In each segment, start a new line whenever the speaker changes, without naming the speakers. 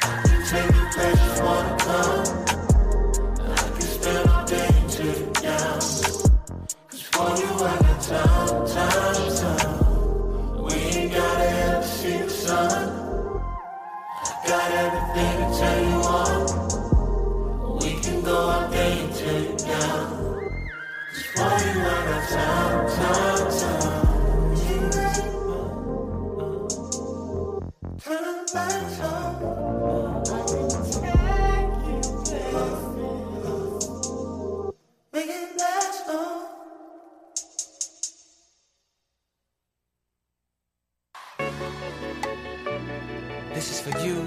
take you places you wanna come. And I can spend all day until you're down. 'Cause for you I got time, time, time. We ain't gotta have to see the sun. I got everything to turn you on. We can go all day until you're down. 'Cause for you I got time, time, time. Turn the lights off. Make it last long.
This is for you.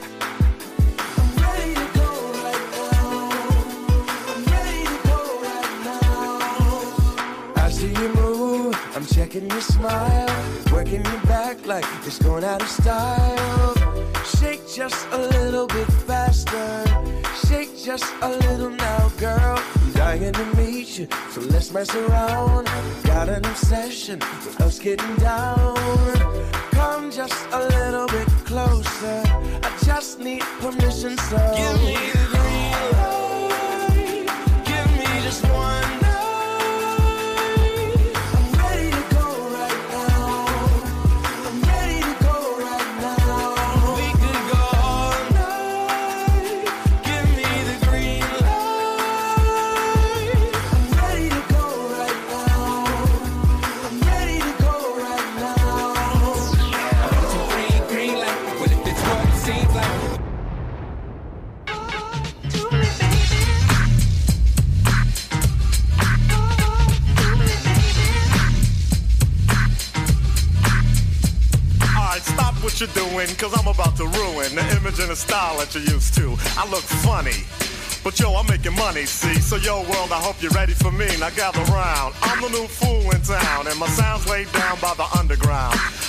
I'm ready to go right now. I'm ready to go right now. I see you move, I'm checking your smile, working your back like it's going out of style. Shake just a little bit faster, shake just a little now, girl. I'm dying to meet you, so let's mess around. Got an obsession with us getting down. Come just a little bit closer. I just need permission, so give me the green light. Give me just one night. I'm ready to go right now. I'm ready to go right now. We could go all night. Give me the green light. I'm ready to go right now. I'm ready to go right now.
Alright, stop what you're doing, cause I'm about to ruin the image and the style that you used to. I look funny. But yo, I'm making money, see? So yo, world, I hope you're ready for me. Now gather round. I'm the new fool in town, and my sound's laid down by the underground.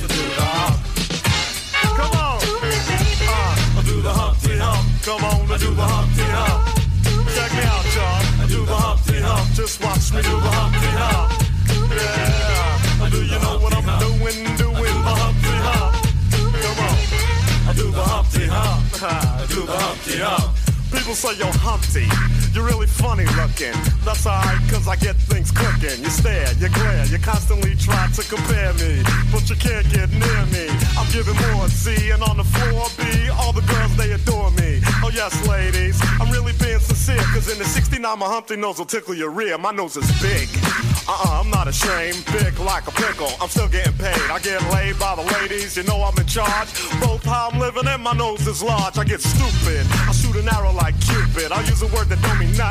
to do the hump. Come on. Uh, I do the Humpty Hump. Come on, I do the Humpty Hump. Check me out, y'all. I do the Humpty Hump. Just watch me do the Humpty Hump. Yeah. Do you know what I'm doing? Doing the Humpty Hump. Come on. I do the Humpty Hump. I do the Humpty Hump. People say you're Humpty. You're really funny looking. That's alright, cause I get things cooking. You stare, you glare, you constantly try to compare me. But you can't get near me. I'm giving more C and on the floor B. All the girls, they adore me. Oh yes, ladies, I'm really being sincere. Cause in the 69, my Humpty nose will tickle your rear. My nose is big. Uh-uh, I'm not ashamed. Big like a pickle. I'm still getting paid. I get laid by the ladies. You know I'm in charge. Both how I'm living and my nose is large. I get stupid. I shoot an arrow like Cupid. I use a word that don't mean nothing.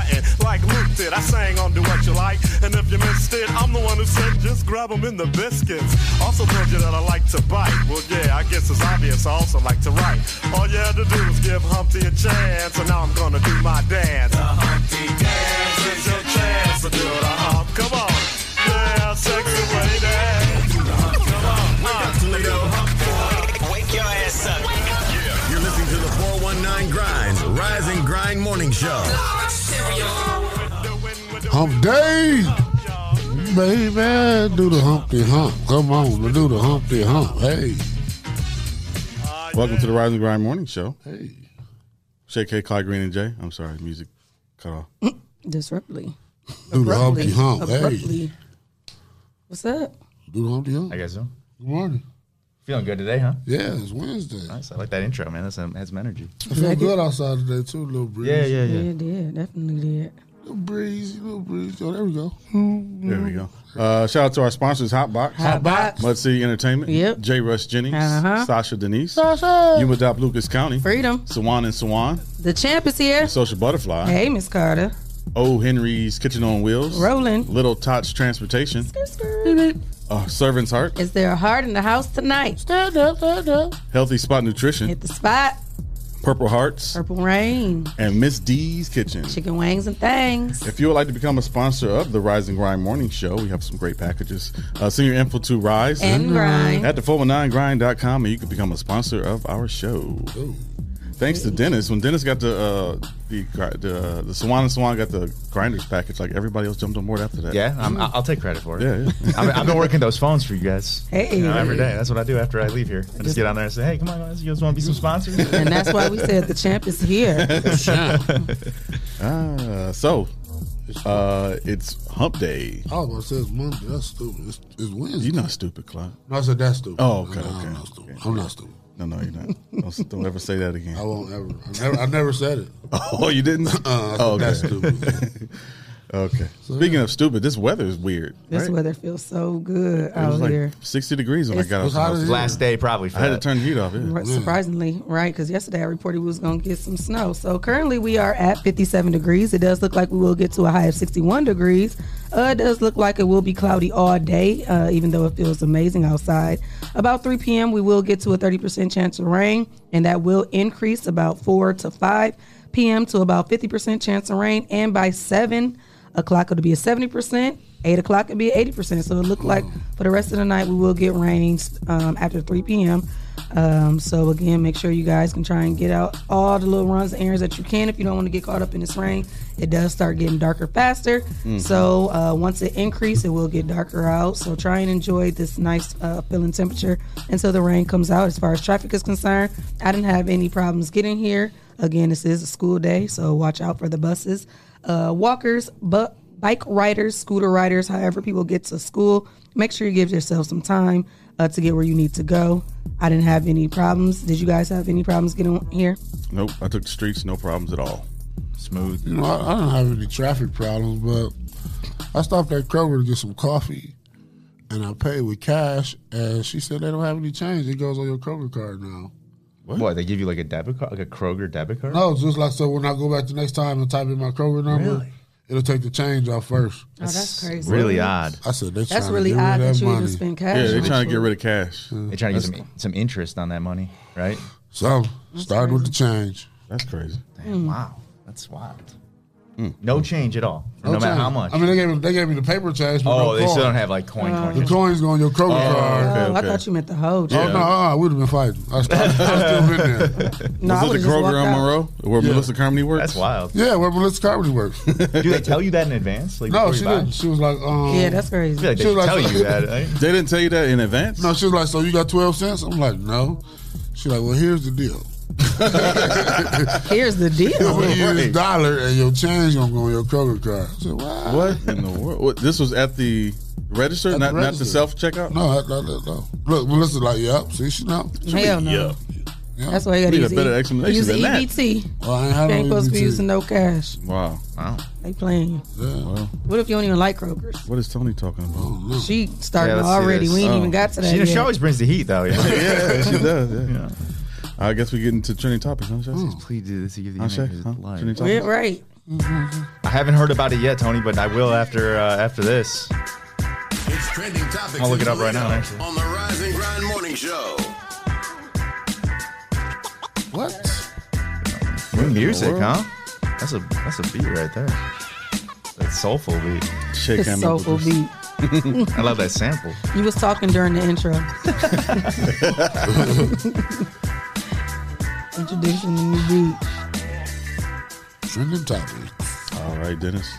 Like Luke did. I sang on Do What You Like. And if you missed it, I'm the one who said just grab 'em in the biscuits. Also told you that I like to bite. Well, yeah, I guess it's obvious. I also like to write. All you had to do was give Humpty a chance. And now I'm gonna do my dance. The Humpty dance is your chance to do the hump. Come on. Yeah, sexy lady. Come on. Uh,
Wake up.
Wake your ass up.
You're listening to the 419 Grind, Rise and Grind Morning Show.
Hump Day. Hey! Baby, do the Humpty Hump. Come on, do the Humpty Hump. Hey.
Welcome to the Rise and Grind Morning Show.
Ah, Hey.
Shay K, Clyde Green, and Jay. I'm sorry, music cut off.
Disruptly.
Do the Humpty Hump. Hey.
Abruptly. What's up?
Do the Humpty Hump.
I
Good
guess so.
morning.
Feeling good today, huh?
Yeah, it's Wednesday.
Nice. I like that intro, man. That's some, has some energy.
I feel good outside today, too. A little breeze.
Yeah, yeah, yeah.
Yeah, did. Definitely did.
Little breeze, little breeze. Oh, there we go.
There we go. Uh, shout out to our sponsors, Hotbox,
Hotbox.
Mud City Entertainment,
Yep.
J. Rush Jennings,
Uh-huh.
Sasha Denise,
Sasha.
Umadop Lucas County,
Freedom.
Swan and Swan,
The champ is here.
Social Butterfly,
Hey, Miss Carter.
O. Henry's Kitchen on Wheels,
Rolling.
Little Tots Transportation, uh, Servant's Heart,
Is there a heart in the house tonight?
Stand up, stand up.
Healthy Spot Nutrition,
Hit the spot.
Purple Hearts,
Purple rain.
and Miss D's Kitchen.
Chicken wings and things.
If you would like to become a sponsor of the Rise and Grind Morning Show, we have some great packages. Uh, send your info to Rise
And grind.
at the 419grind.com and you can become a sponsor of our show. Thanks to Dennis. When Dennis got the uh, the gri- the, uh, the Swan and Swan got the grinders package, like everybody else jumped on board after that.
Yeah, I'm, I'll I'll take credit for it.
Yeah, yeah.
I've, I've been working those phones for you guys.
Hey.
You know, every day. That's what I do after I leave here. I just get on there and say, hey, come on, guys. You guys want to be some sponsors?
And that's why we said the champ is here.
Uh, so uh, it's Hump Day.
I was about to say it's Monday. That's stupid. It's, it's Wednesday.
You're not stupid, Clyde.
No, I said that's stupid.
Oh, okay,
No, no,
okay.
I'm not stupid. I'm not stupid.
No, no, you're not. Don't, don't ever say that again.
I won't ever. I never, I never said it.
Oh, you didn't?
Uh,
oh,
That's
okay.
stupid.
Okay. Speaking of stupid, this weather is weird.
This
right?
weather feels so good
It was
out
like
here.
60 degrees when I
It's-
got
It's hot
out.
as hell.
Last day, probably. For
I had to
that.
turn the heat off. Yeah.
Right, surprisingly, right? Because yesterday I reported we was gonna get some snow. So currently we are at 57 degrees. It does look like we will get to a high of 61 degrees. Uh, it does look like it will be cloudy all day, uh, even though it feels amazing outside. About 3 p.m. we will get to a 30% chance of rain, and that will increase about 4 to 5 p.m. to about 50% chance of rain, and by 7 o'clock it'll be a 70%. 8 o'clock it'll be 80%. So it looked like for the rest of the night we will get rains um, after 3 p.m. Um, so again, make sure you guys can try and get out all the little runs and errands that you can. If you don't want to get caught up in this rain, it does start getting darker faster. So uh, once it increases, it will get darker out. So try and enjoy this nice uh, feeling temperature until the rain comes out. As far as traffic is concerned, I didn't have any problems getting here. Again, this is a school day, so watch out for the buses, uh, walkers, but bike riders, scooter riders, however people get to school, make sure you give yourself some time uh, to get where you need to go. I didn't have any problems. Did you guys have any problems getting here?
Nope. I took the streets, no problems at all.
You
Smooth.
know, I, I don't have any traffic problems, but I stopped at Kroger to get some coffee, and I paid with cash. And she said they don't have any change. It goes on your Kroger card now.
What? They give you like a debit card, like a Kroger debit card?
No, it's just like so. When I go back the next time and type in my Kroger number,
Really?
it'll take the change off first.
Oh, that's crazy.
Really odd.
I said they
That's
trying
really
to get
odd
rid of
that you
money.
even spend cash.
Yeah, they're
on
trying to
it.
get rid of cash.
They're trying to get some some interest on that money, right?
So starting with the change.
That's crazy.
Damn, wow, that's wild. Mm. No change at all, no, matter
change.
how much.
I mean, they gave me they gave me the paper change. But
oh,
no
they still
coin.
don't have like
Uh,
coin. coin.
The coins go on your Kroger card.
Oh,
Okay,
I
okay.
thought you meant the whole.
Oh no, uh, we'd have been fighting. I, st- I still been there.
no, I
Was it the
would've just walked
Kroger on
out.
Monroe where Melissa Carmody works?
That's wild.
Yeah, where Melissa Carpenter works.
Do they tell you that in advance? Like
No,
before
she
you buy?
didn't. She was like, um,
Yeah, that's crazy.
I feel like they
She was
tell
like-
you that. eh? right?
They didn't tell you that in advance?
No, she was like, so you got twelve cents? I'm like, no. She's like, well, here's the deal.
Here's the
I'm
deal.
gonna give you
Right.
this dollar and your change gonna go on your Kroger card. I said, wow.
What in the world? What, this was at the register,
At the
not, not
register.
the self checkout?
No, I, no, no, no. Look, Melissa's like, yep. See, she know.
Hell no.
Yeah.
That's why you got
Need
to
a
use
better
E-
explanation
use
than that.
EBT.
Well, I ain't had
You ain't
no E
supposed to be
E
EBT.
using no cash.
Wow.
Wow.
They playing you.
Yeah.
What if you don't even like Kroger's?
What is Tony talking about?
Oh,
She starting
Yeah, let's see
already.
this.
We ain't
Oh.
even got to that
She,
yet.
she always brings the heat though. Yeah.
yeah, she does. Yeah.
Yeah.
I guess we get into trending topics, huh, Jesse?
Hmm.
Please do this. You give the
Huh, Shay? Huh? Trending
We
topics?
right.
I haven't heard about it yet, Tony, but I will after uh, after this.
It's trending topics.
I'll look it
in
up right now,
Toledo
actually.
On the Rise and Grind Morning Show.
What?
New music,
world?
huh? That's a that's a beat right there. That soulful beat.
Shay
It's
came up with
soulful
this.
beat.
I love that sample.
You was talking during the intro. Introducing the new beat.
Trending topics.
All right, Dennis.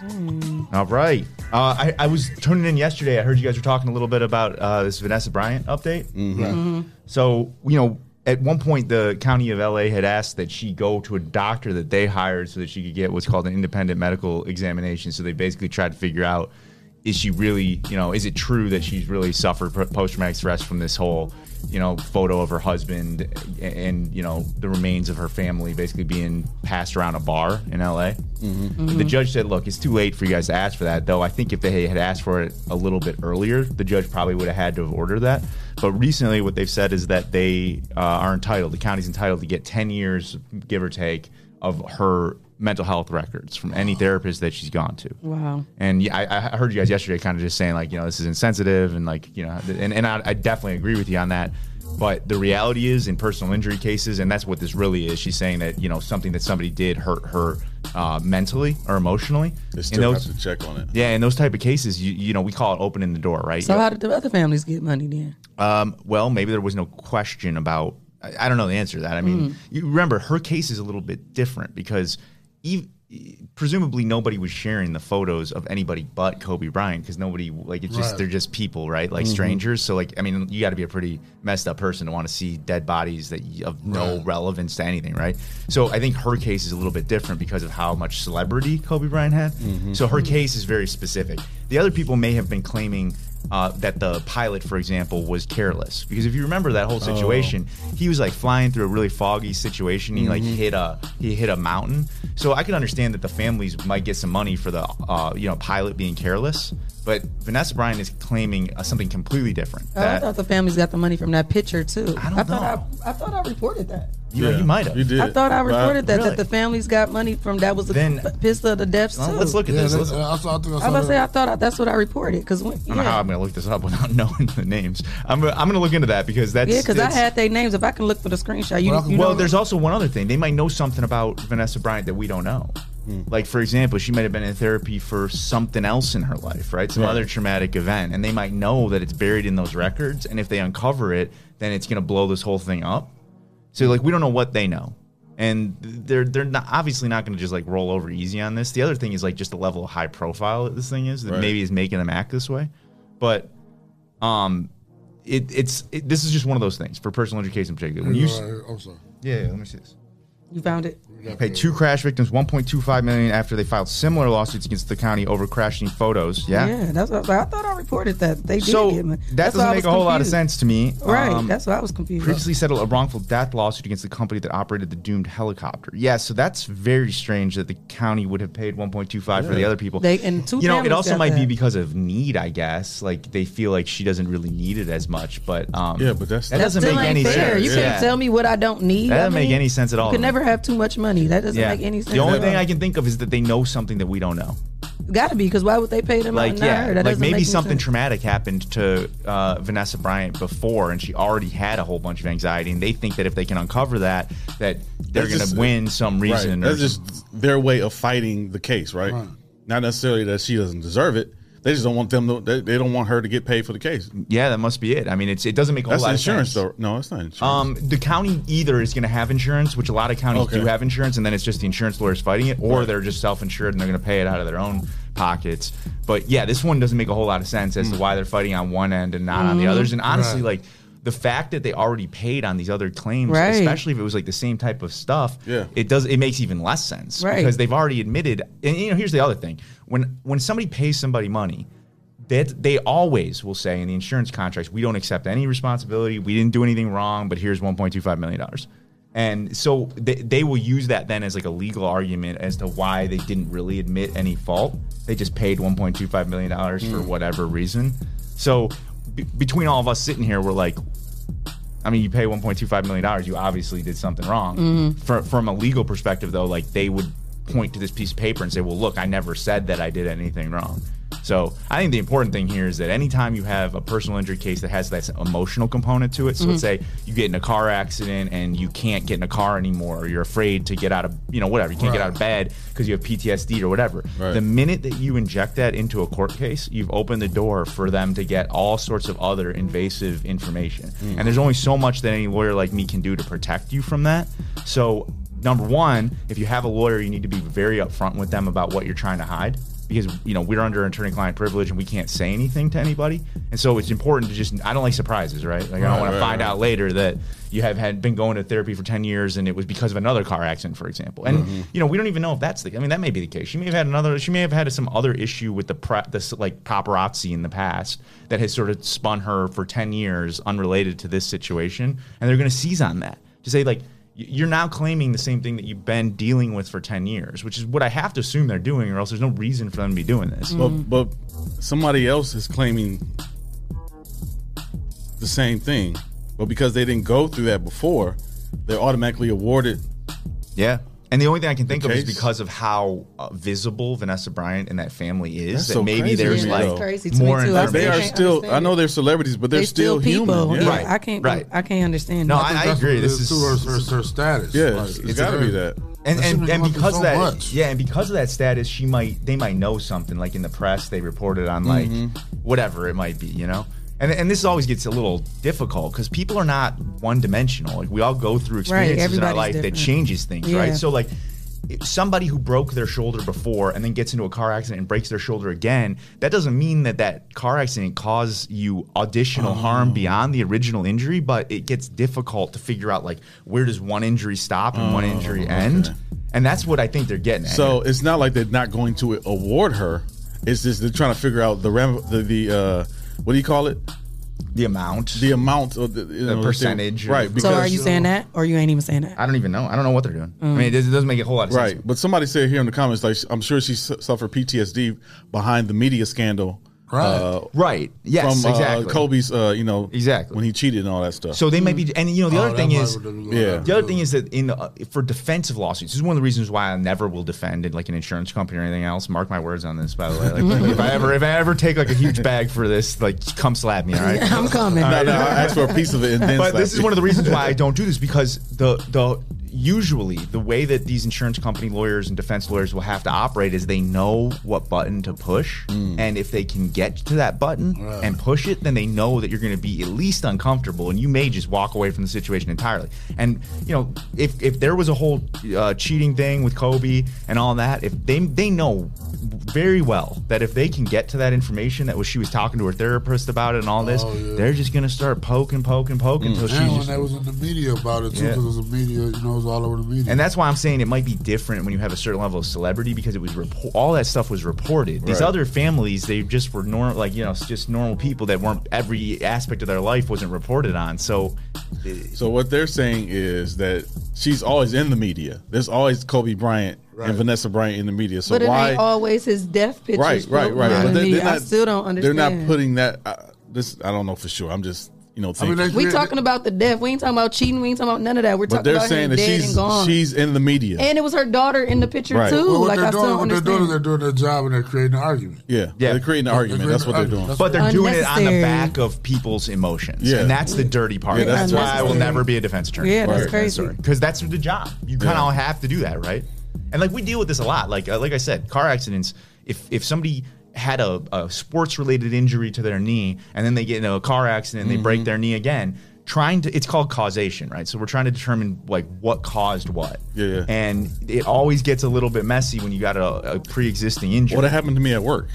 All right. Uh, I, I was tuning in yesterday. I heard you guys were talking a little bit about uh, this Vanessa Bryant update.
Right.
So, you know, at one point, the county of LA had asked that she go to a doctor that they hired so that she could get what's called an independent medical examination. So they basically tried to figure out is she really, you know, is it true that she's really suffered post traumatic stress from this whole, you know, photo of her husband a- and, you know, the remains of her family basically being passed around a bar in LA? Mm-hmm.
Mm-hmm.
Mm-hmm.
The judge said, look, it's too late for you guys to ask for that, though I think if they had asked for it a little bit earlier, the judge probably would have had to have ordered that. But recently, what they've said is that they uh, are entitled, the county's entitled to get 10 years, give or take, of her mental health records from any therapist that she's gone to.
Wow.
And yeah, I, I heard you guys yesterday kind of just saying like, you know, this is insensitive and like, you know, and, and I, I definitely agree with you on that. But the reality is in personal injury cases, and that's what this really is. She's saying that, you know, something that somebody did hurt her uh, mentally or emotionally.
They
And
still
those-
have to check on it.
yeah, in those type of cases, you, you know, we call it opening the door, right?
So how did the other families get money then?
Um, well, maybe there was no question about. I, I don't know the answer to that. I mean, you remember her case is a little bit different because, ev presumably, nobody was sharing the photos of anybody but Kobe Bryant because nobody like it's just
Right.
they're just people, right? Like strangers. So like, I mean, you got to be a pretty messed up person to want to see dead bodies that y- of no relevance to anything, right? So I think her case is a little bit different because of how much celebrity Kobe Bryant had. So her case is very specific. The other people may have been claiming uh, that the pilot, for example, was careless. Because if you remember that whole situation, he was like flying through a really foggy situation. He like hit a he hit a mountain. So I can understand that the families might get some money for the uh, you know pilot being careless. But Vanessa Bryan is claiming uh, something completely different.
Oh, I
that
thought the families got the money from that picture too.
I don't
thought I, I thought I reported that.
you, you might have.
You did.
I thought I
But
reported that
Really?
that the families got money from that was the
Then-
p- pistol of the deaths too.
Well, let's look at
Yeah,
this.
that,
Let's-
I, saw, I think I
I was
saw
gonna say
that.
I thought I, that's what I reported because yeah,
I don't know how I'm going to look this up without knowing the names. I'm, gonna- I'm going to look into that because that's
yeah, because I
it's-
had their names. If I can look for the screenshot, you,
Well, I can-
you
Well,
know,
there's also one other thing. They might know something about Vanessa Bryant that we don't know.
Hmm.
Like, for example, she might have been in therapy for something else in her life, right? Some other traumatic event. And they might know that it's buried in those records. And if they uncover it, then it's going to blow this whole thing up. So, like, we don't know what they know. And they're they're not, obviously not going to just like roll over easy on this. The other thing is like just the level of high profile that this thing is that
Right.
maybe is making them act this way. But um, it, it's it, this is just one of those things for personal injury case in particular. When you s-
Right, I'm sorry.
yeah, yeah, let me see this.
you found it.
Pay two crash victims 1.25 million after they filed similar lawsuits against the county over crashing photos. Yeah.
that's what I was like. I thought I reported that they did
So
get money.
that
That's why
doesn't
I
make
was
a whole lot of
confused.
sense to me.
Right,
Um,
that's why I was confused.
previously settled a wrongful death lawsuit against the company that operated the doomed helicopter. Yeah, so that's very strange that the county would have paid 1.25 for the other people.
They- and two
you know, it
families
also
got
might be
that.
because of need, I guess. Like they feel like she doesn't really need it as much, but um,
Yeah, but that's
that
not-
doesn't
Still
make
ain't
any
fair.
sense.
You can't
Yeah.
tell me what I don't need.
That
I
doesn't make
mean,
any sense at all.
You can never have too much money. That doesn't
Yeah.
make any sense.
The only
at
thing
all.
I can think of is that they know something that we don't know.
got to be because why would they pay them?
like
out now?
yeah,
That
like
doesn't make
maybe
any
something
sense.
traumatic happened to uh, Vanessa Bryant before, and she already had a whole bunch of anxiety, and they think that if they can uncover that, that they're
That's
going
just-
to win some
Right.
reason.
That's
or-
just their way of fighting the case, right?
Right.
Not necessarily that she doesn't deserve it. They just don't want them. To, they, they don't want her to get paid for the case.
yeah, that must be it. I mean, it's it doesn't make a whole
That's
lot
insurance,
of sense.
though. No, it's not insurance.
Um, the county either is going to have insurance, which a lot of counties
Okay.
do have insurance, and then it's just the insurance lawyers fighting it, or
Right.
they're just self-insured and they're going to pay it out of their own pockets. But yeah, this one doesn't make a whole lot of sense
Mm.
as to why they're fighting on one end and not on
Mm-hmm.
the others. And honestly,
Right.
like the fact that they already paid on these other claims,
Right.
especially if it was like the same type of stuff,
Yeah.
it does it makes even less sense
Right.
because they've already admitted. And you know, here's the other thing: when when somebody pays somebody money, that they always will say in the insurance contracts, we don't accept any responsibility. We didn't do anything wrong, but here's 1.25 million dollars. And so they, they will use that then as like a legal argument as to why they didn't really admit any fault. They just paid 1.25 million dollars for whatever reason. So be between all of us sitting here, we're like, I mean, you pay 1.25 million dollars, you obviously did something wrong. Fro- from a legal perspective, though, like they would point to this piece of paper and say, "Well, look, I never said that I did anything wrong." So I think the important thing here is that anytime you have a personal injury case that has that emotional component to it, so let's say you get in a car accident and you can't get in a car anymore, or you're afraid to get out of, you know, whatever, you can't get out of bed because you have PTSD or whatever.
Right.
The minute that you inject that into a court case, you've opened the door for them to get all sorts of other invasive information. And there's only so much that any lawyer like me can do to protect you from that. So number one, if you have a lawyer, you need to be very upfront with them about what you're trying to hide because you know we're under attorney-client privilege and we can't say anything to anybody. And so it's important to just I don't like surprises, right? Like I
Right,
don't want
right,
to find
right.
out later that you have had been going to therapy for 10 years and it was because of another car accident, for example. And
Mm-hmm.
you know, we don't even know if that's the I mean that may be the case. She may have had another she may have had some other issue with the pre, this like paparazzi in the past that has sort of spun her for 10 years unrelated to this situation and they're going to seize on that to say like y- you're now claiming the same thing that you've been dealing with for 10 years, which is what I have to assume they're doing, or else there's no reason for them to be doing this.
But
Mm-hmm.
but somebody else is claiming the same thing. But because they didn't go through that before, they're automatically awarded.
Yeah. And the only thing I can think of is
case.
because of how uh, visible Vanessa Bryant and that family is
That's
that
so
maybe
crazy to
there's
me,
like
though. That's
crazy to me,
more
too. I
information.
They are
can't
still.
understand
I know they're celebrities, but they're,
They
still, human.
people.
Yeah.
Right.
I can't.
Right.
I can't understand.
No,
that.
I, I
That's
agree.
what it
This is
too, or- or it's her status.
Yeah,
Like,
it's- it's got to be that.
and and,
That shit been
and
going
because
through
of
so
that
much.
yeah and because of that status she might they might know something like in the press they reported on like
Mm-hmm.
whatever it might be you know and and this always gets a little difficult because people are not one dimensional like we all go through experiences in our
everybody's
life that
different.
changes things
Yeah.
right so like if somebody who broke their shoulder before and then gets into a car accident and breaks their shoulder again that doesn't mean that that car accident caused you additional
Oh.
harm beyond the original injury but it gets difficult to figure out like where does one injury stop and one injury end and that's what I think they're getting at.
Oh, So it's not like they're not going to award her. It's just they're trying to figure out the ram the the uh, what do you call it?
the amount.
The amount of the, you know, they-
percentage.
right?
So
Because,
so are you saying that, or you ain't even saying that? Mm.
I don't even know. I don't know what they're doing. I mean, it doesn't it doesn't make a whole lot of
Right,
sense.
but somebody said here in the comments, like I'm sure she su- suffered PTSD behind the media scandal,
Right.
Uh,
Right. Yes.
from
exactly.
uh, Kobe's, uh, you know,
Exactly.
when he cheated and all that stuff.
So they may be, and you know, the
Oh,
other
that
thing
might
is,
have been-
Yeah.
The other thing is that in uh, for defensive lawsuits, this is one of the reasons why I never will defend in like an insurance company or anything else. Mark my words on this, by the way. Like, if I ever if I ever take like a huge bag for this, like come slap me, all right?
I'm coming.
no, no, I asked for a piece of it, and then
but this is one of the reasons why I don't do this because the the usually the way that these insurance company lawyers and defense lawyers will have to operate is they know what button to push,
Hmm.
and if they can get to that button and push it, then they know that you're going to be at least uncomfortable, and you may just walk away from the situation entirely. And you know, if if there was a whole uh, cheating thing with Kobe and all that, if they they know very well that if they can get to that information that was she was talking to her therapist about it and all this,
Oh, yeah. Hmm.
they're just gonna start poking, poking, poking until she
And when
just.
they was in the media about it too,
Yeah.
because it was the media, you know, it was all over the media.
And that's why I'm saying it might be different when you have a certain level of celebrity because it was report, all that stuff was reported. These
Right.
other families, they just were normal, like you know, it's just normal people that weren't every aspect of their life wasn't reported on. So,
So what they're saying is that she's always in the media. There's always Kobe Bryant
Right.
and Vanessa Bryant in the media. So
but it
why?
ain't always his death pictures.
right, right,
floating
right.
around
But
in
they-
media.
they're not-
I still don't understand.
They're not putting that. Uh, this I don't know for sure. I'm just you know
I mean,
thinking.
they
We
created-
talking about the death. We ain't talking about cheating. We ain't talking about none of that. We're
but
talking
they're
about
saying
him
that
dead
she's
and gone.
she's in the media.
and it was her daughter in the picture
Right.
too.
Well, what
like
they're
I
doing,
still
what they're
understand.
doing is they're doing their job and they're creating an argument.
yeah,
Yeah.
they're creating an argument. That's what they're doing.
That's-
but they're doing it on the
Unnecessary.
back of people's emotions,
Yeah.
and that's the dirty part.
Yeah,
that's
that's
why I will
unnecessary.
never be a defense attorney.
Yeah, that's
Right.
crazy.
because that's the job. You kind
Yeah.
of have to do that, right? And like we deal with this a lot. Like uh, like I said, car accidents. If if somebody had a, a sports related injury to their knee and then they get in a car accident and they
Mm-hmm.
break their knee again, trying to it's called causation, right? So we're trying to determine like what caused what.
Yeah, yeah.
And it always gets a little bit messy when you got a, a pre existing injury.
What happened to me at work?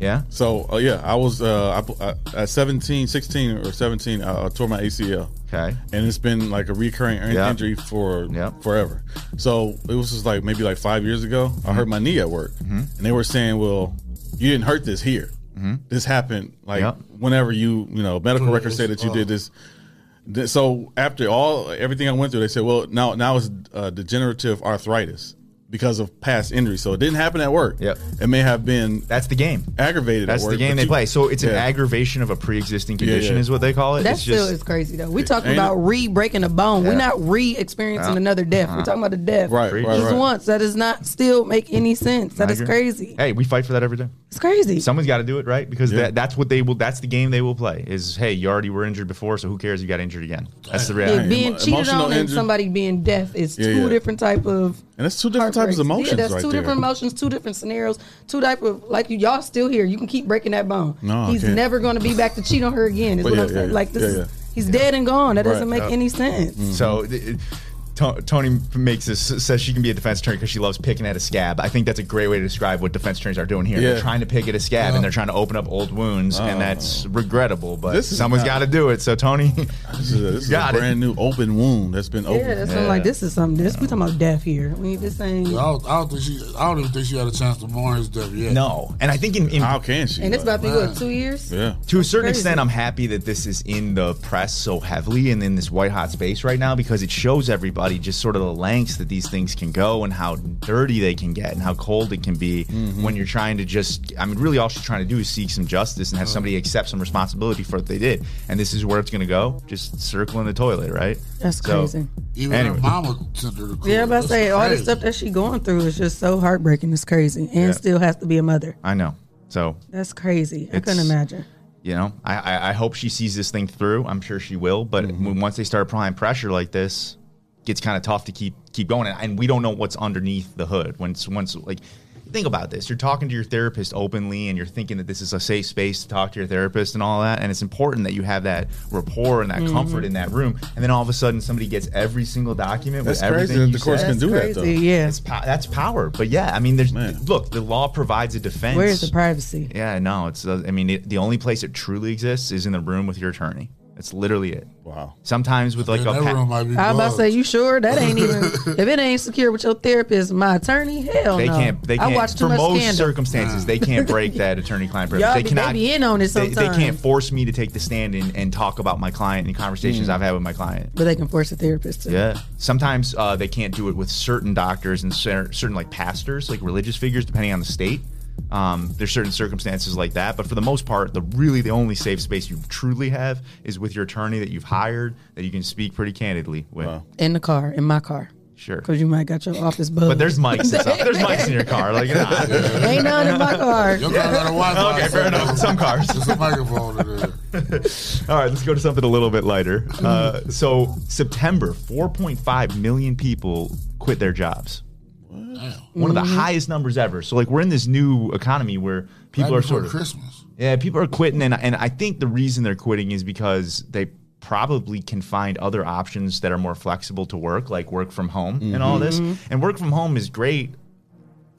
yeah.
So uh, yeah, I was uh, I, I, at 17, 16 or 17, I, I tore my ACL.
Okay.
And it's been like a recurring in-
Yeah.
injury for
Yeah.
forever. So it was just like maybe like five years ago, I
Mm-hmm.
hurt my knee at work, and they were saying, "Well, you didn't hurt this here.
Mm-hmm.
This happened like
Yeah.
whenever you you know medical
Mm,
records say
it's-
that you
oh.
did this." Th- So after all everything I went through, they said, "Well, now now it's uh, degenerative arthritis." Because of past injuries, so it didn't happen at work.
Yep.
it may have been
That's the game.
aggravated. at
That's the
work,
game
but
they
you-
play. So it's an
Yeah.
aggravation of a pre existing
yeah.
condition, is what they call it.
That
it's
still
just
is crazy though. We talking
Ain't it-
about re breaking a bone.
Yeah.
We're not re experiencing
Uh,
another death. We're talking about a death.
Right, right,
Preach.
right.
Just once. That does not still make any sense. That
I
is
agree.
crazy.
Hey, we fight for that every day.
It's crazy.
Someone's got to do it, right? Because
Yeah.
that, that's what they will. That's the game they will play. Is hey, you already were injured before, so who cares? if You got injured again. That's the
Yeah,
reality.
being
emo-
cheated
emotional
on and
injury.
somebody being deaf is
Yeah,
two
yeah.
different type of
And that's two different types
heartbreaks.
of emotions
Yeah, that's
right
two
there.
different emotions, two different scenarios, two type of like you y'all still here. You can keep breaking that bone.
No, I
he's
can't.
never going to be back to cheat on her again. Is
But
what
yeah,
I'm saying.
yeah,
like this,
yeah,
is-
yeah. Mm. Mm-hmm.
he's dead and gone. That
Right,
doesn't make
yeah.
any sense.
So th- it- To- Tony makes this says she can be a defense attorney because she loves picking at a scab. I think that's a great way to describe what defense attorneys are doing here.
Yeah. Oh.
They're trying to pick at a scab and they're trying to open up old wounds, and that's regrettable. But
This is
someone's
not-
got to do it. So Tony,
This is a, this is a
Got it.
brand new open wound that's been open.
Yeah, that's what I'm like. This is something. This we talking about death here. We this ain't.
I don't, I don't think she. I don't even think she had a chance to mourn his death yet.
no, and I think in, in
How can she?
And it's about to be
Man.
what two years.
yeah.
to a certain
Crazy.
extent, I'm happy that this is in the press so heavily and in this white hot space right now because it shows everybody just sort of the lengths that these things can go and how dirty they can get and how cold it can be
Mm-hmm.
when you're trying to just. I mean, really, all she's trying to do is seek some justice
Uh-huh.
and have somebody accept some responsibility for what they did. And this is where it's going to go, just circling the toilet, right?
That's
So-
crazy.
Even
Anyway.
her mama sent her to court.
Yeah, I'm about
That's
to say all the
crazy.
stuff that she going through is just so heartbreaking. It's crazy, and
Yeah.
still has to be a mother.
I know. So
That's crazy. I couldn't
It's-
imagine.
you know, I, I, I hope she sees this thing through. I'm sure she will. But
Mm-hmm.
when, once they start applying pressure like this, it gets kind of tough to keep keep going. And, and we don't know what's underneath the hood. When it's once like, think about this: you're talking to your therapist openly, and you're thinking that this is a safe space to talk to your therapist and all that. And it's important that you have that rapport and that
Mm-hmm.
comfort in that room. And then all of a sudden, somebody gets every single document
That's
with
crazy
everything.
that
you
the courts
said.
can
That's
do that,
crazy.
though.
Yeah.
It's pow- that's power. But yeah, I mean, there's
Man.
look, the law provides a defense.
Where's the privacy?
Yeah, no, it's. Uh, I mean, it, the only place it truly exists is in the room with your attorney. That's literally it.
Wow.
Sometimes with like
Man,
a
that room
pa-
might be
I'm about to say,
bugged.
you sure that ain't even if it ain't secure with your therapist, my attorney. Hell
they
no.
can't. They can't.
I watch too
for
much
most
scandal.
circumstances, they can't break that attorney-client privilege.
Y'all
they
be,
cannot.
they be in on it
they,
sometimes.
they can't force me to take the stand and, and talk about my client in conversations I've had with my client.
but they can force a therapist to.
Yeah. Sometimes uh, they can't do it with certain doctors and cer- certain like pastors, like religious figures, depending on the state. Um, there's certain circumstances like that, but for the most part, the really the only safe space you truly have is with your attorney that you've hired that you can speak pretty candidly with.
Wow.
in the car, in my car,
Sure.
because you might got your office bug.
But there's mics and stuff. There's mics in your car. Like, nah.
ain't none in my car.
Your car got a Wi-Fi.
okay, fair enough. Some cars.
There's a microphone in there.
All right, let's go to something a little bit lighter. Uh, so September, 4.5 million people quit their jobs. One of
Mm-hmm.
Mm-hmm.
the highest numbers ever. So like we're in this new economy where people
Right
are
before
sort of
Christmas.
yeah, people are quitting, and and I think the reason they're quitting is because they probably can find other options that are more flexible to work, like work from home and all this. And work from home is great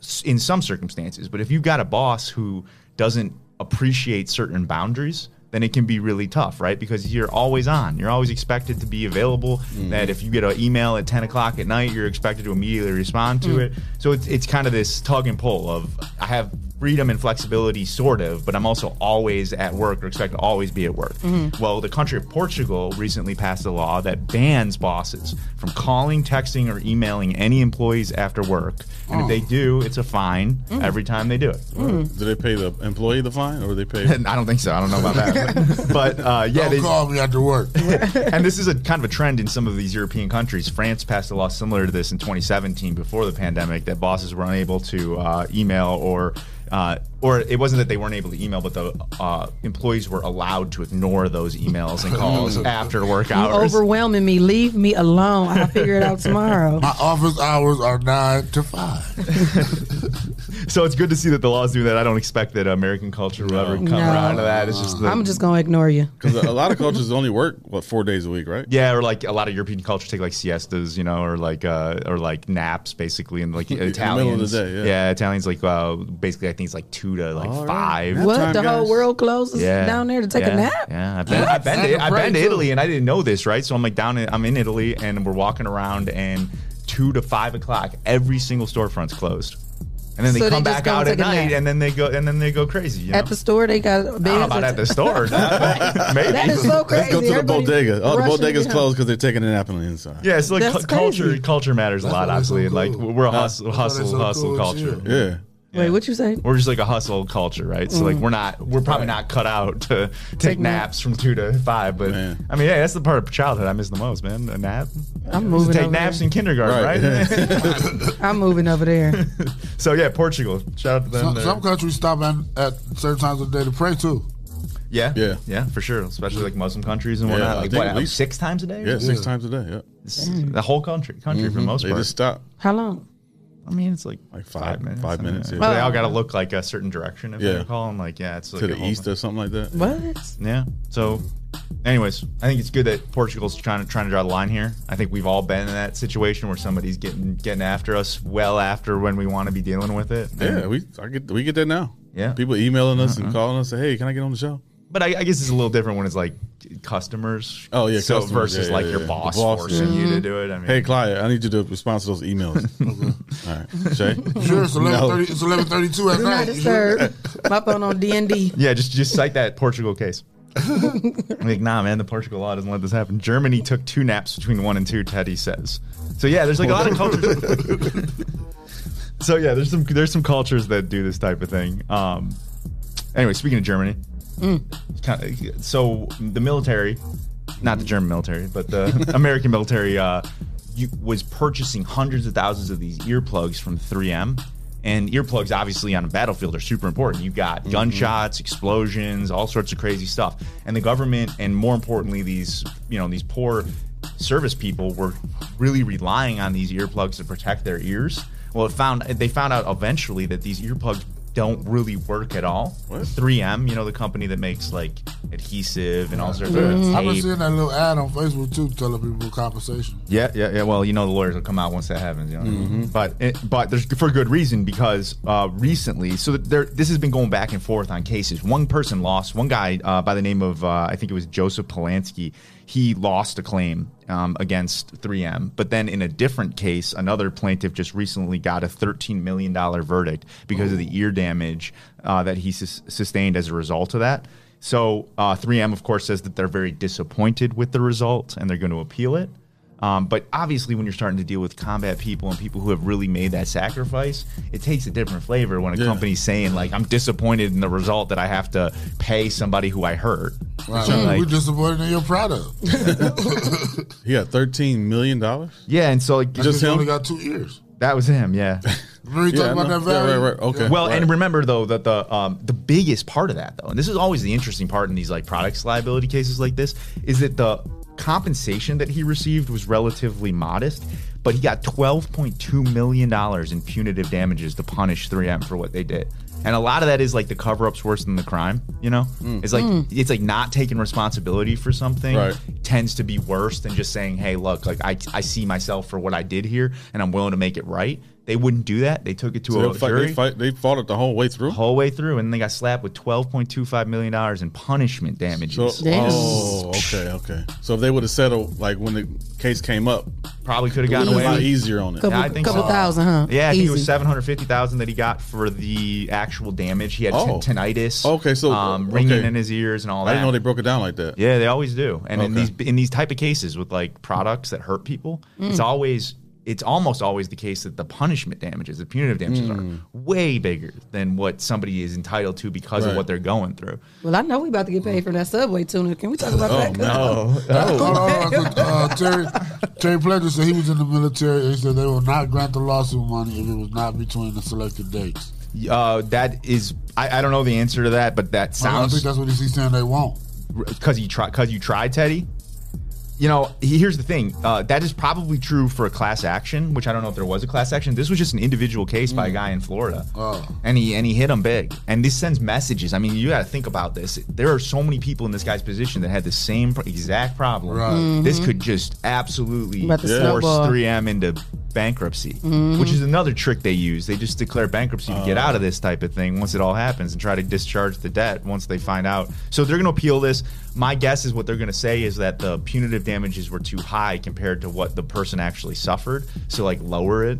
s- in some circumstances, but if you've got a boss who doesn't appreciate certain boundaries, then it can be really tough, right? Because you're always on. You're always expected to be available. That if you get an email at 10 o'clock at night, you're expected to immediately respond to it. So it's, it's kind of this tug and pull of I have freedom and flexibility, sort of, but I'm also always at work or expected to always be at work. Well, the country of Portugal recently passed a law that bans bosses from calling, texting, or emailing any employees after work. And if they do, it's a fine every time they do it.
Mm.
Do they pay the employee the fine, or they pay?
And I don't think so. I don't know about that. but uh, yeah,
Don't
they,
call me after work.
and this is a kind of a trend in some of these European countries. France passed a law similar to this in 2017 before the pandemic that bosses were unable to uh, email or uh, or it wasn't that they weren't able to email, but the uh, employees were allowed to ignore those emails and calls after work
You
hours.
overwhelming me. Leave me alone. I'll figure it out tomorrow.
My office hours are nine to five.
So it's good to see that the laws do that. I don't expect that American culture will ever come
No.
around to that. It's just the,
I'm just gonna ignore you.
Because a lot of cultures only work what four days a week, right?
Yeah, or like a lot of European cultures take like siestas, you know, or like uh, or like naps basically, and like
In the middle
Italians.
of the day, yeah.
Italians like uh, basically I think it's like two to like
All right.
five.
Nap
What?
time,
the whole
guys.
world closes
Yeah,
down there to take
yeah,
a nap?
Yeah, I've been, I've been, to,
That's
I've been to
great,
Italy,
too.
and I didn't know this, right? So I'm like down, in, I'm in Italy, and we're walking around, and two to five o'clock, every single storefront's closed, and then they
So they
come
just
back
go
out at
take a
night,
nap.
and then they go, and then they go crazy. You know?
At the store, they got
I
beds.
don't know about at the store, maybe.
That is so crazy.
Let's go to the
Everybody
bodega. Oh, the
rushing
bodega's
down.
closed because they're taking a nap on the inside.
Yeah, it's like
That's
cu- culture.
crazy.
Culture matters a
That's
lot,
why they're so
obviously. Like
cool.
we're a hustle,
That's why
hustle,
they're so
hustle
cool and
culture.
chill.
Yeah.
Wait, what you say?
We're just like a hustle culture, right? So like
Mm.
we're not, we're probably not cut out to take, naps from two to five. But
Man.
I mean, yeah, that's the part of childhood I miss the most, man. A nap.
I'm
Used to
moving
take
over
naps
there.
in kindergarten, right?
Right.
I'm moving over there.
so yeah, Portugal. Shout out to them.
Some,
there.
some countries stop at, at certain times of the day to pray too.
yeah,
Yeah.
yeah, yeah, for sure. Especially like Muslim countries and
Yeah,
whatnot.
I
like
think
what,
at least-
six times a day?
Yeah, six
Yeah.
times a day. Yeah.
It's The whole country, country for the most
Mm-hmm. They
part.
just stop.
How long?
I mean, it's like
Like five- five
and-
minutes, yeah.
But they all got to look like a certain direction, if
Yeah.
I recall. And like, yeah, it's like
to
a
the
whole
east
thing.
or something like that.
What?
Yeah. So anyways, I think it's good that Portugal's trying to trying to draw the line here. I think we've all been in that situation where somebody's getting getting after us well after when we want to be dealing with it.
Yeah, we I get we get that now.
Yeah.
people emailing us
Uh-huh.
and calling us, say, "Hey, can I get on the show?"
But I, I guess it's a little different when it's like customers.
Oh yeah,
so
customers.
versus
Yeah,
like
yeah,
your
yeah.
boss,
The
forcing
yeah.
you to do it. I mean,
hey, Clyde, I need you to respond to those emails. All right, Shay.
Sure, it's
No.
eleven thirty. It's eleven thirty-two at
Do not
night. You sure?
disturb. My phone on D and D.
yeah, just just cite that Portugal case. like, nah, man, the Portugal law doesn't let this happen. Germany took two naps between one and two. Teddy says. So yeah, there's like a lot of cultures. so yeah, there's some there's some cultures that do this type of thing. Um, anyway, speaking of Germany, it's kinda- so the military, not the German military, but the American military, uh, you, was purchasing hundreds of thousands of these earplugs from 3M. And earplugs, obviously, on a battlefield are super important. You've got gunshots, explosions, all sorts of crazy stuff. And the government, and more importantly, these you know these poor service people were really relying on these earplugs to protect their ears. Well, it found they found out eventually that these earplugs don't really work at all.
What?
3M, you know, the company that makes like adhesive and all
Mm-hmm.
sorts of
I've been
tape.
seeing that little ad on Facebook too, telling people compensation.
Yeah, yeah, yeah. Well, you know, the lawyers will come out once that happens. You know? But it, but there's for good reason because uh, recently, so that there this has been going back and forth on cases. One person lost. One guy uh, by the name of uh, I think it was Joseph Polanski. He lost a claim um, against 3M, but then in a different case, another plaintiff just recently got a 13 million dollar verdict because of the ear damage uh, that he sus- sustained as a result of that. So uh, 3M, of course, says that they're very disappointed with the result and they're going to appeal it. Um, but obviously, when you're starting to deal with combat people and people who have really made that sacrifice, it takes a different flavor when a
Yeah.
company's saying like, "I'm disappointed in the result that I have to pay somebody who I hurt."
Right.
So, like-
We're disappointed in your product.
He got thirteen million dollars.
yeah, and so like
Just
Just
him?
only got two ears.
that was him. Yeah.
Remember you
I
talking
know.
about that value?
Yeah, right, right. Okay.
Well,
right.
and remember though that the um, the biggest part of that though, and this is always the interesting part in these like products liability cases like this, is that the compensation that he received was relatively modest, but he got twelve point two million dollars in punitive damages to punish 3M for what they did. And a lot of that is like the cover up's worse than the crime, you know? It's like it's like not taking responsibility for something
Mm. Right.
tends to be worse than just saying, hey, look, like I, I see myself for what I did here and I'm willing to make it right. They wouldn't do that. They took it to
So
a
they, fight,
jury
they fight. They fought it the whole way through.
whole way through, and they got slapped with twelve point two five million dollars in punishment
So,
damages.
Damn.
oh, okay, okay. So if they would have settled, like when the case came up,
Probably could have
it
gotten
was a
away.
lot
with-
easier on it.
Couple,
Yeah, I think
couple
so.
thousand, huh?
Yeah, I think it was
Easy.
seven hundred fifty thousand that he got for the actual damage. He had
Oh.
tinnitus.
Okay, so-
um, ringing
okay.
in his ears and all that.
I didn't know they broke it down like that.
yeah, they always do, and in
Okay.
these in these type of cases with like products that hurt people,
Mm.
it's always. It's almost always the case that the punishment damages, the punitive damages, are way bigger than what somebody is entitled to because
Right.
of what they're going through.
Well, I know we about to get paid for that Subway tuna. Can we talk about that?
Oh,
Oh,
no.
Hold on, hold on, quick. Uh, Terry, Terry Pledger said he was in the military and he said they will not grant the lawsuit money if it was not between the selected dates.
Uh, that is, I, I don't know the answer to that, but that
I
sounds
think that's what he's saying they won't.
because you try because you tried Teddy. You know, he- here's the thing. Uh, that is probably true for a class action, which I don't know if there was a class action. This was just an individual case by a guy in Florida,
Oh.
and he and he hit him big. And this sends messages. I mean, you got to think about this. There are so many people in this guy's position that had the same pro- exact problem.
Right. Mhm.
This could just absolutely
Mm-hmm. About to
force
snowball.
3M into bankruptcy, which is another trick they use. They just declare bankruptcy to get
Oh.
out of this type of thing once it all happens and try to discharge the debt once they find out. So they're going to appeal this. My guess is what they're going to say is that the punitive damages were too high compared to what the person actually suffered. So, like, lower it,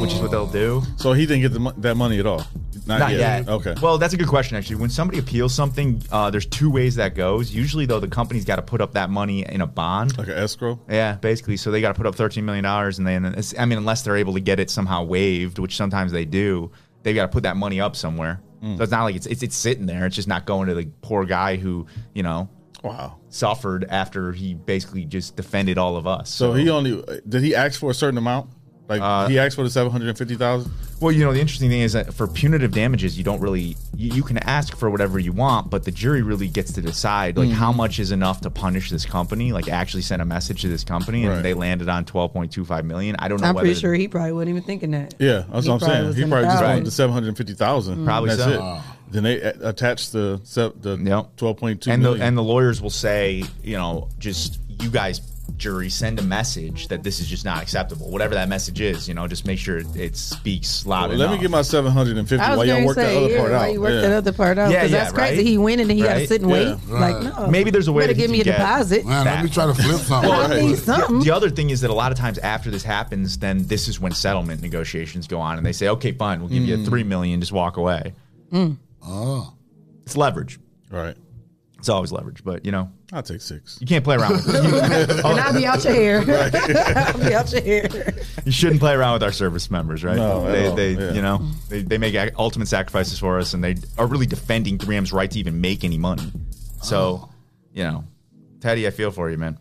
which is what they'll do.
So he didn't get the, mo- that money at all. Not,
Not yet.
Okay.
Well, that's a good question, actually. When somebody appeals something, uh, there's two ways that goes. Usually, though, the company's got to put up that money in a bond.
like an escrow.
Yeah, basically. So they got to put up thirteen million dollars, and then it's- I mean, unless they're able to get it somehow waived, which sometimes they do, they've got to put that money up somewhere.
Mm.
So it's not like it's, it's it's sitting there. It's just not going to the poor guy who you know
Wow.
suffered after he basically just defended all of us.
So he only did he ask for a certain amount? Like
Uh,
he asked for the seven hundred and fifty thousand.
Well, you know, the interesting thing is that for punitive damages, you don't really you, you can ask for whatever you want, but the jury really gets to decide like
Mm.
how much is enough to punish this company, like actually send a message to this company, and
Right.
they landed on twelve point two five million. I don't know.
I'm
whether,
pretty sure he probably wasn't even thinking that.
Yeah, that's
He
what I'm
probably
saying.
was Mm.
He
in
probably
the
just
thousand.
wanted the seven hundred fifty thousand.
Probably
that's
so.
it. Then they a- attach the se- the twelve point two
and the
million.
and the lawyers will say, you know, just you guys, jury, send a message that this is just not acceptable. Whatever that message is, you know, just make sure it, it speaks loud
Let me
enough.
get my seven hundred and fifty
I was
while
gonna
y'all work
say,
that other
yeah,
part
why
out.
you work
Yeah.
that other part out
Yeah,
because
yeah,
that's crazy.
right?
He went and then he had to
Right?
sit and wait.
Yeah,
Like,
right.
no,
Maybe there's a way
Better
that
give
you
me a
can get-
deposit.
Man, let me try to flip something.
I need something.
The other thing is that a lot of times after this happens, then this is when settlement negotiations go on, and they say, "Okay, fine, we'll give
Mm.
you three million, just walk away."
Mm.
Oh,
It's leverage.
Right.
It's always leverage, but you know,
I'll take six.
you can't play around with it.
and I'll be out your hair. I'll be out your hair.
You shouldn't play around with our service members, right?
No, at
they,
all,
they
yeah.
you know, they, they make ac- ultimate sacrifices for us, and they are really defending 3M's right to even make any money. So, you know, Teddy, I feel for you, man.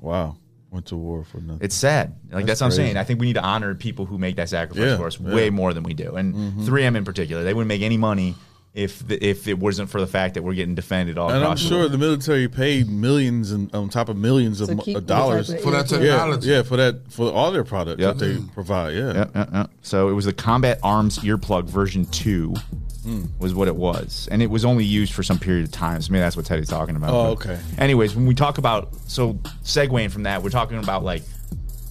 Wow. Went to war for nothing.
It's sad. Like that's,
That's
what I'm
crazy.
saying. I think we need to honor people who make that sacrifice
Yeah,
for us
yeah. Mm-hmm.
way more than we do. And 3M in particular, they wouldn't make any money if the, if it wasn't for the fact that we're getting defended all
and I'm
across the
sure
world.
the military paid millions and on top of millions of,
To
mo-
keep
of dollars
the-
for that
Yeah,
technology.
yeah, for that for all their products
Yeah.
that they provide. Yeah.
Yeah, yeah, yeah. So it was the Combat Arms Earplug version two,
Mm.
was what it was, and it was only used for some period of time. So maybe that's what Teddy's talking about.
Oh,
But
okay.
Anyways, when we talk about so segueing from that, we're talking about like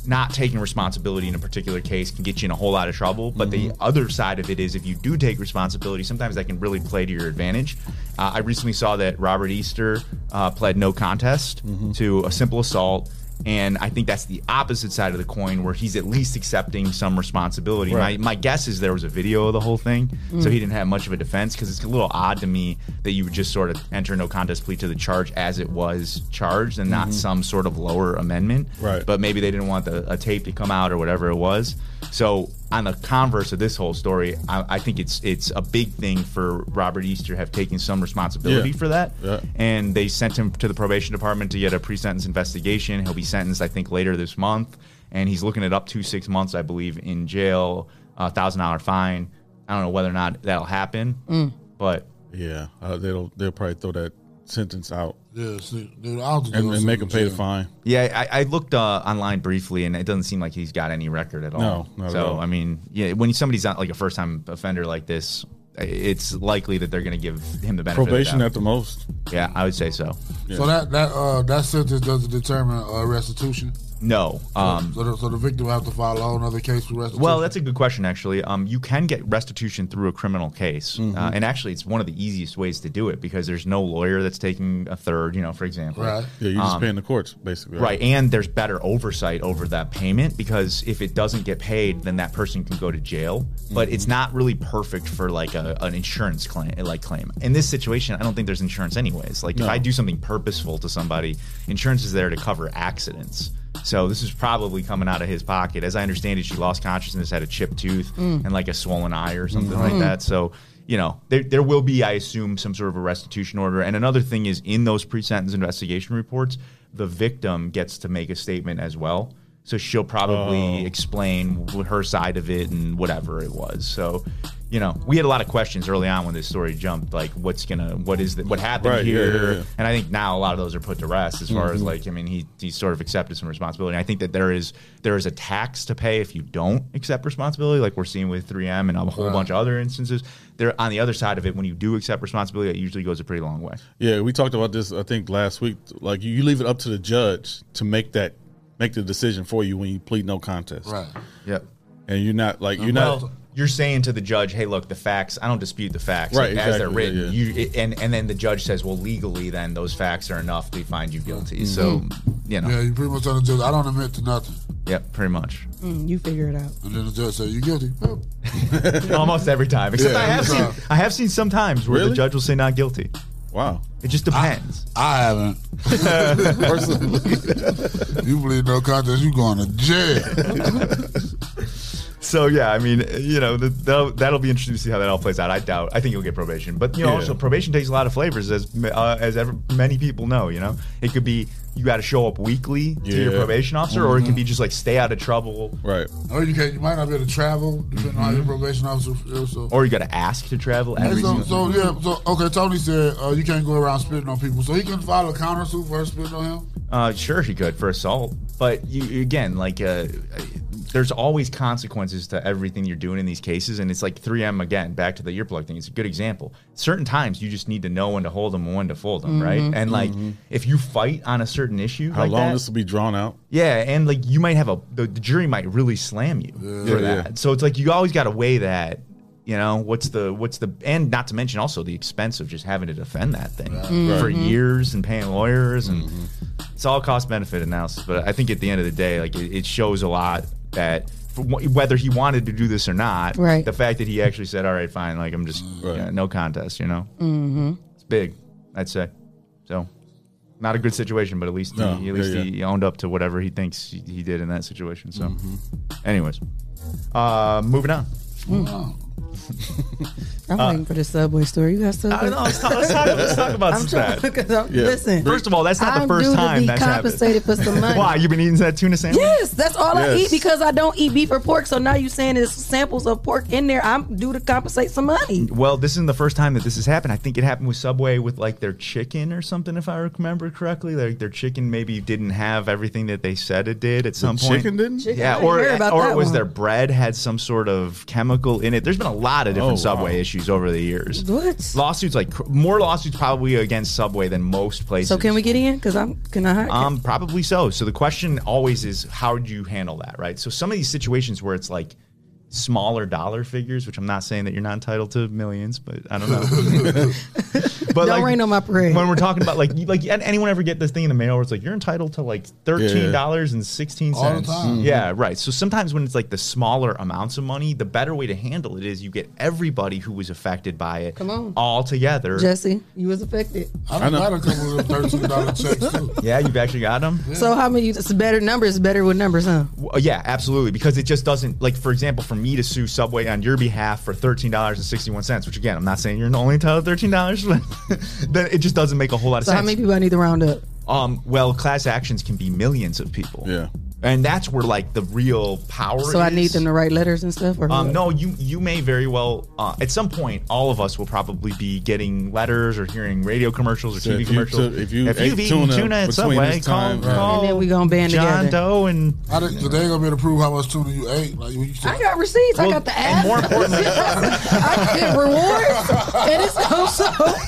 not taking responsibility in a particular case can get you in a whole lot of trouble. But the
Mm-hmm.
other side of it is if you do take responsibility, sometimes that can really play to your advantage. Uh, I recently saw that Robert Easter uh, pled no contest
Mm-hmm.
to a simple assault. And I think that's the opposite side of the coin where he's at least accepting some responsibility.
Right.
My, my guess is there was a video of the whole thing, so he didn't have much of a defense because it's a little odd to me that you would just sort of enter no contest plea to the charge as it was charged and not some sort of lower amendment.
Mm-hmm. Right.
But maybe they didn't want the, a tape to come out or whatever it was. So on the converse of this whole story, I, I think it's it's a big thing for Robert Easter to have taken some responsibility
Yeah.
for that.
Yeah.
And they sent him to the probation department to get a pre-sentence investigation. He'll be sentenced, I think, later this month, and he's looking at up to six months, I believe, in jail, a thousand dollar fine. I don't know whether or not that'll happen, but
Yeah. Uh, they'll they'll probably throw that sentence out
yeah, see, dude, I'll just
and,
go
and make
sit
them pay
in
the
jail.
fine.
Yeah, I, I looked uh, online briefly, and it doesn't seem like he's got any record at all.
No, not at
so
all.
I mean, yeah, when somebody's not like a first time offender like this, i- it's likely that they're going to give him the benefit.
Probation
Of
at the most.
the doubt. yeah, I would say so.
So that that uh, that sentence doesn't determine uh, restitution.
No. Um,
so, the, so the victim will have to file a whole other case for restitution.
well, that's a good question, actually. Um, you can get restitution through a criminal case, uh,
Mm-hmm.
and actually, it's one of the easiest ways to do it because there's no lawyer that's taking a third. You know, for example,
right.
Mm. Yeah, you're
Um,
just paying the courts basically.
Right, and there's better oversight over that payment because if it doesn't get paid, then that person can go to jail. But it's not really perfect for like a, an insurance claim. Like claim in this situation, I don't think there's insurance anyways. Like if I do something purposeful to somebody, insurance is there to cover accidents. So this is probably coming out of his pocket. As I understand it, she lost consciousness, had a chipped tooth, and like a swollen eye or something like that. So you know, there, there will be, I assume, some sort of a restitution order. And another thing is in those pre sentence investigation reports, the victim gets to make a statement as well. So she'll
Oh.
probably explain wh- her side of it and whatever it was. So, you know, we had a lot of questions early on when this story jumped, like what's gonna, what is the, what happened
Right, yeah,
here?
yeah, Mm-hmm. yeah.
And I think now a lot of those are put to rest as far as like, I mean, he he's sort of accepted some responsibility. And I think that there is there is a tax to pay if you don't accept responsibility, like we're seeing with 3M and a whole bunch of other instances. There on the other side of it, when you do accept responsibility, it usually goes a pretty long way.
Yeah, we talked about this. I think last week. Like you, you leave it up to the judge to make that make the decision for you when you plead no contest.
Right.
Yeah.
And you're not like you're not.
Well, you're saying to the judge, "Hey, look, the facts. I don't dispute the facts
Right,
as they're
exactly,
written.
yeah,
You it, and and then the judge says, "Well, legally, then those facts are enough to find you guilty."
Mm-hmm.
So, you know,
Yeah,
yeah,
you pretty much tell the judge, I don't admit to nothing.
pretty much.
Mm, you figure it out.
And then the judge said, you guilty. Well,
Almost every time. Except
Yeah,
I have
every
seen
time.
I have seen some times where the
Really?
judge will say not guilty.
Wow.
It just depends.
I haven't. you plead no contest, you going to jail.
so yeah, I mean, you know, the, that'll, that'll be interesting to see how that all plays out. I doubt. I think you'll get probation, but you know,
Yeah.
also probation takes a lot of flavors, as uh, as ever, many people know. You know, it could be you got to show up weekly to your
Yeah. Mm-hmm.
probation officer, or it could be just like stay out of trouble,
Right.
or Oh, you can you might not be able to travel, depending on how
Mm-hmm.
your probation officer feels. So.
or you got to ask to travel.
And
Every
so,
single-
so yeah, so okay. Tony said uh, you can't go around spitting on people, so he can file a counter suit for her spitting on him.
uh, sure, he could for assault, but you again, like uh, there's always consequences to everything you're doing in these cases. And it's like 3M again, back to the earplug thing. It's a good example. Certain times you just need to know when to hold them and when to fold them, right?
Mhm.
And like if you fight on a certain issue,
How
like
long
that-
this will be drawn out?
yeah, and like you might have a the, the jury might really slam you for
Yeah,
that. So it's like you always got to weigh that. You know what's the what's the and not to mention also the expense of just having to defend that thing
Right. Mm-hmm.
for
Mhm.
years and paying lawyers and it's all cost benefit analysis. But I think at the end of the day, like it, it shows a lot that for wh- whether he wanted to do this or not,
Right.
The fact that he actually said, "All right, fine," like I'm just yeah, no contest. You know,
Mm-hmm.
it's big, I'd say. So, not a good situation, but at least
No,
he, at least
yeah,
he owned up to whatever he thinks he, he did in that situation. So,
Mm-hmm.
anyways, uh, moving on.
Wow.
Mm. I'm
Uh,
waiting for Hmm. the subway story. You got
I
subway.
know, let's talk- let's talk- let's talk about
I'm
some
trying-
bad.
'cause I'm-
Yeah.
Listen,
First of all, that's not the
I'm
first
due to
time
be
that's happened.
compensated for some money.
Why you been eating that tuna sandwich?
Yes, that's all I
Yes.
eat because I don't eat beef or pork. So now you're saying there's samples of pork in there. I'm due to compensate some money.
Well, this isn't the first time that this has happened. I think it happened with Subway with like their chicken or something, if I remember correctly. Like their chicken maybe didn't have everything that they said it did at some point.
chicken didn't? Chicken, I
yeah,
didn't
or
hear about
or
that
it was
one.
their bread had some sort of chemical in it. There's been a lot of different
Oh, wow.
Subway issues over the years.
What?
lawsuits? Like cr- more lawsuits probably against Subway than most places.
So can we get in? Because I'm can I?
Um, probably so. So the question always is, how do you handle that, right? So some of these situations where it's like smaller dollar figures, which I'm not saying that you're not entitled to millions, but I don't know. but
don't rain on my parade.
when we're talking about like, you- like an- anyone ever get this thing in the mail where it's like you're entitled to like thirteen dollars and sixteen
All the
cents?
time.
Yeah, right. So sometimes when it's like the smaller amounts of money, the better way to handle it is you get everybody who was affected by it
Come on.
all together.
Jesse, you was affected.
I done got a couple of them thirteen dollar checks too.
yeah, you've actually got them.
So how many? It's better numbers. Better with numbers, huh?
Well, yeah, absolutely. Because it just doesn't like, for example, for me to sue Subway on your behalf for thirteen dollars and sixty one cents, which again, I'm not saying you're only entitled to thirteen dollars, but then it just doesn't make a whole lot of
So how
sense.
many people I need to round up?
um, well, class actions can be millions of people. Yeah, and that's where like the real power.
So I need
is.
them to write letters and stuff. Or
Um,
what?
no, you you may very well uh, at some point all of us will probably be getting letters or hearing radio commercials or
So
TV
if you
commercials.
took- if you
if
ate
you've eaten
tuna
tuna at
between
Subway,
this
call,
time-
call
And then we gonna band
John
together.
Doe and
I didn't, They ain't gonna be able to prove how much tuna you ate. Like when you said,
I got receipts. I
Well,
got the
and
app.
more importantly-
I get rewards, and it's also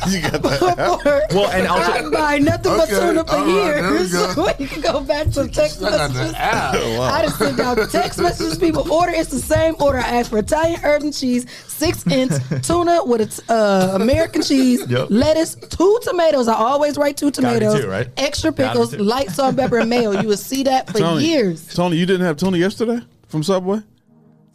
You got that.
well, and also
I buy nothing but
Okay,
tuna for
all right, there we
years.
go.
So you can go back to text
I got
messages.
the app.
I just send out text messages. People order. It's the same order. I asked for Italian herb and cheese, six inch tuna with its uh, American cheese,
Yep.
lettuce, two tomatoes. I always write two
be
tomatoes,
two, right?
extra
Gotta be
pickles,
two.
light salt, pepper, and mayo. You would see that for
Tony,
years.
Tony, you didn't have Tony yesterday from Subway.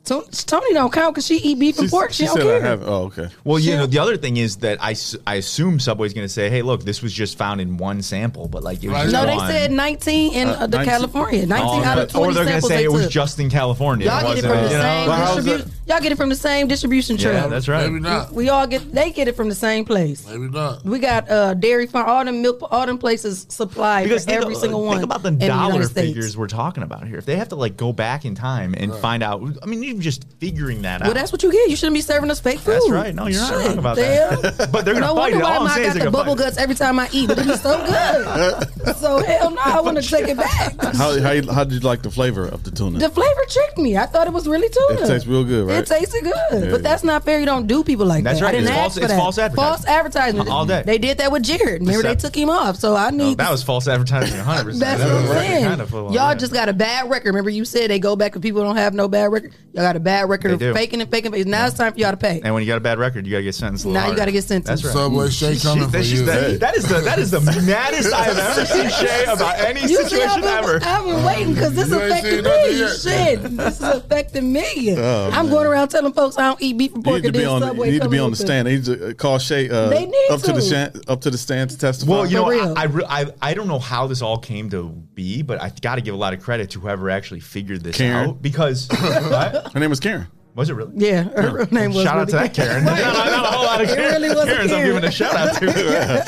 Tony, Tony don't count because she eat beef and pork. She,
she
don't
said
care.
I have. Oh, okay.
Well, you know, the other thing is that I, s- I assume Subway's going to say, hey, look, this was just found in one sample, but like it was
Right.
just
No, they
one.
said 19 in
Uh,
uh,
19.
the
Oh,
California. 19 out of
but-
20
Or they're gonna
samples
say
they
it was
took.
just in California.
Y'all get it from the
wasn't, you know?
same
But how's that-
distribution. Y'all get it from the same distribution
Yeah,
channel.
that's right.
Maybe not.
we all get. They get it from the same place.
Maybe not.
We got uh, dairy farm, all them milk, all them places supply
Because
for
think, uh,
every single one.
think about the
in
dollar
United States.
figures we're talking about here. If they have to like go back in time and find out, I mean, even just figuring that
Well,
out.
that's what you get. You shouldn't be serving us fake food.
That's right. No, you're not
Shit,
wrong about
damn.
that. But they're gonna
No
fight
wonder
it.
why
All I'm
I
saying is
got
they're gonna
the bubble
fight.
guts every time I eat, but it be so good. so hell no, I want to take it back.
How, how, you- how did you like the flavor of the tuna?
The flavor tricked me. I thought it was really tuna.
It tastes real good, right?
It tasted good,
Yeah.
but that's not fair. You don't do people like
That's
that.
right.
I didn't
It's
ask
false-
for
it's
that.
false advertising.
False advertisement.
All day.
They did that with Jared. Remember, they
Except-
took him off. So I
No,
need.
that was false advertising 100%.
That's
That
what I'm
was
saying.
kinda full on,
Y'all
yeah.
just got a bad record. Remember, you said they go back and people don't have no bad record. Y'all got a bad record
They
of
do.
faking and faking. But now it's time for y'all to pay.
And when you got a bad record, you got to get sentenced a little
Now you
harder.
gotta get sentenced.
That's right.
Subway Shay coming for
That's
you.
just- that- that is the that is the maddest I have ever seen Shay about any
You see, I've
situation
been,
ever.
I've been waiting because this
You ain't
affected
seen nothing
me.
yet.
Shit, this is affecting me.
Oh,
I'm going around telling folks I don't eat beef and
You need
pork.
to
and
be
then
on.
Subway
You need to
come
be on
with
the
it.
stand. They need to uh, call Shay. Uh,
They need
up to the
to.
shan- up to the stand to testify.
Well, you know,
For real.
I, I, re- I I don't know how this all came to be, but I got to give a lot of credit to whoever actually figured this
Karen.
out because what?
her name was Karen.
was it really?
Yeah, her real name was
shout out to
really-
that Karen. not, not a whole lot of
It
Karen,
really was a
Karens I'm
Karen.
giving a shout out to.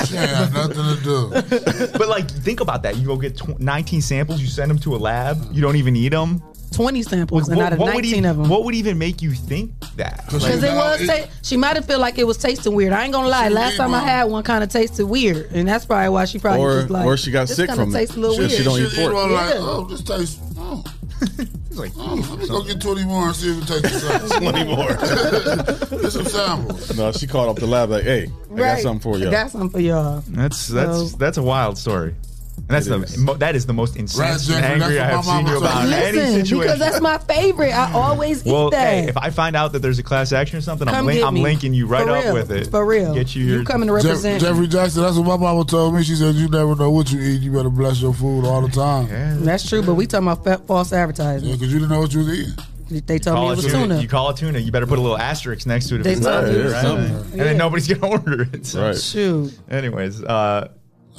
She ain't had nothing to do.
but like, think about that. You go get tw- 19 samples, you send them to a lab, you don't even eat them.
20 samples and out of 19
would, e-
of them.
what would even make you think that?
Because it
Now,
was,
it-
ta- she might have felt like it was tasting weird. I ain't gonna lie.
She
Last
did,
time I
Mom.
had one, kind of tasted weird, and that's probably why she probably
Or-
just like,
or she got
"This
sick
kinda
from it.
tastes a little
She-
weird.
she don't
You
eat
should eat
pork.
one like,
Yeah.
oh, this tastes. mm.
He's like,
Oh, let's go get 20 more and see if it takes us out.
20 more.
Get some samples.
No, she called up the lab like, "Hey, I got something for you."
I got something for y'all.
That's that's
So-
that's a wild story. And that's
It
the
is.
mo- that is the most incensed
Jackson,
and angry I have
that's what my
seen
mama
you about
told me.
any
Listen, because
situation.
that's my favorite. I always
well,
eat that.
hey, if I find out that there's a class action or something, I'm,
Come
link-
get
I'm
me.
linking you right
For
up
real.
with it.
For real.
Get you your
You coming to
Jeff-
represent.
Jeffrey Jackson, that's what my mama told me. She said, You never know what you eat. You better bless your food all the time. Yeah,
Yeah.
That's true, but we talking about fa- false advertising.
because you didn't know what you was eating.
They told me
Call
it
a
was
tuna.
tuna.
You call a tuna. You better put a little asterisk next to it. If
They
it's not
told me it
there,
was
right?
tuna.
And
Yeah.
then nobody's gonna order it. So.
Right.
Shoot.
Anyways, uh,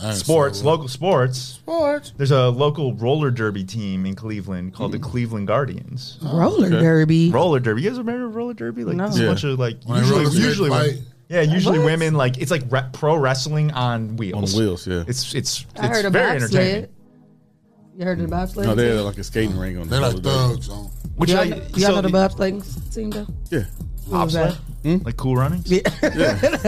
I ain't
sports,
sold.
local sports.
Sports.
There's a local roller derby team in Cleveland called the
Hmm.
Cleveland Guardians.
Oh, Roller derby.
Roller derby. You guys remember roller derby? Like
No.
there's a
Yeah.
bunch of like
When they
usually
roller skate
usually
fight.
women- yeah usually
What?
women like it's like re- pro wrestling on wheels.
On wheels, yeah.
It's it's
I
it's
heard a
very entertaining.
bobsled. You heard of the bobsled?
No, they had
team?
like a skating ring on
They like
the other day.
thugs. On.
Which
Y'all,
I,
know- y'all know the bobsled team though?
Yeah,
bobsled? Like cool runnings. Yeah.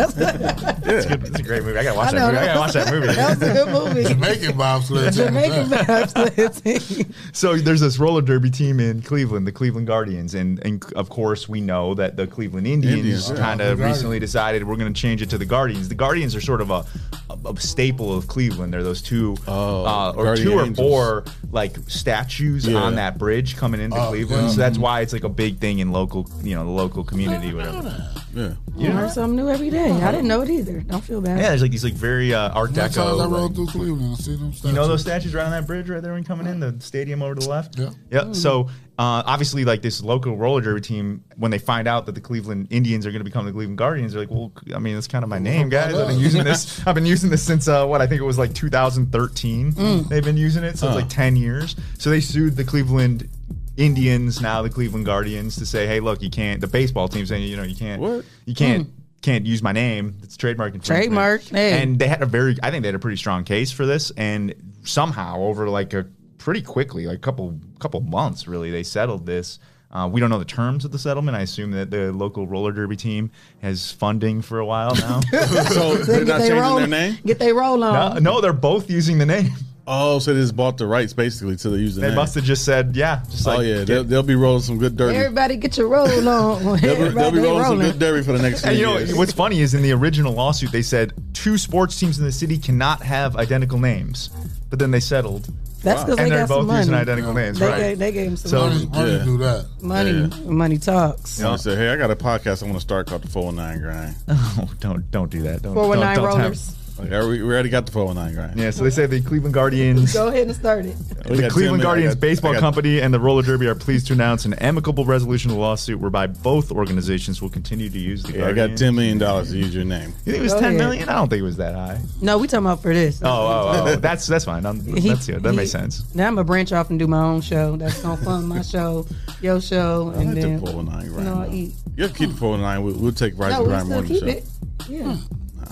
It's, good. it's a great movie. I gotta watch
I
that
know,
movie. I
that
gotta watch that
That was
movie.
a good movie.
Jamaican bobsled.
Jamaican bobsled team.
so there's this roller derby team in Cleveland, the Cleveland Guardians, and and of course we know that the Cleveland Indians,
Indians, yeah.
kind of
The
recently decided we're going to change it to the Guardians. The Guardians are sort of a, a, a staple of Cleveland. They're those two
Oh,
uh, or
Guardian
two or
Angels.
four like statues
Yeah.
on that bridge coming into
Oh,
Cleveland.
yeah.
So that's why it's like a big thing in local, you know, the local community, whatever.
yeah.
You learn something new every day. I didn't know it either. Don't feel bad.
Yeah, there's like these like very uh, Art
That's how
Deco.
I
like-
rode through Cleveland. I see them
You know those
statues.
statues right on that bridge right there when coming in, the stadium over to the left?
Yeah.
Yeah. So uh, obviously, like this local roller derby team, when they find out that the Cleveland Indians are going to become the Cleveland Guardians, they're like, well, I mean, that's kind of my name, guys. I've been using this. I've been using this since uh, what I think it was like 2013.
Mm.
They've been using it,
Uh.
so it's like 10 years. So they sued the Cleveland. Indians now the Cleveland Guardians to say, hey, look, you can't. The baseball team saying, you know, you can't,
What?
you can't, can't use my name. It's trademark infringement.
Hmm. Trademark, hey.
And they had a very I think they had a pretty strong case for this and somehow over like a pretty quickly like a couple couple months really they settled this uh, we don't know the terms of the settlement I assume that the local roller derby team has funding for a while now
So
They
they're not
they
changing
roll,
their name.
Get they roll on.
no, no they're both using the name
Oh, so they just bought the rights basically to the use the
they
name.
must have just said yeah just
oh
like
yeah,
get-
they'll, they'll be rolling some good derby.
Everybody get your roll on.
they'll, be, they'll
Everybody
be
they
rolling some
rolling.
good derby for the next few
And Oh, you know
years.
what's funny is in the original lawsuit they said two sports teams in the city cannot have identical names, but then they settled,
That's because they
and they're
got some
both using
money.
identical names,
They
right?
gave, they gave him some
So-
money.
Money, money
Yeah.
do that.
Money, money talks.
I said, hey, I got a podcast I want to start called the 409 Grind.
Oh, don't don't do that. Don't,
Four one
don't-
nine
don't have-
rollers.
Like, I- we we already got the 409 Grind.
Yeah, so they say the Cleveland Guardians,
Go ahead and start it.
We got
the
ten
Cleveland
minutes. I
Guardians
got-
baseball
I got-
company, and the roller derby are pleased to announce an amicable resolution to the lawsuit whereby both organizations will continue to use the.
Yeah, I
Guardian.
got $10 million to use your name. Oh,
You think it was
Go
ten million?
ahead.
I don't think it was that high.
No, we talking about for this.
Oh, oh, oh, that's that's fine. I'm,
He-
that's good. That
he-
makes sense.
Now I'm gonna branch off and do my own show. That's gonna fund my show, your show,
I
and
like the
then
409 Grind.
no, I
though.
eat.
You have to keep the 409. We'll, we'll take Rise
no,
and
we
Grind
still
Morning
keep
Show. Hmm.
it. Yeah,
Nah,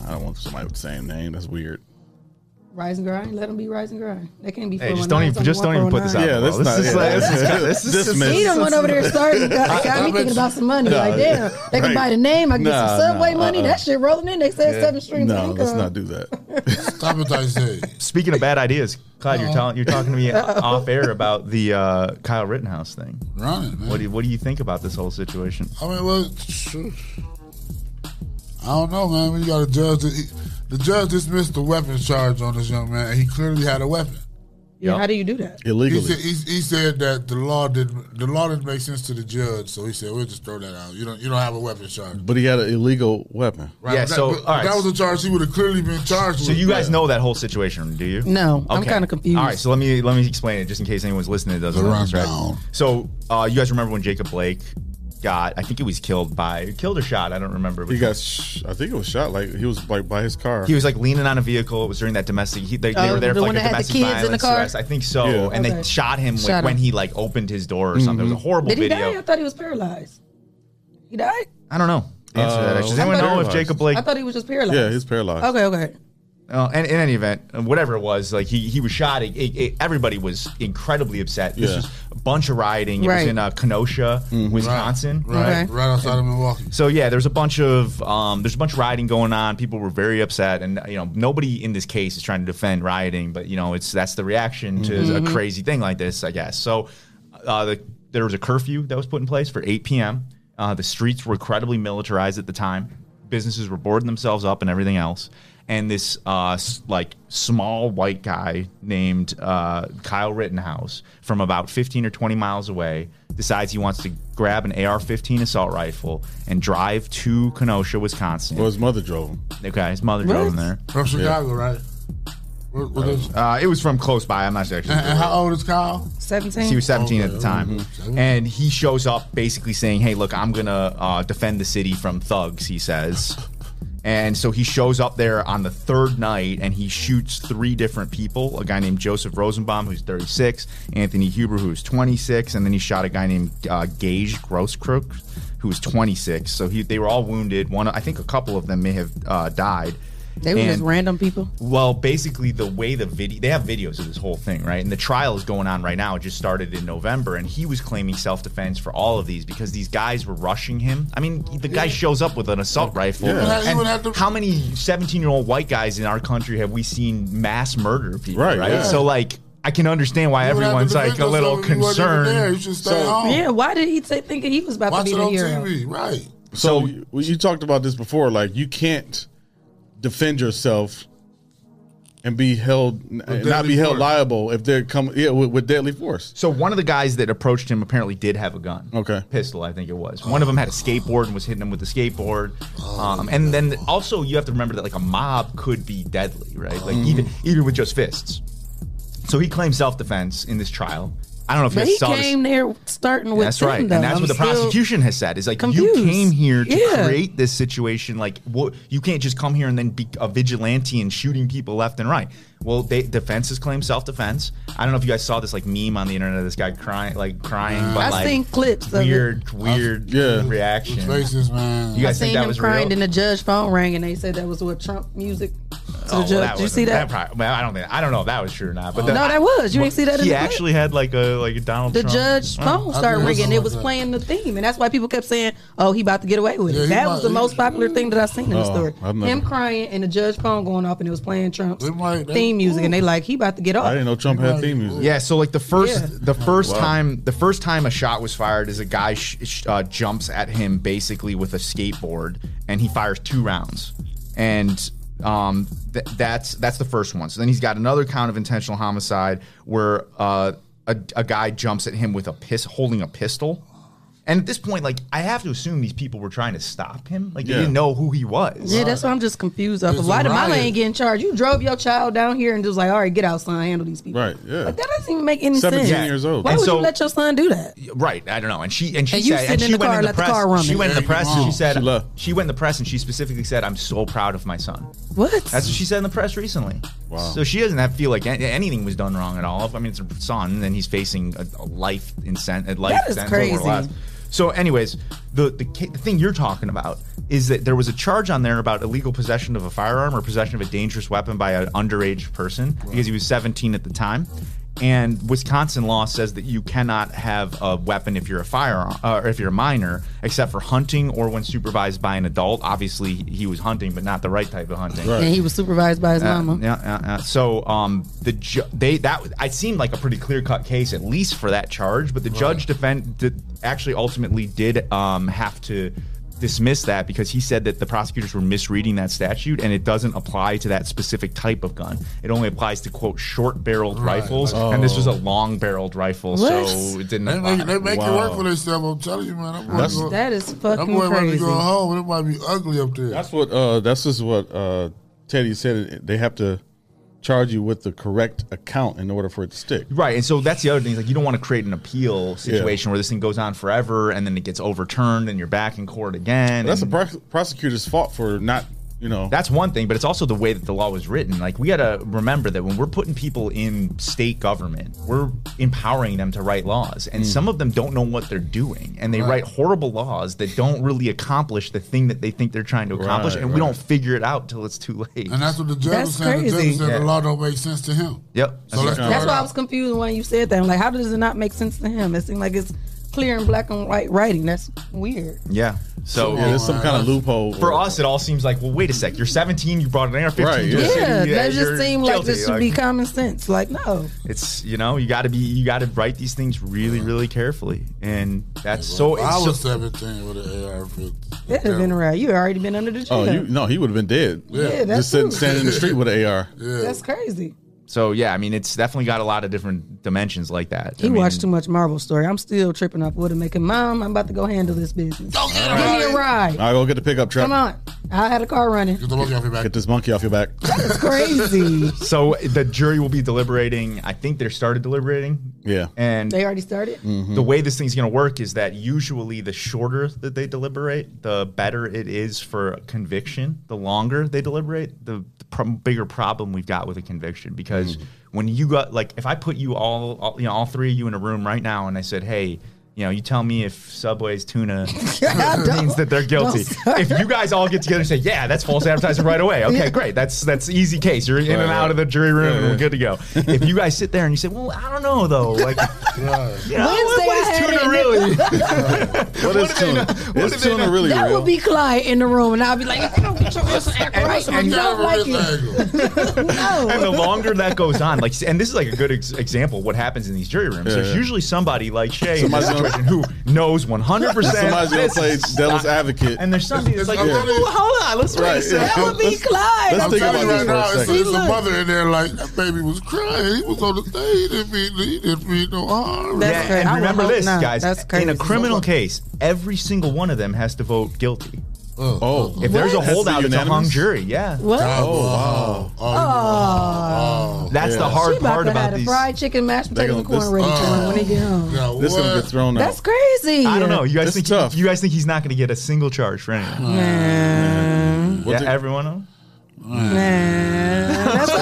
I don't want somebody with the same name. That's weird.
rise and grind. Let them be rise and grind. They can't be.
Hey, just don't even just don't even put this out. bro.
Yeah, that's not-
This is
yeah,
like-
that's-
this is kinda- this is- this is-
Dismiss.
He done went over there starting. Got, got me
bet
thinking
you-
about some money.
Nah,
like, damn, they can
right.
buy the name. I can get
Nah,
some subway
nah,
money.
uh-uh.
That shit rolling in. They said seven streams of
No,
income.
let's not do that.
Stop it, I say.
Speaking of bad ideas, Clyde,
Uh-huh.
you're telling you're talking to me off air about the uh, Kyle Rittenhouse thing.
Run it, man.
What do you, what do you think about this whole situation?
I mean, well, shoot. I don't know, man. We got a judge. That he, the judge dismissed the weapons charge on this young man, and he clearly had a weapon.
Yeah,
Yep.
how do you do that?
He
Illegally.
said, he, he said that the law didn't the law didn't make sense to the judge, so he said we'll just throw that out. You don't you don't have a weapons charge.
but he had an illegal weapon.
Right?
Yeah,
But that,
so,
but- but
all right.
that was a charge he would have clearly been charged
So
with.
you guys
Yeah.
know that whole situation, do you?
No, I'm kinda confused.
All right, so let me let me explain it just in case anyone's listening that doesn't
The
know this, right?
rundown.
So uh, you guys remember when Jacob Blake got? I think he was killed by killed or shot. I don't remember.
He got, sh- I think it was shot. Like he was like by his car.
He was like leaning on a vehicle. It was during that domestic. He, they, they
Oh,
were there
the
for
one
like a
that had the
domestic
kids in the
violence
car?
arrest. I think so.
Yeah.
And
Okay.
they shot him like,
Shot him. Mm-hmm.
when he like opened his door or something. It was a horrible
Did he
video.
die? I thought he was paralyzed. He died.
I don't know. the Answer to that.
Uh,
Does anyone
I thought
know
he
if
was.
Jacob Blake?
I thought he was just paralyzed.
yeah, he's paralyzed.
Okay, okay.
Uh, and in any event, whatever it was, like he, he was shot. It, it, it- everybody was incredibly upset. This
Yeah.
was a bunch of rioting. It was
Right.
in uh, Kenosha, Wisconsin.
Mm-hmm. right
Okay.
right outside of Milwaukee.
So yeah, there's a bunch of um, there's a bunch of rioting going on. People were very upset, and you know nobody in this case is trying to defend
Mm-hmm.
rioting, but you know it's that's the reaction to a crazy thing like this, I guess. So uh, the there was a curfew that was put in place for 8 p.m. Uh, the streets were incredibly militarized at the time. Businesses were boarding themselves up and everything else. And this uh, s- like small white guy named uh, Kyle Rittenhouse from about 15 or 20 miles away decides he wants to grab an AR-15 assault rifle and drive to Kenosha, Wisconsin. Well,
his mother drove him.
Okay, his mother drove him there.
From Chicago, right? What- what is-
Uh, it was from close by. I'm not sure.
and, and how old is Kyle?
17.
He was 17
Okay,
at the time. And he shows up basically saying, Hey, look, I'm going to uh, defend the city from thugs, he says. And so he shows up there on the third night and he shoots three different people a guy named Joseph Rosenbaum, who's 36, Anthony Huber, who's 26, and then he shot a guy named uh, Gage Grosskrook, who was 26. So he, they were all wounded. One, I think a couple of them may have uh, died.
They were just
And-
random people.
well, basically, the way the video they have videos of this whole thing, right? And the trial is going on right now. It just started in November, and he was claiming self defense for all of these because these guys were rushing him. I mean, the guy shows up with an assault rifle.
You would have- you
And
would have to-
how many seventeen year old white guys in our country have we seen mass murder people?
Right,
Right.
yeah.
So like, I can understand why
You would have to
everyone's
defend
like a little
yourself if you wasn't even there. You
concerned.
should stay home.
Yeah, why did he take, think he was about
Watch
to
it
be the
on
hero?
TV, right?
So, you- you talked about this before. Like you can't defend yourself and be held, and not be
deadly
held
force.
liable if they're coming. Yeah, with, with deadly force.
So one of the guys that approached him apparently did have a gun.
Okay.
Pistol, I think it was. One of them had a skateboard and was hitting him with a skateboard. Um, and then also you have to remember that like a mob could be deadly, right? Like even even with just fists. So he claims self defense in this trial. I don't know if
But
you
he
saw this.
came there starting with
That's
them,
right,
though.
and that's
I'm
what the
still-
prosecution has said. Is like you
confused.
came here to
Yeah.
create this situation. Like what you can't just come here and then be a vigilante and shooting people left and right. Well, they, defense has claimed self defense. I don't know if you guys saw this like meme on the internet of this guy crying, like crying, but
I've
like
seen clips of it.
weird, weird
yeah.
reaction.
Faces, man.
You guys
seen
think that
him
was
crying,
real?
and the judge phone rang, and they said that was what Trump music to
Oh,
the
well,
judge. Did you
wasn't-
see that?
probably- well, I don't think I don't know if that was true or not. But
no, that was. You didn't see that. in
He
the clip?
actually had like a like a Donald.
the
Trump.
judge's phone started
did
ringing.
something
It
like
was
that.
playing the theme, and that's why people kept saying, "Oh, he about to get away with
Yeah,
it."
he
That
might-
was the
he-
most popular thing that I seen in the
Oh,
story.
I've never-
Him crying and the judge phone going off, and it was playing Trump's
They might- they-
theme music, and they like, "He about to get
I
off."
didn't know Trump had theme music.
Yeah, so like the first
Yeah.
the first time the first time a shot was fired is a guy sh- sh- uh, jumps at him basically with a skateboard and he fires two rounds. And um th- that's that's the first one. So then he's got another count of intentional homicide where uh a, a guy jumps at him with a piss holding a pistol. And at this point, like I have to assume these people were trying to stop him. Like
Yeah.
they didn't know who he was.
Yeah, that's why I'm just confused. Off
It's
of
a
why did my
riot.
lane get in charge? You drove your child down here and just like, all right, get out, son, handle these people.
Right, yeah.
Like, that doesn't even make any
17
sense.
years old.
Why
And
would
so-
you let your son do that?
Right, I don't know. And she and she
And you
said,
sitting
and
in
she
the
went
car,
in the
let the
press.
car run
she
it.
went in the
There you
press.
go.
and She said
She left.
she went in the press and she specifically said, "I'm so proud of my son."
What?
That's what she said in the press recently.
Wow.
So she doesn't have feel like an- anything was done wrong at all. I mean, it's her son, and he's facing a, a life incent, a life
That is
sentence over
crazy.
last. So, anyways, the, the ca- the thing you're talking about is that there was a charge on there about illegal possession of a firearm or possession of a dangerous weapon by an underage person because he was 17 at the time. And Wisconsin law says that you cannot have a weapon if you're a firearm uh, or if you're a minor, except for hunting or when supervised by an adult. Obviously, he was hunting, but not the right type of hunting.
and he was supervised by his
Uh,
mama.
Yeah, yeah, yeah. So um, the ju- they that I seemed like a pretty clear cut case at least for that charge, but the judge defend did, actually ultimately did um, have to dismiss that because he said that the prosecutors were misreading that statute and it doesn't apply to that specific type of gun. It only applies to quote short barreled rifles, and this was a long barreled rifle, so
What?
it didn't
oh. They
apply.
make, they make
Wow.
it work for themselves. I'm telling you, man. I'm going
That's-
to go,
That is
that
fucking
boy might be
crazy.
going home, and it might be ugly up there.
That's what. Uh, that's just what uh, Teddy said. They have to charge you with the correct account in order for it to stick.
Right, and so that's the other thing. is, Like, you don't want to create an appeal situation where this thing goes on forever, and then it gets overturned, and you're back in court again.
That's the
and-
pro- prosecutor's fault for not, you know.
That's one thing, but it's also the way that the law was written. Like we got to remember that when we're putting people in state government, we're empowering them to write laws,
Mm.
and some of them don't know what they're doing, and they write horrible laws that don't really accomplish the thing that they think they're trying to accomplish,
Right,
and we
right.
don't figure it out till it's too late.
and that's what the judge
That's
was saying. The judge
crazy.
said
Yeah.
the law don't make sense to him.
Yep.
So
That's
let's
right.
That's
throw it
why I
out.
was confused when you said that. I'm like, how does it not make sense to him? It seemed like it's clear and black and white writing. That's weird.
Yeah. So uh,
Yeah, there's some kind of loophole.
For us, it all seems like, well, wait a sec. You're 17. You brought an AR-15.
Right,
to the
yeah.
city,
Yeah, that
you're
just seemed like
guilty,
this should be common sense. Like, no.
It's you know you got to be you got to write these things really really carefully, and that's so.
If I
It's
was
so
17 with an AR 15.
It'd have been around. You already been under the jail.
Oh, you, no, he would have been dead.
Yeah, that's
just sitting,
true.
standing in the street with an AR.
That's crazy.
so yeah, I mean it's definitely got a lot of different dimensions like that.
He
I mean,
watched too much Marvel story. I'm still tripping up with him. Making mom, I'm about to go handle this business. Give me a ride.
All right, go get the pickup truck.
Come on. I had a car running.
Get the monkey off your back.
Get this monkey off your back.
It's crazy.
So the jury will be deliberating. I think they started deliberating,
Yeah.
and
they already started.
the way this thing's going to work is that usually the shorter that they deliberate, the better it is for conviction. The longer they deliberate, the, the pro- bigger problem we've got with a conviction because when you got like if I put you all, all you know all three of you in a room right now and I said, "Hey, you know, you tell me if Subway's tuna means that they're guilty.
Don't
If you guys all get together and say, "Yeah, that's false advertising right away." Okay, great. That's that's easy case. You're in and out of the jury room and we're good to go. If you guys sit there and you say, "Well, I don't know though." Like
Right.
you know,
Wednesday I had it.
really?
What is tuna? What is tuna really
That
real?
would be Clyde in the room, and I'll be like, "If you don't get your ass act right,
You
and you
got
don't
it
like
from
it."
this angle.
and the
No.
longer that goes on, like, and this is like a good ex- example of what happens in these jury rooms. There's
yeah.
usually somebody like Shay in this
Somebody's gonna-
situation who knows 100. percent
Somebody's gonna play devil's advocate.
And there's somebody that's like,
It's- it's-
"Ooh, hold on, let's wait a
Right, yeah.
second.
That would be
Let's-
Clyde.
let's
I'm
think
telling
about this
you
Tell you
for
right
a
now, it's,
second.
it's a
Look.
mother in there like, that baby was crying. He was on the thing. He didn't mean, he didn't mean no harm.
That's
Yeah,
crazy. I
and
would
remember
hope
this,
not.
guys.
That's
In a
crazy.
criminal case, every single one of them has to vote guilty.
Uh,
Oh,
If there's a
Has to be
holdout, it's a hung
unanimous?
jury. Yeah,
What?
Oh, wow. Oh,
Oh.
that's
Yeah.
the
She
hard
She about
part
to
about
have a
these.
fried chicken, mashed potatoes, and
gonna- Oh,
corn ready for him when he get home.
yeah,
This is gonna
what?
get thrown out.
That's crazy.
I don't know. You guys
That's
think
tough.
you guys think he's not going to get a single charge for anything?
Man,
Yeah,
the-
everyone. Else?
man. That's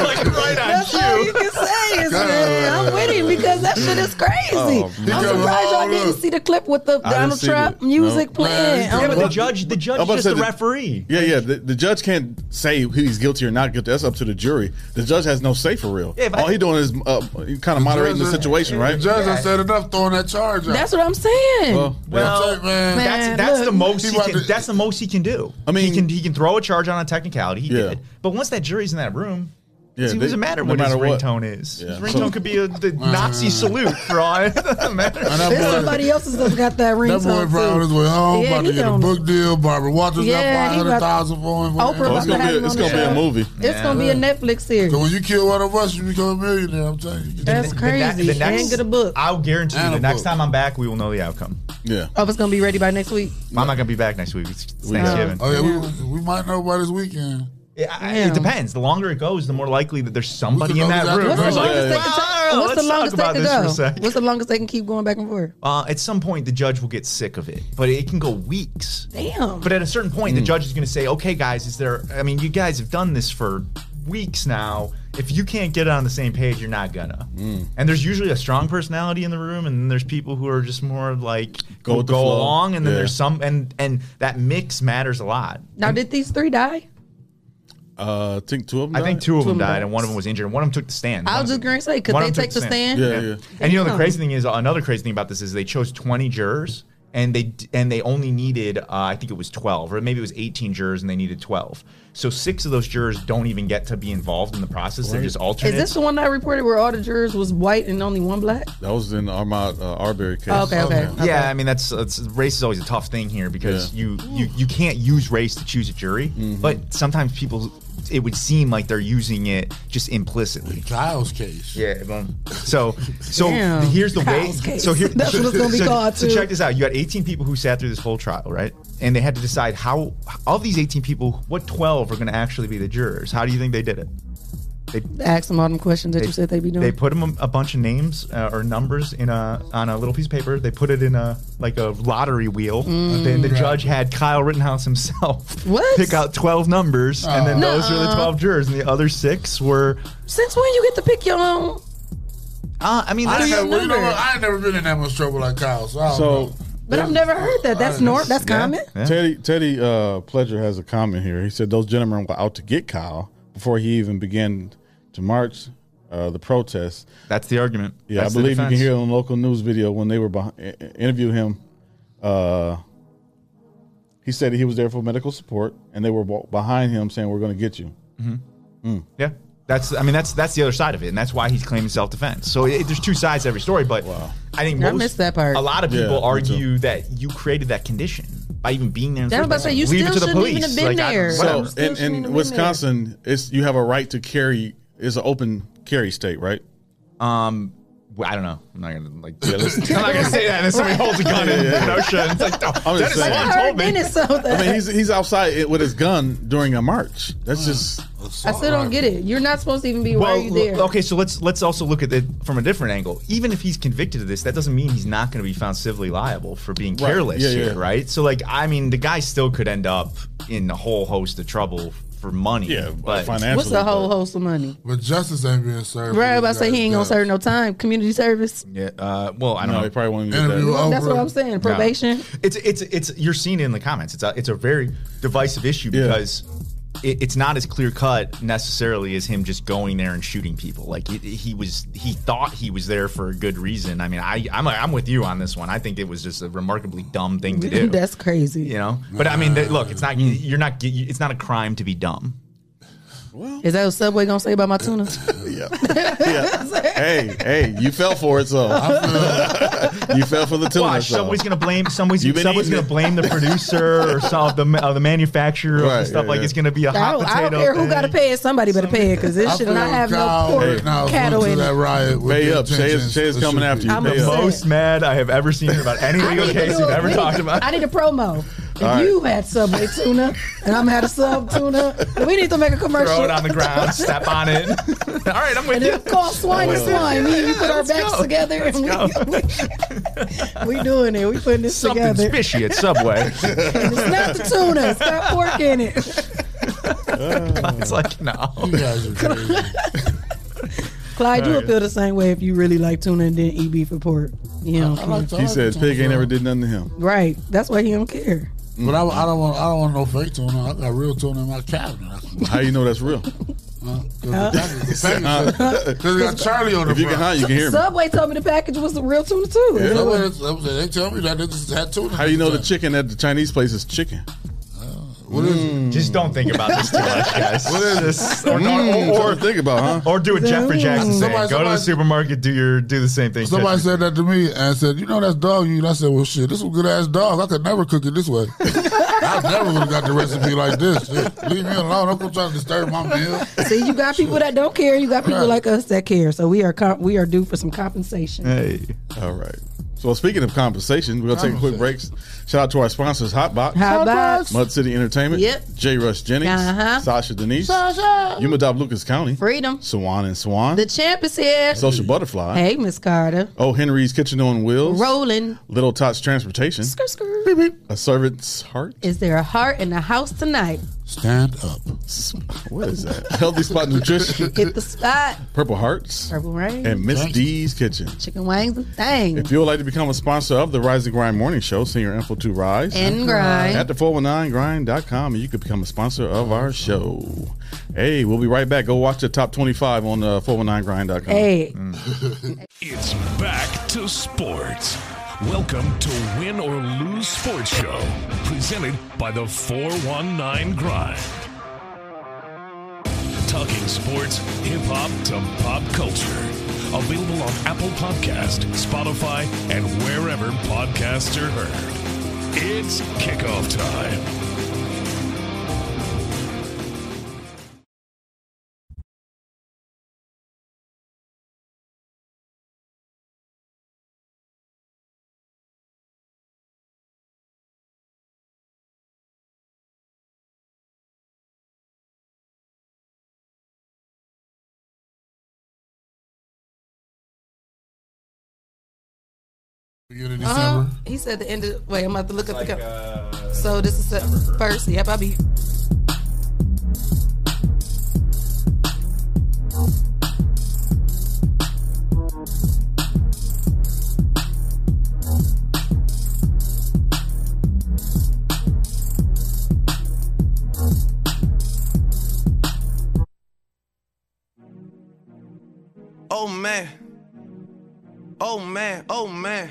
like right on
That's all you can say is, man, I'm with him because that shit is crazy.
Oh,
I'm
man.
surprised y'all didn't see the clip with the
didn't
Donald
see
Trump
it.
music
No.
playing.
Man,
I'm
Yeah, but the
like,
judge, the judge
I'm
is
about to
just
say
the
the-
referee.
Yeah, yeah. The, the judge can't say who he's guilty or not guilty. That's up to the jury. The judge has no say for real.
Yeah, but-
All he doing is uh, kind of moderating the
judge-
situation, right?
The judge
Yeah.
has said enough throwing that charge out.
That's what I'm saying.
Well,
Well,
That's it, man.
that's
Man,
that's the
look.
most he
He
can.
wanted-
That's the most he can do.
I mean-
he can he can throw a charge on a technicality. He
Yeah.
did, but once that jury's in that room.
Yeah,
it
they-
doesn't matter
no
what
matter
his
what.
ringtone is.
Yeah.
His ringtone
So-
could be a, the Nazi salute for all. It doesn't matter.
There's
that boy,
somebody else that's got that ring.
that boy probably on his way home,
Yeah,
about to
he
get a
don't-
book deal. Barbara Walters
Yeah,
got
he about-
500000 for him.
Oprah
Oh, it's
about to
gonna
have
be
him
a, it's
on the
gonna be a
show.
movie.
It's gonna be a Netflix series.
So when you kill one of us, you become a millionaire, I'm telling you.
That's crazy.
The next,
and get a book.
I'll guarantee you,
And
the
a
next
book.
time I'm back, we will know the outcome.
Yeah.
Oh, it's gonna be ready by next week.
I'm not going to be back next week. It's it's
We know.
Thanksgiving.
Oh, yeah, we, we might know by this weekend.
It, I-
Damn.
it depends. The longer it goes, the more likely that there's somebody
Who's
in
the
that
longest
room.
out
What's the
there?
who's like,
longest
"I
they
don't
can
know,
take? What's the
let's talk
longest
about
they can
this for a
go?
sec."
What's the longest they can keep going back and forth?
Uh, at some point, the judge will get sick of it, but it can go weeks.
Damn.
But at a certain point, the judge is going to say, "Okay, guys, is there? I mean, you guys have done this for weeks now. If you can't get it on the same page, you're not gonna."
Mm.
And there's usually a strong personality in the room, and then there's people who are just more like
Go
go,
with the flow.
along, and then
Yeah.
there's some, and and that mix matters a lot.
now, did these three die?
Uh, I think two of them.
I think two of them
Two of them
died,
died.
and one of them was injured, and one of them took the stand.
I
One
was
of
just
them-
gonna say, could
one
they
of them
take the stand?
Yeah, yeah.
And you know the
Damn.
crazy thing is another crazy thing about this is they chose 20 jurors and they and they only needed uh, I think it was 12 or maybe it was 18 jurors and they needed 12. So six of those jurors don't even get to be involved in the process. They're just
Is
alternates.
this the one that I reported where all the jurors was white and only one black?
That was in Armad uh, Arbery case.
Okay, okay. okay.
yeah, I mean that's, that's race is always a tough thing here because you, you you can't use race to choose a jury,
Mm-hmm.
but sometimes people it would seem like they're using it just implicitly.
Kyle's case.
Yeah. Well, so so
Damn.
here's the way.
Kyle's case.
So here,
That's what it's gonna be
so,
called,
So
too.
check this out. You got 18 people who sat through this whole trial, right? And they had to decide how of these 18 people, what 12 are going to actually be the jurors. How do you think they did it?
Ask them all them questions that you said they be doing.
They put them a, a bunch of names uh, or numbers in a on a little piece of paper. They put it in a like a lottery wheel. Then the judge had Kyle Rittenhouse himself
Mm. What?
pick out 12 numbers, and then those are the
Nuh-uh.
12 jurors, and the other six were.
Since when you get to pick your own?
Uh, I mean,
I,
that's-
ain't never, well, you know
number.
what? I ain't never been in that much trouble like Kyle, so I don't
So
know.
But I've never heard that. That's
Yeah.
norm. That's common.
Yeah.
Teddy Teddy uh, Pledger has a comment here. He said those gentlemen were out to get Kyle before he even began to march. uh, the protests.
That's the argument.
Yeah,
That's
I
the
believe you can
defense.
hear on local news video when they were behind, interview him. Uh, he said he was there for medical support, and they were wa- behind him saying, "We're going to get you."
Mm-hmm.
Mm.
Yeah. That's I mean that's that's the other side of it, and that's why he's claiming self defense. So it, there's two sides to every story, but I think
I
most,
missed that part.
A lot of
Yeah,
people
me
argue that you created that condition by even being there. in the
Yeah, I was
first
about to say,
place.
you
Leave it
still
to the
shouldn't even
police.
have been
Like, I-
there.
whatever.
So
Still
in,
shouldn't have
in
been
Wisconsin, it's you have a right to carry. It's an open carry state, right?
Um, well, I don't know. I'm not gonna like. I'm not gonna say that. And somebody holds a gun in motion. It's like,
I'm
no,
just
Dennis
saying.
Swan
I
told
heard
me.
Dennis something.
I mean, he's he's outside it with his gun during a march. That's just
I still don't get it. You're not supposed to even be. why are
Well,
you there?
okay, so let's let's also look at it from a different angle. Even if he's convicted of this, that doesn't mean he's not going to be found civilly liable for being
Right.
careless
Yeah,
here,
yeah.
right? So, like, I mean, the guy still could end up in a whole host of trouble for money.
yeah,
but
financially.
What's a whole
but-
host of money?
But justice ain't being served.
Right, I'm about to say he ain't gonna serve no time. Community service.
yeah, uh, well, I don't
No,
know.
they probably won't get
Interview
that.
over.
That's what I'm saying. Probation.
It's it's it's you're seeing it in the comments. It's a it's a very divisive issue
Yeah.
because it, it's not as clear cut necessarily as him just going there and shooting people. Like it, he was he thought he was there for a good reason. I mean, I I'm I'm with you on this one. I think it was just a remarkably dumb thing to do.
That's crazy.
you know, but I mean, th- look, it's not
Mm.
you're not it's not a crime to be dumb.
Is that what Subway gonna say about my tuna?
Yeah. yeah. Hey, hey, you fell for it, so you fell for the tuna.
Why
so.
somebody's gonna blame somebody's
You've been
somebody's
eating
gonna blame the producer or some of the ma- of the manufacturer
Right,
or stuff
yeah,
like
yeah.
it's gonna be a
I
hot
don't,
potato.
I don't care who
thing.
got to pay it. Somebody better pay it because this should not have no pork cattle in
that
it.
riot. with
Pay
the
up. Shay is-
intentions
Shay is
to
coming
shoot
after you.
people.
I'm
the
Yeah.
most mad I have ever seen her about any
I
legal
need to
case
do
you've
a-
ever
we need-
talked about.
I need a promo. If
right.
you had Subway tuna and I'm had a sub tuna, we need to make a commercial.
Throw it on the ground, step on it. All right, I'm with
And
you.
then call swine and swine. Me and you put our backs
go.
together and we, we doing it. We putting this
Something
together.
fishy at Subway.
And it's not the tuna. It's got pork in it.
it's like no.
You guys are crazy.
Clyde, you would feel the same way if you really like tuna and didn't eat beef and pork. You know,
I like to
He
argue
said
sometimes,
pig ain't
bro.
ever did nothing to him.
right? That's why he don't care.
But I, I don't want. I don't want no fake tuna. I got real tuna in my cabinet.
How you know that's real?
Because it got Charlie on the
If you
front.
can, huh, you can hear me.
Subway told me the package was the real tuna too.
Yeah, that was- that was- they tell me that they just had tuna. Oh,
How you know the chicken at the Chinese place is chicken?
What is it?
Just don't think about this too much, guys. Just- or,
Mm,
or,
something to think about, huh?
or do what Jeffrey Jackson said.
Somebody-
Go to the
somebody-
supermarket, do your do the same thing.
Somebody
Jeffrey.
said that to me and said, "You know that's dog you." eat." I said, "Well, shit, this is a good ass dog. I could never cook it this way. I never would have got the recipe like this. Shit, Leave me alone. Don't come trying to disturb my meal."
See, you got people that don't care. You got people
Right.
like us that care. So we are comp- we are due for some compensation.
hey.
All right. So speaking of compensation, we're gonna take a quick break. Shout out to our sponsors, Hotbox.
How about
Mud City Entertainment.
Yep.
J. Rush Jennings.
Uh-huh.
Sasha Denise. Yuma Dob Lucas County.
freedom?
Swan and Swan.
The champ is here.
Social Butterfly.
Hey, Miss Carter,
Oh Henry's Kitchen on Wheels.
rolling.
Little Tots Transportation.
Skr, skr.
A Servant's Heart.
Is there a heart in the house tonight?
Stand up.
What is that? Healthy Spot Nutrition.
Hit the spot.
Purple Hearts.
Purple rain,
And Miss
Thanks.
D's Kitchen.
chicken wings, and thing,
If you would like to become a sponsor of the Rise and Grind Morning Show, send your info to Rise.
and grind.
at the 419grind.com and you can become a sponsor of our show. Hey, we'll be right back. Go watch the top 25 on uh, 419grind.com.
Hey,
Mm. It's back to sports. Welcome to Win or Lose Sports Show, presented by the 419 Grind. Talking sports, hip hop to pop culture. Available on Apple Podcast, Spotify, and wherever podcasts are heard. It's kickoff time.
Beginning of
uh-huh.
December.
he said the end of. Wait, I'm about to look at the. co- so this is the first. Yep, I'll be.
Oh man. Oh man. Oh man.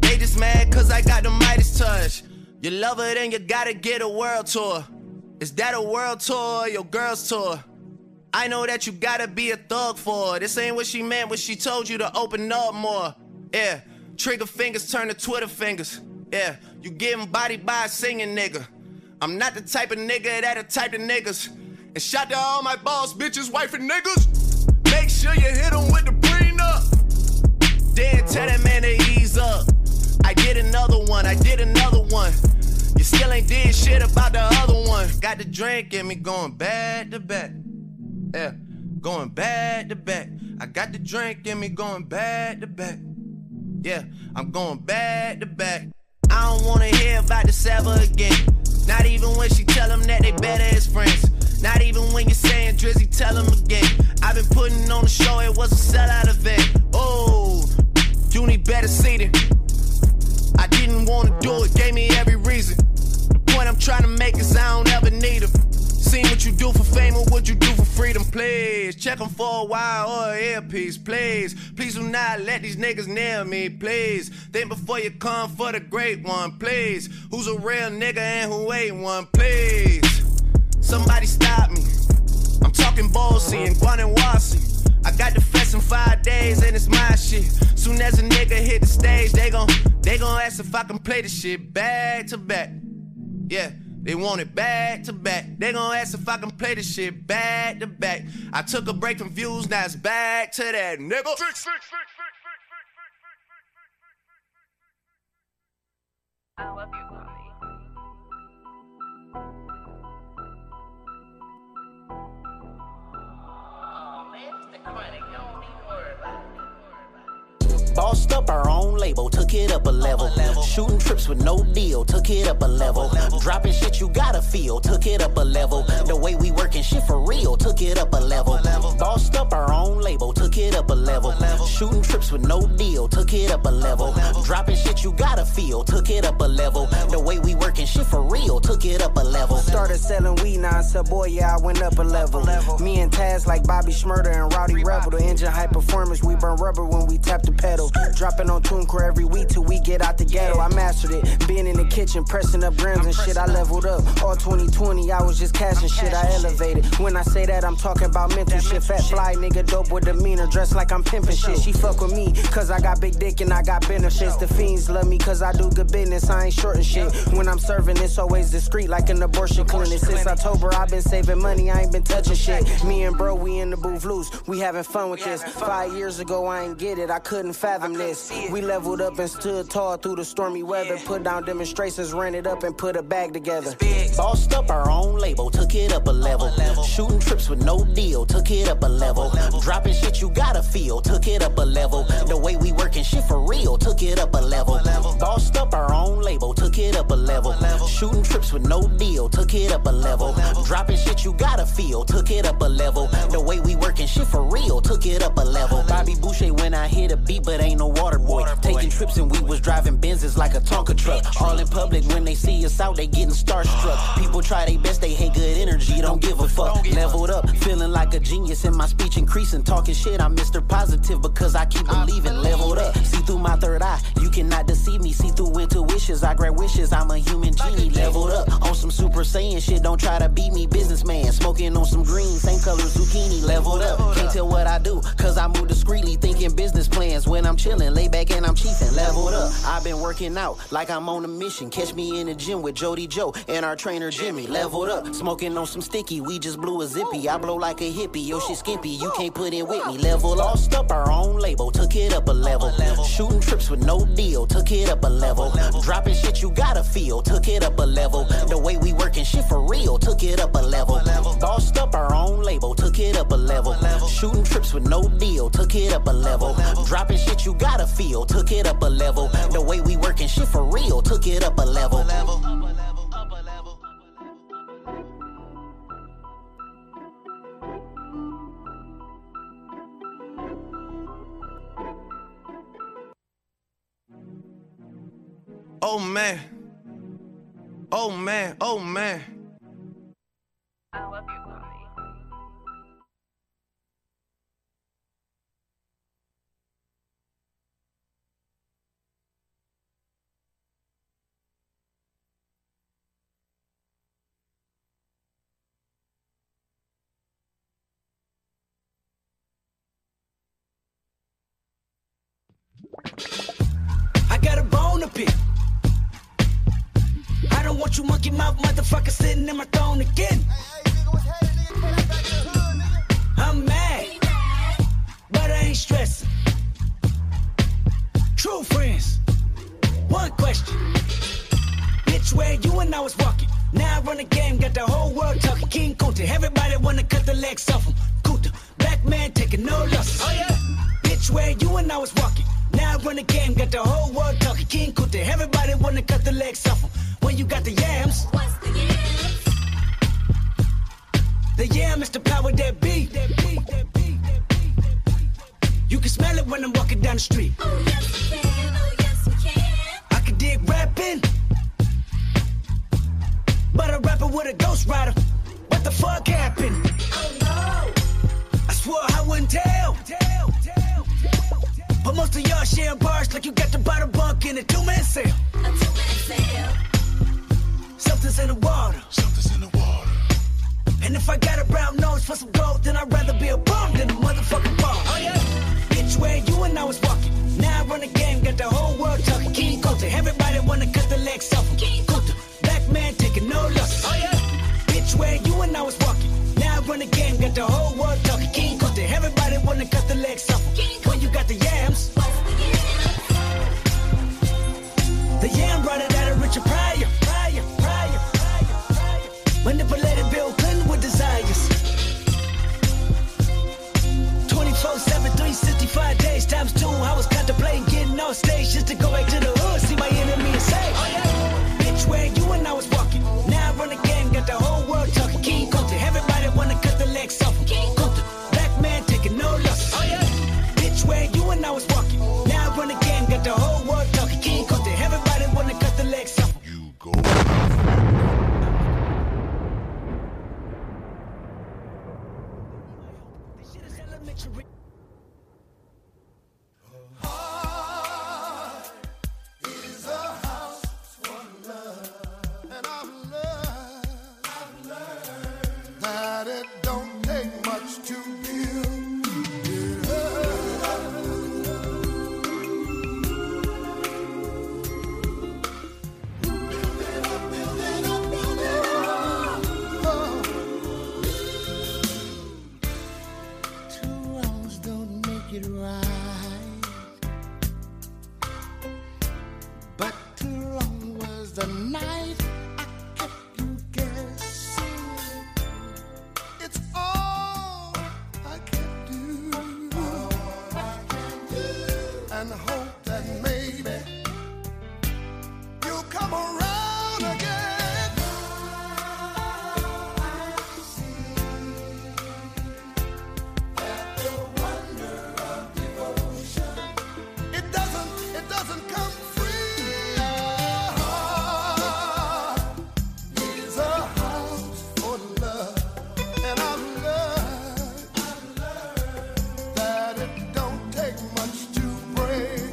They just mad cause I got the Midas touch. You love her, then you gotta get a world tour. Is that a world tour or your girl's tour? I know that you gotta be a thug for her. This ain't what she meant when she told you to open up more. Yeah, trigger fingers turn to Twitter fingers. Yeah, you getting bodied by a singing nigga. I'm not the type of nigga that a type of niggas. And shout to all my boss, bitches, wife, and niggas. Make sure you hit 'em with the prenup. Then tell that man to ease up. I did another one, I did another one. You still ain't did shit about the other one. Got the drink in me going back to back. Yeah, going back to back. I got the drink in me going back to back. Yeah, I'm going back to back. I don't wanna hear about the Saba again. Not even when she tell him that they better as friends. Not even when you're saying Drizzy, tell him again. I've been putting on the show, it was a sellout event. Oh, you need better seating. I didn't wanna do it, gave me every reason. The point I'm trying to make is I don't ever need 'em. Seen what you do for fame or what you do for freedom, please. Check 'em for a while or an earpiece, please. Please do not let these niggas nail me, please. Think before you come for the great one, please. Who's a real nigga and who ain't one, please. Somebody stop me. I'm talking Bossy and Guanajuasi. I got the fest in five days and it's my shit. Soon as a nigga hit the stage, they gon' they gon' ask if I can play the shit back to back. Yeah, they want it back to back. They gon' ask if I can play the shit back to back. I took a break from views, now it's back to that nigga.
I love you, mommy.
Bossed up our own label, took it up a level. Shooting trips with no deal, took it up a level. Dropping shit you gotta feel, took it up a level. The way we working shit for real, took it up a level. Bossed up our own label, took it up a level. Shooting trips with no deal, took it up a level. Dropping shit you gotta feel, took it up a level. The way we working shit for real, took it up a level.
Started selling weed, now I said, boy, yeah, I went up a level. Me and Taz like Bobby Schmurder and Rowdy Rebel. The engine high performance, we burn rubber when we tap the pedal. Dropping on TuneCore every week till we get out the ghetto. I mastered it. Being in the kitchen, pressing up grams and shit, I leveled up. All 2020, I was just cashing shit, I elevated. When I say that, I'm talking about mental shit. Fat fly nigga, dope with demeanor, dressed like I'm pimping shit. She fuck with me, cause I got big dick and I got benefits. The fiends love me, cause I do good business, I ain't shorting shit. When I'm serving, it's always discreet, like an abortion clinic. Since October, I've been saving money, I ain't been touching shit. Me and bro, we in the booth loose, we having fun with this. Five years ago, I ain't get it, I couldn't fathom this. We leveled up and stood tall through the stormy weather. Put down demonstrations, ran it up, and put a bag together.
Bossed up our own label, took it up a level. Shooting trips with no deal, took it up a level. Dropping shit you gotta feel, took it up a level. The way we working shit for real, took it up a level. Bossed up our own label, took it up a level. Shooting trips with no deal, took it up a level. Dropping shit you gotta feel, took it up a level. The way we working shit for real, took it up a level. Bobby Boucher when I hit a beat, but ain't no water boy. Taking trips and we was driving Benzes like a Tonka truck. All in public when they see us out, they getting starstruck. People try their best, they hate good energy, don't give a fuck. Leveled up, feeling like a genius, and my speech increasing. Talking shit, I'm Mr. Positive because I keep believing. Leveled up, see through my third eye, you cannot deceive me. See through intuitions, I grant wishes, I'm a human genie. Leveled up, on some Super Saiyan shit, don't try to beat me. Businessman, smoking on some green, same color zucchini. Leveled up, can't tell what I do, cause I move discreetly, thinking business plan. bands when I'm chillin', lay back and I'm chiefin', leveled up. I've been working out like I'm on a mission. Catch me in the gym with Jody Joe and our trainer Jimmy, leveled up. Smoking on some sticky, we just blew a zippy. I blow like a hippie, yo shit skimpy, you can't put in with me. Level lost up our own label, took it up a level. Shooting trips with no deal, took it up a level. Dropping shit you gotta feel, took it up a level. The way we working shit for real, took it up a level. Bossed up our own label, took it up a level. Shooting trips with no deal, took it up a level. Dropping shit you gotta feel, took it up a level. The way we working shit for real, took it up a level.
Oh man. Oh man. Oh man.
I got a bone to pick. I don't want you monkey mouth motherfucker sitting in my throne again. I'm mad, but I ain't stressing. True friends, one question. Bitch, where you and I was walking. Now I run the game, got the whole world talking. King Kunta, everybody wanna cut the legs off him. Kunta, black man taking no losses. Oh yeah. Bitch, where you and I was walking. Now I run the game, got the whole world talking. King Kunta, everybody wanna cut the legs off him. When you got the yams. What's the yams? The yam is the power that be. That be, that be, that be, that be. You can smell it when I'm walking down the street. Oh yes, we can. Oh yes, we can. I can dig rapping, but a rapper with a ghost rider. What the fuck happened? Oh no! I swore I wouldn't tell. tell, tell, tell. But most of y'all sharing bars like you got to buy the bunk in a two-man sale. A two-man sale. Something's in the water. Something's in the water. And if I got a brown nose for some gold, then I'd rather be a bum than a motherfucking bum. Oh yeah. Bitch, where you and I was walking. Now I run the game, got the whole world talking. King Kunta, everybody wanna cut the legs off him. King Kunta, black man taking no losses. Oh yeah. Bitch, where you and I was walking. Now I run the game, got the whole world talking. King Kunta, everybody wanna cut the legs off him. When you got the yams. The yam brought it out of Richard Pryor. Pryor, Pryor, Pryor, Pryor. Manipulated Bill Clinton with desires. 24 7, 365 days times two. I was contemplating getting off stage just to go back to the hood, see my enemy and say, Oh yeah, bitch, where you and I was walking. Now I run the game, got the whole world talking. King Kunta, everybody wanna cut the legs off. him. King Kunta, black man taking no losses. Oh yeah, bitch, where you and I was walking. Now I run the game, got the whole world talking. King Kunta, everybody wanna cut the legs off. him.
That it don't take much to build it up.
Two wrongs don't make it right. But too long was the night I kept you guessing. It's all I can do.
And hope that maybe you'll come around again. It doesn't, it doesn't come free. A heart is a house for love, and I've learned that it don't take much to break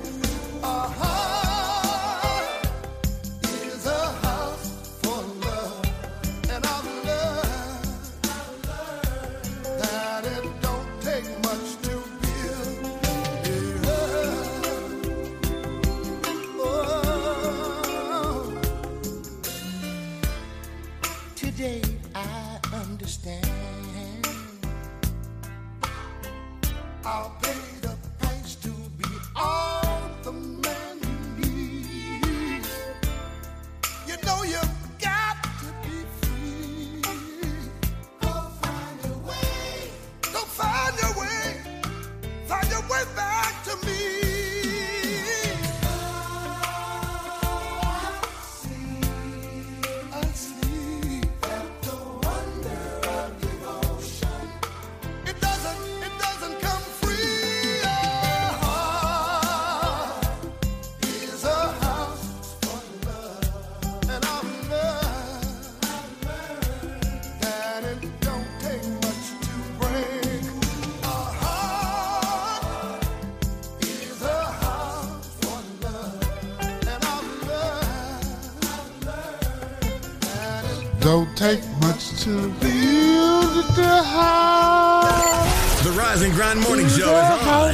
Don't take much to build the house.
The Rise and Grind Morning Show is on.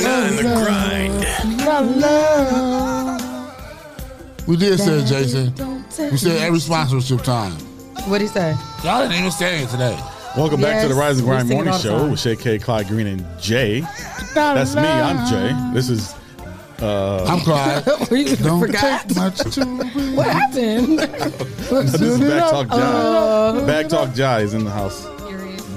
419 The Grind.
We did say, it, Jason. We said every sponsorship time.
What'd he say?
Y'all didn't even say it today.
Welcome back to the Rise and Grind Morning Show
Show.
with Shay K, Clyde Green, and Jay. That's me. I'm Jay. This is. Uh,
I'm Clyde. Don't
Forgot.
take much to
What happened?
this is Back Talk Jai.
Uh,
Back Talk Jai is in the house.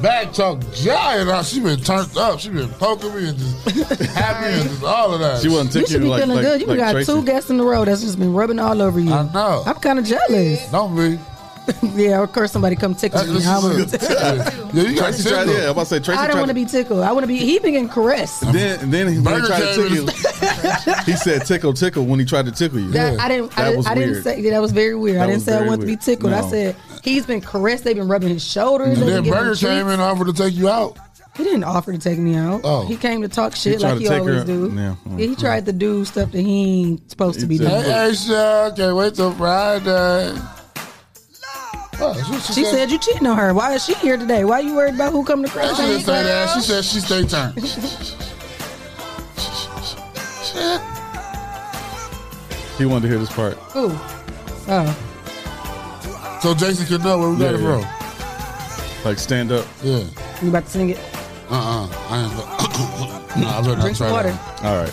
Back talk giant. Now she been turned up. She been poking me and just happy and just all of that.
She wasn't
You should be feeling good. You got two guests in a row that's just been rubbing all over you. I
know.
I'm kind of jealous.
Don't be.
yeah, of course somebody come tickle me. I, would-
yeah,
you got
Tracy tried,
tickled.
yeah, I'm about to say Tracy
I don't
tried
want to be tickled. I want to be. He been getting caressed.
Then, then he, when he
Burger
tried to
King
tickle you, he said tickle, tickle when he tried to tickle you.
That, I didn't. I,
That
didn't-
was
I didn't
weird.
say yeah, that was very weird.
That
I didn't
was
say I
very
want to be
weird.
tickled. I
No.
said he's been caressed. They've been rubbing his shoulders.
And
they've
then
been giving him
Burger came
treats.
in and offered to take you out.
He didn't offer to take me out.
Oh.
He came to talk
He
shit
tried
like
to
he
take
always
her-
do.
Yeah.
Yeah, he tried to do stuff that he ain't supposed to be
Hey,
doing.
hey, Sean, can't wait till Friday. Oh,
she said you cheating on her. Why is she here today? Why you worried about who come to crash?
She didn't say that. She said she stay turned.
He wanted to hear this part.
Who? Oh.
So Jason can know where we got
Yeah,
it
yeah.
from.
Like stand up.
Yeah.
You about to sing it?
Uh uh I ain't. no, I better not
Drink
try
water.
that.
All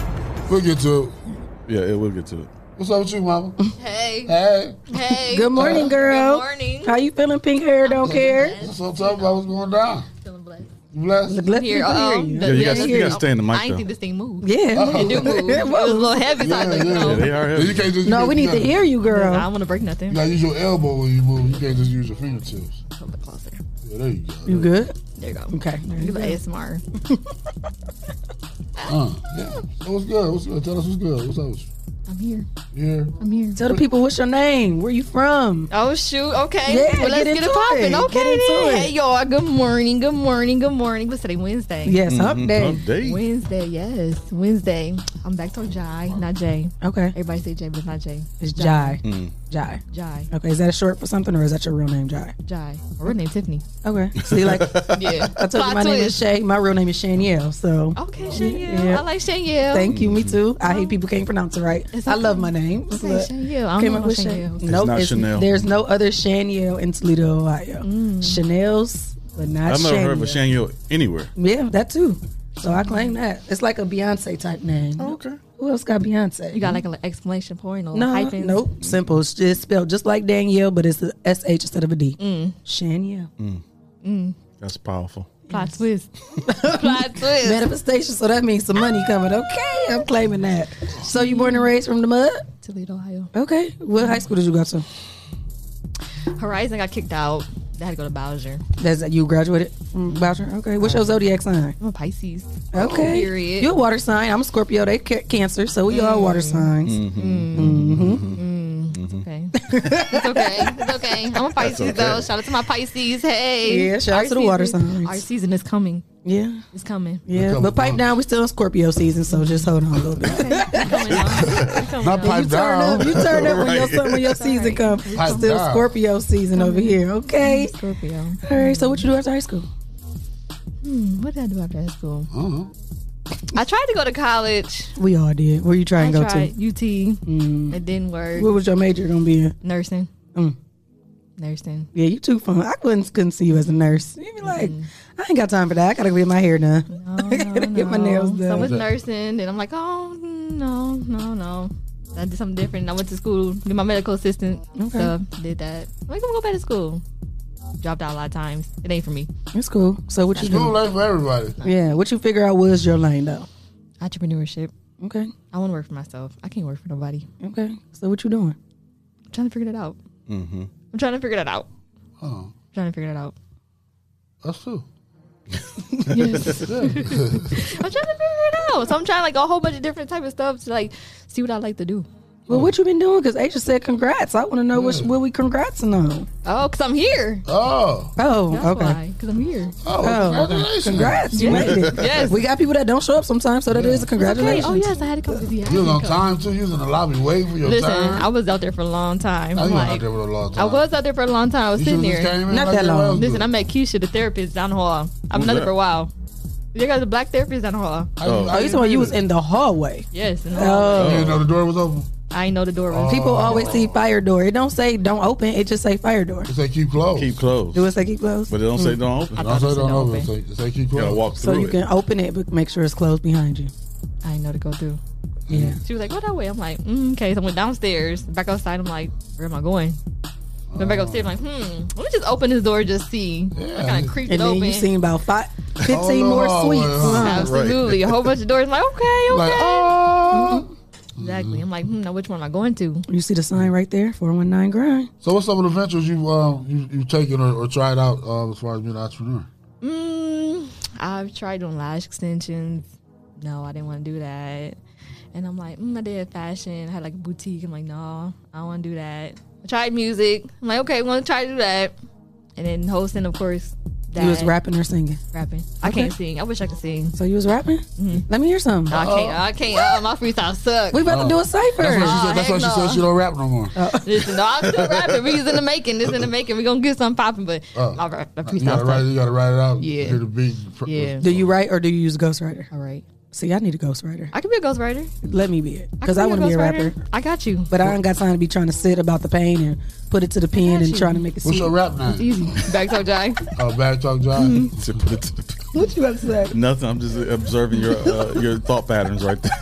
right.
We'll get to it.
Yeah, it will get to it.
What's up with you, Mama?
Hey.
Hey.
Hey.
Good morning, girl.
Good morning.
How you feeling? Pink hair, don't care.
That's what I'm talking about. What's going down? Feeling blessed.
Blessed. Let
Here,
people hear
uh-oh.
you.
Yeah, you gotta- you gotta stay in the mic,
I ain't
though.
think this thing moved.
Yeah.
It do move. It was a little heavy, so I
Yeah,
think
yeah.
so.
They are heavy.
You can't just,
No, we need
gotta-
to hear you, girl.
I don't want to break nothing.
You gotta use your elbow when you move. You can't just use your fingertips.
A little bit closer.
Yeah, there you go.
You good?
There you go.
Okay. There you
It's
go.
ASMR.
Uh, yeah. So what's good? What's good? Tell us what's good. What's up? with
I'm here.
you? Yeah.
I'm here.
Tell the people what's your name. Where you from?
Oh shoot! Okay,
Yeah,
well, let's
get
get,
into
it popping.
it.
Okay,
Get into
then.
it.
hey y'all. Good morning. Good morning. Good morning. What's today? Wednesday.
Yes,
Mm-hmm.
hump Mhm, day. hump day.
Wednesday. Yes, Wednesday. I'm back to Jai, not Jay.
Okay.
Everybody say Jay, but it's not Jay.
It's Jai.
Hmm.
Jai.
Jai.
Okay, is that a short for something or is that your real name, Jai?
Jai. My real name Tiffany.
Okay. See, like,
Yeah.
I told you my
Plot
name is
twist.
Shay. My real name is Shanielle. So,
Okay, Shanielle.
Yeah.
I like Shanielle. Mm-hmm.
Thank you. Me too. I hate people can't pronounce it right. I love my name.
Okay,
but
Shanielle. I don't
came
know
up
no
with
Shanielles.
It's
Nope,
not
it's-
Chanel.
There's no other Shanielle in Toledo, Ohio.
Mm.
Chanel's, but not
I've never heard of a
Shanielle.
Shanyo anywhere.
Yeah, that too. So I claim that. It's like a Beyonce type name.
Oh,
okay. Who else got Beyonce?
You got like an exclamation point or
no,
hyphens?
nope. Simple. It's just spelled just like Danielle, but it's a S H instead of a D.
Mm.
Shanielle.
Mm.
Mm.
That's powerful.
Plot twist. Plot twist.
Manifestation. So that means some money coming. Okay, I'm claiming that. So you born and raised from the mud?
Toledo, Ohio.
Okay. What high school did you go to?
Horizon got kicked out. I had to go to Bowser.
That's you graduated from Boucher? Okay. What's your zodiac sign?
I'm a Pisces.
Okay.
Period.
You're a water sign. I'm a Scorpio. They ca- cancer. So we all water
Mm.
signs.
It's
Mm-hmm.
okay. it's okay. It's okay. I'm a Pisces
okay.
though. Shout out to my Pisces. Hey.
Yeah, shout out
Our
to the water
season-
signs.
Our season is coming.
Yeah.
It's coming.
Yeah, but pipe down. We're still in Scorpio season, so just hold on a little bit.
Not
you
pipe
turn
down.
up. You turn up when your
Right.
when your season comes.
Pipe
Still
down.
Scorpio season over here. Okay.
Scorpio.
All right. So what you do after high school?
Hmm, what did I do after high school? I tried to go to college.
We all did. Where you try
I
and go
tried
to? Mm.
UT. It didn't work.
What was your major gonna be in?
Nursing.
Mm.
Nursing.
Yeah, you too fun. I couldn't couldn't see you as a nurse. You'd be like,
Mm.
I ain't got time for that. I gotta get my hair done. I gotta get my nails
Oh, So I
done.
was nursing, and I'm like, oh no, no, no. I did something different. I went to school, did my medical assistant
Okay.
stuff, did that. I'm like, I'm gonna go back to school. Dropped out a lot of times. It ain't for me.
It's cool. So what you
School
do?
life for everybody.
Yeah, what you figure out was your lane though.
Entrepreneurship.
Okay.
I want to work for myself. I can't work for nobody.
Okay. So what you doing?
I'm trying to figure that out.
Mm-hmm.
I'm trying to figure that out.
Oh,
I'm trying to figure that out.
that's true.
Yes. I'm trying to figure it out. So I'm trying like a whole bunch of different type of stuff to like see what I like to do.
Well, what you been doing? Because Asia said congrats. I want to know what, what we congratsing on.
Oh, because I'm here.
Oh.
Oh,
That's
okay.
why. Because I'm here.
Oh, congratulations. Congrats. You made it.
Yes.
We got people that don't show up sometimes, so that is a
Okay.
congratulations.
Oh, yes, I had to come. Yeah, I
You
had
was on
to come.
time too. You was in the lobby waiting for your
Listen,
turn.
I was out there for a long time.
I was
Like,
out there for a long
I
time.
was out there for a long time. I was
You
sitting
should've
there.
just came in Not like that everyone long. else
Listen,
did.
I met Keisha, the therapist down the hall. I've
Who's
known her
that?
for a while. There got a black therapist down the hall.
Oh, you talking about you was in the hallway.
Yes. in the hall.
Oh.
You didn't know the door was open.
I ain't know the door was. Oh.
People always see fire door. It don't say don't open. It just say fire door.
It say keep closed.
Keep closed.
Do it say keep closed?
But it don't say don't open.
I thought it said don't
open. It say- it say keep
You gotta
closed.
walk
So
through
you
it.
can open it, but make sure it's closed behind you.
I ain't know to go through.
Yeah.
She was like, "Go that way." I'm like, mm, "Okay." So I went downstairs, back outside. I'm like, "Where am I going?" Went back upstairs. I'm like, "Hmm, let me just open this door, just see." I kind of creeped
and then
open.
you seen about five, 15
Oh,
more
sweets.
sweets.
Absolutely, a whole bunch of doors. I'm like, "Okay, okay."
Like,
oh.
Mhm. Exactly. I'm like, "Hmm, now which one am I going to?"
You see the sign right there, 419 grind.
So what's some of the ventures you've um, you, you've taken or, or tried out uh, as far as being an entrepreneur?
Mm, I've tried doing lash extensions. No, I didn't want to do that. And I'm like, mm, I did fashion. I had like a boutique. I'm like, no, I don't want to do that. I tried music. I'm like, okay, I'm going to try to do that. And then hosting, of course. That.
You was rapping or singing?
Rapping. I
Okay.
can't sing. I wish I could sing. Mm-hmm.
So you was rapping? Let me hear something.
No, I can't. I can't. Uh, my freestyle sucks.
We about to do a cipher.
That's why she said. That's why she said she don't rap no
Oh,
more.
Listen, no, I'm still rapping. We just in the making. This in the making. We're going to get something popping, but
Oh.
my rap, my
You gotta
freestyle
write. You
sucks.
gotta write it out.
Yeah.
Hear the beat.
Yeah.
Do you write or do you use a ghostwriter?
All right.
See, I need a ghostwriter.
I can be a ghostwriter.
Let me be it
I
because
can
I
be a
want to be a
ghostwriter.
rapper.
I got you,
but I ain't got time to be trying to sit about the pain and put it to the pen and
you.
trying to make it.
What's
sit.
your rap name?
It's easy. Backtalk Jai.
Uh, Bad talk, John.
What you about to say?
Nothing. I'm just observing your uh, your thought patterns right there.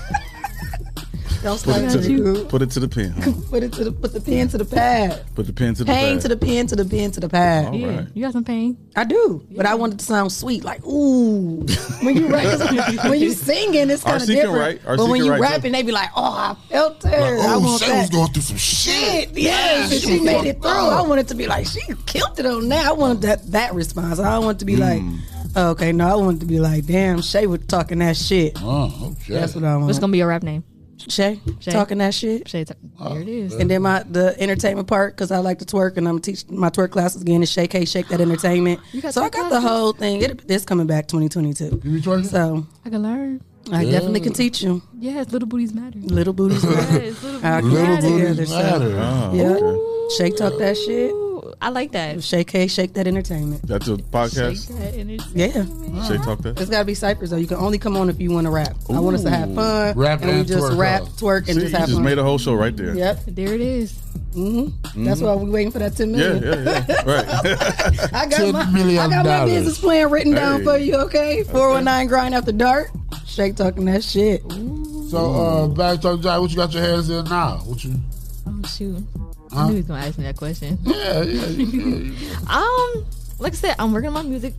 Don't
Put
start
it to the,
you.
put it to the pen. huh?
Put it to the put the pen to the pad.
Put the pen to the
Pain
pad.
to the pen to the pen to the pad.
All Yeah, right.
You got some pain.
I do, but I want it to sound sweet, like ooh. When you write, 'cause when you singing, it's kind of
RC can
different.
write. RC
but when
can
you
write,
rapping, they be like, "Oh, I felt her. I want
oh, she
that."
was going through some shit.
yes,
Yeah,
and she
was
made it
fucked
through.
up.
I want it to be like she killed it on that. I want that that response. I don't want it to be like,
Hmm.
"Oh, okay, no, I want it to be like, damn, Shay was talking that shit.
Oh, okay.
That's what I want.
What's gonna be your rap name?
Shay,
Shay.
talking that shit.
Shay,
Uh,
there it is.
And then my the entertainment part because I like to twerk and I'm teach my twerk classes again and shake hey shake that entertainment.
You got
So I
twerk
got the
classes?
whole thing. It, it's coming back 2022.
You be twerking?
So
I can learn.
I definitely can teach you.
Yes, little booties matter.
Little booties matter.
Yes, little
Our
booties
kids
matter.
together, so-
matter. Ah,
yeah.
okay.
Shake talk that shit.
I like that.
Shake hey shake that entertainment.
That's a podcast.
That energy.
Yeah.
Shay talk that.
It's got to be ciphers though. You can only come on if you want to rap. I want us to have
Ooh.
fun.
Rap
and we
and
just
twerk,
rap,
huh?
twerk, and
See,
just
you
have
just
fun.
made a whole show right there.
Yep.
There it is.
Mm-hmm. That's
Mhm.
why we waiting for that ten
Yeah,
million.
yeah, yeah.
Mm-hmm.
Right.
I got
$10
my
million
I got my
dollars.
business plan written down
Hey.
for you. Okay, four one nine grind after dark. Shake talking that shit.
So, uh, Bad talk, John. What you got your hands in now? What you?
Oh shoot!
Huh?
I knew he was gonna ask me that question.
Yeah, yeah,
um, like I said, I'm working on my music,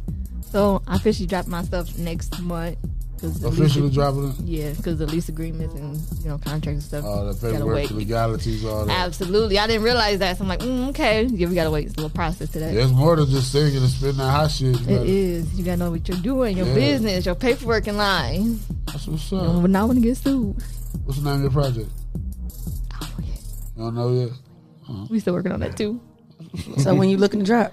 so I officially drop my stuff next month. 'cause the lease-
Officially dropping it?
Yeah, because the lease agreements and you know contracts and stuff.
All that
gotta
paperwork,
wait.
the legalities, all that.
Absolutely, I didn't realize that. So I'm like, mm, okay, yeah, we gotta wait. It's a little process to that.
There's more than just singing and spitting that hot shit. You
It
gotta-
is. You gotta know what you're doing, your
Yeah.
business, your paperwork in line.
That's what's
You know,
up.
we're not gonna get sued.
What's the name of your project?
Oh,
I don't know yet.
We still working on that too.
So when you looking to drop?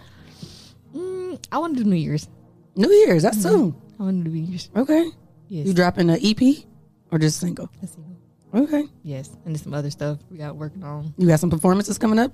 Mm, I want to do New Year's. Mm-hmm.
New Year's. That's soon.
I want to do New Year's.
Okay.
Yes.
You dropping an EP or just single? Okay.
Yes, and there's some other stuff we got working on.
You got some performances coming up.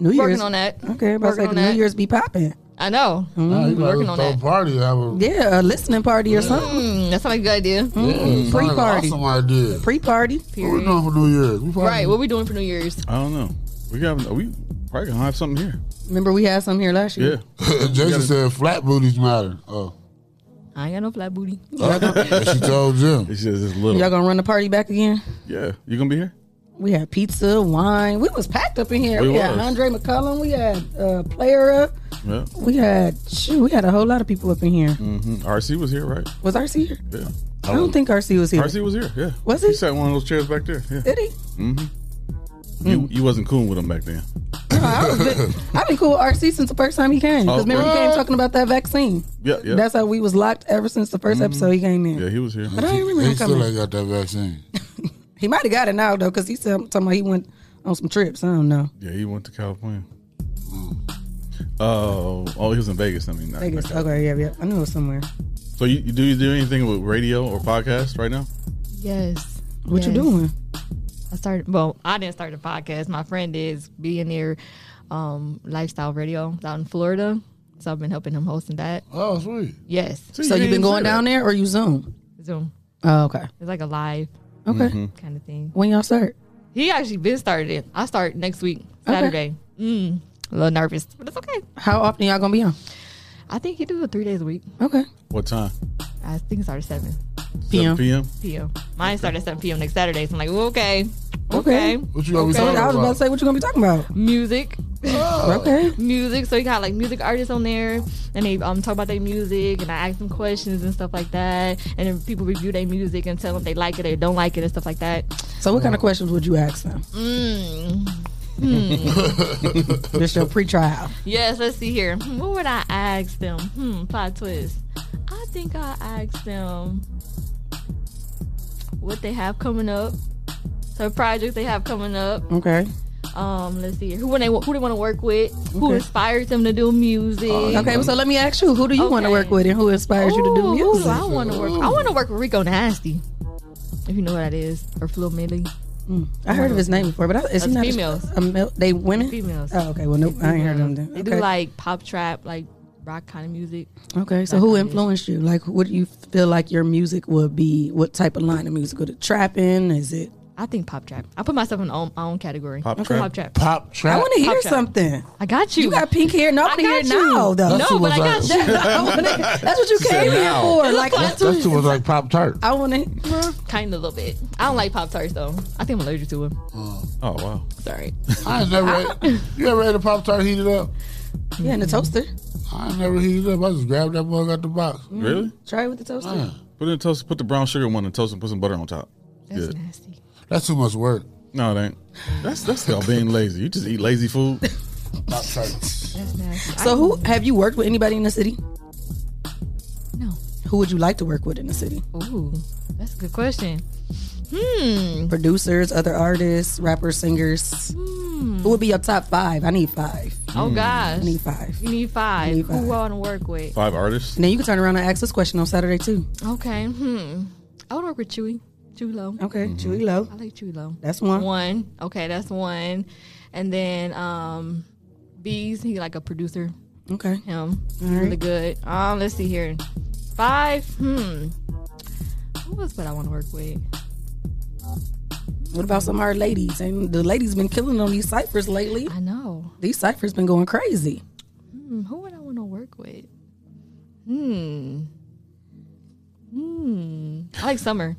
New
Working
Year's.
on that.
Okay, about
Working
like
on
New
that.
Year's be popping. Mm-hmm.
I know.
Nah, you
We're
gotta
working on
throw
that.
a party. Have a
Yeah, a listening party or something.
Mm, that sounds like a good idea.
Mm-hmm.
yeah, sounds like an
Pre-party.
Awesome idea.
Pre-party.
What we doing for New Year's? We probably-
Right. What we doing for New Year's?
I don't know. We got. We probably gonna have something here.
Remember we had some here last year.
Yeah.
Jason said flat booties matter. Oh,
I ain't got no flat booty.
But she told Jim.
It's just it's little.
Y'all gonna run the party back again?
yeah. You gonna be here?
We had pizza, wine. We was packed up in here.
We
We, had
was.
Andre McCullum. We had uh, Player Up.
Yeah.
We had shoot. We had a whole lot of people up in here.
hmm RC was here, right?
Was RC here?
Yeah.
I don't think RC was here.
RC was here. Yeah.
Was he?
He sat in one of those chairs back there. Yeah.
Did he?
hmm You
Mm.
you wasn't cool with him back then.
I've been cool with RC since the first time he came. Because
Oh,
remember
okay.
he came talking about that vaccine.
Yeah, yeah.
That's how we was locked ever since the 1st
Mm-hmm.
episode he came in.
Mm-hmm. Yeah, he was here.
But I didn't remember
he
him coming.
still ain't got that vaccine.
He might have got it now though, because he said talking about he went on some trips. I don't know.
Yeah, he went to California.
Mm.
Oh, oh, he was in Vegas. I mean, not-
Vegas.
not California.
Okay, yeah, yeah. I knew it was somewhere.
So you, you- do you do anything with radio or podcast right now?
Yes.
What you
yes.
doing?
I started. Well, I didn't start the podcast. My friend is billionaire um, lifestyle radio out in Florida, so I've been helping him hosting that.
Oh, sweet.
Yes.
So, you've been going down there or you Zoom?
Zoom.
Oh, okay.
It's like a live.
Okay.
Mm-hmm.
Kind of thing.
When y'all start?
He actually been started it. I start next week
Okay.
Saturday. Mm, a little nervous, but it's okay.
How often y'all gonna be on?
I think he do it three days a week.
Okay.
What time?
I think it started seven
7 p.m.
p.m. Mine started at seven p.m. next Saturday. So I'm like, okay,
Okay.
okay. Mm.
What
So, I was about to say what you gonna be talking about.
music.
Oh. Okay.
Music. So you got like music artists on there, and they um talk about their music, and I ask them questions and stuff like that, and then people review their music and tell them they like it or don't like it and stuff like that.
So what kind of questions would you ask them?
Mm. Hmm.
Just your pre-trial.
yes. Let's see here. Hmm, What would I ask them? Hmm. Plot twist. I think I ask them what they have coming up, so projects they have coming up.
Okay.
Um, let's see. Who they who they want to work with? Who
Okay. Oh,
inspires them to do music?
okay, well, so let me ask you, who do you want to work with and who inspires you to do
Ooh, who
music?
do I want to work. I want to work with Rico Nasty, if you know what that is, or Flo Milli.
Mm, I heard of his name before, but I, is
That's
he not a-
females.
A, male, they women?
Females.
Oh, okay. Well, nope, I ain't heard of them. Then.
They
okay.
do like pop trap, like rock kind of music.
Okay, so who influenced you? Like, what do you feel like your music would be? What type of line of music? Would it trapping? Is it?
I think pop trap. I put myself in my own, my own category.
Pop
Okay,
trap?
Pop trap.
Pop
I want to hear
trap.
something.
I got you.
You got pink hair. No, I want to hear it
got you.
now, though.
No, but I got you.
That's what you
She said
came here
now.
for. Like,
that's, that's too much like Pop Tart.
I want to.
Kind of a little bit. I don't like pop tarts though. I think I'm allergic to them.
Oh wow.
Sorry.
I ain't never. ate- you ever had a Pop Tart heated up?
Yeah, in the toaster.
I ain't never heated up. I just grabbed that mug out the box.
Really?
Mm-hmm. Try it with the toaster.
Put in toast. Put the brown sugar one in toast and put some butter on top. That's
nasty.
That's too much work.
No, it ain't. That's that's y'all being lazy. You just eat lazy food.
Pop Tarts.
So, who have you worked with anybody in the city?
No.
Who would you like to work with in the city?
Ooh, that's a good question. Hmm.
Producers, other artists, rappers, singers. Who would be your top five? I need five.
Hmm. Oh
Hmm.
gosh.
I need five.
You need five.
need five.
Who I want to work with?
Five artists.
And then you can turn around and ask this question on Saturday too.
Okay. Hmm. I would work with Chewy. Chewy Low.
Okay, Chewy Low.
I like Chewy Low.
That's one.
One. Okay, that's one. And then um Bees, he like a producer.
Okay.
Him.
All right.
Really good. Um, let's see here. Five. Hmm. Who was what I want to work with?
What about some of our ladies? And the ladies been killing on these ciphers lately. I
know.
These ciphers been going crazy.
Hmm, who would I want to work with? Hmm. Hmm. I like Summer.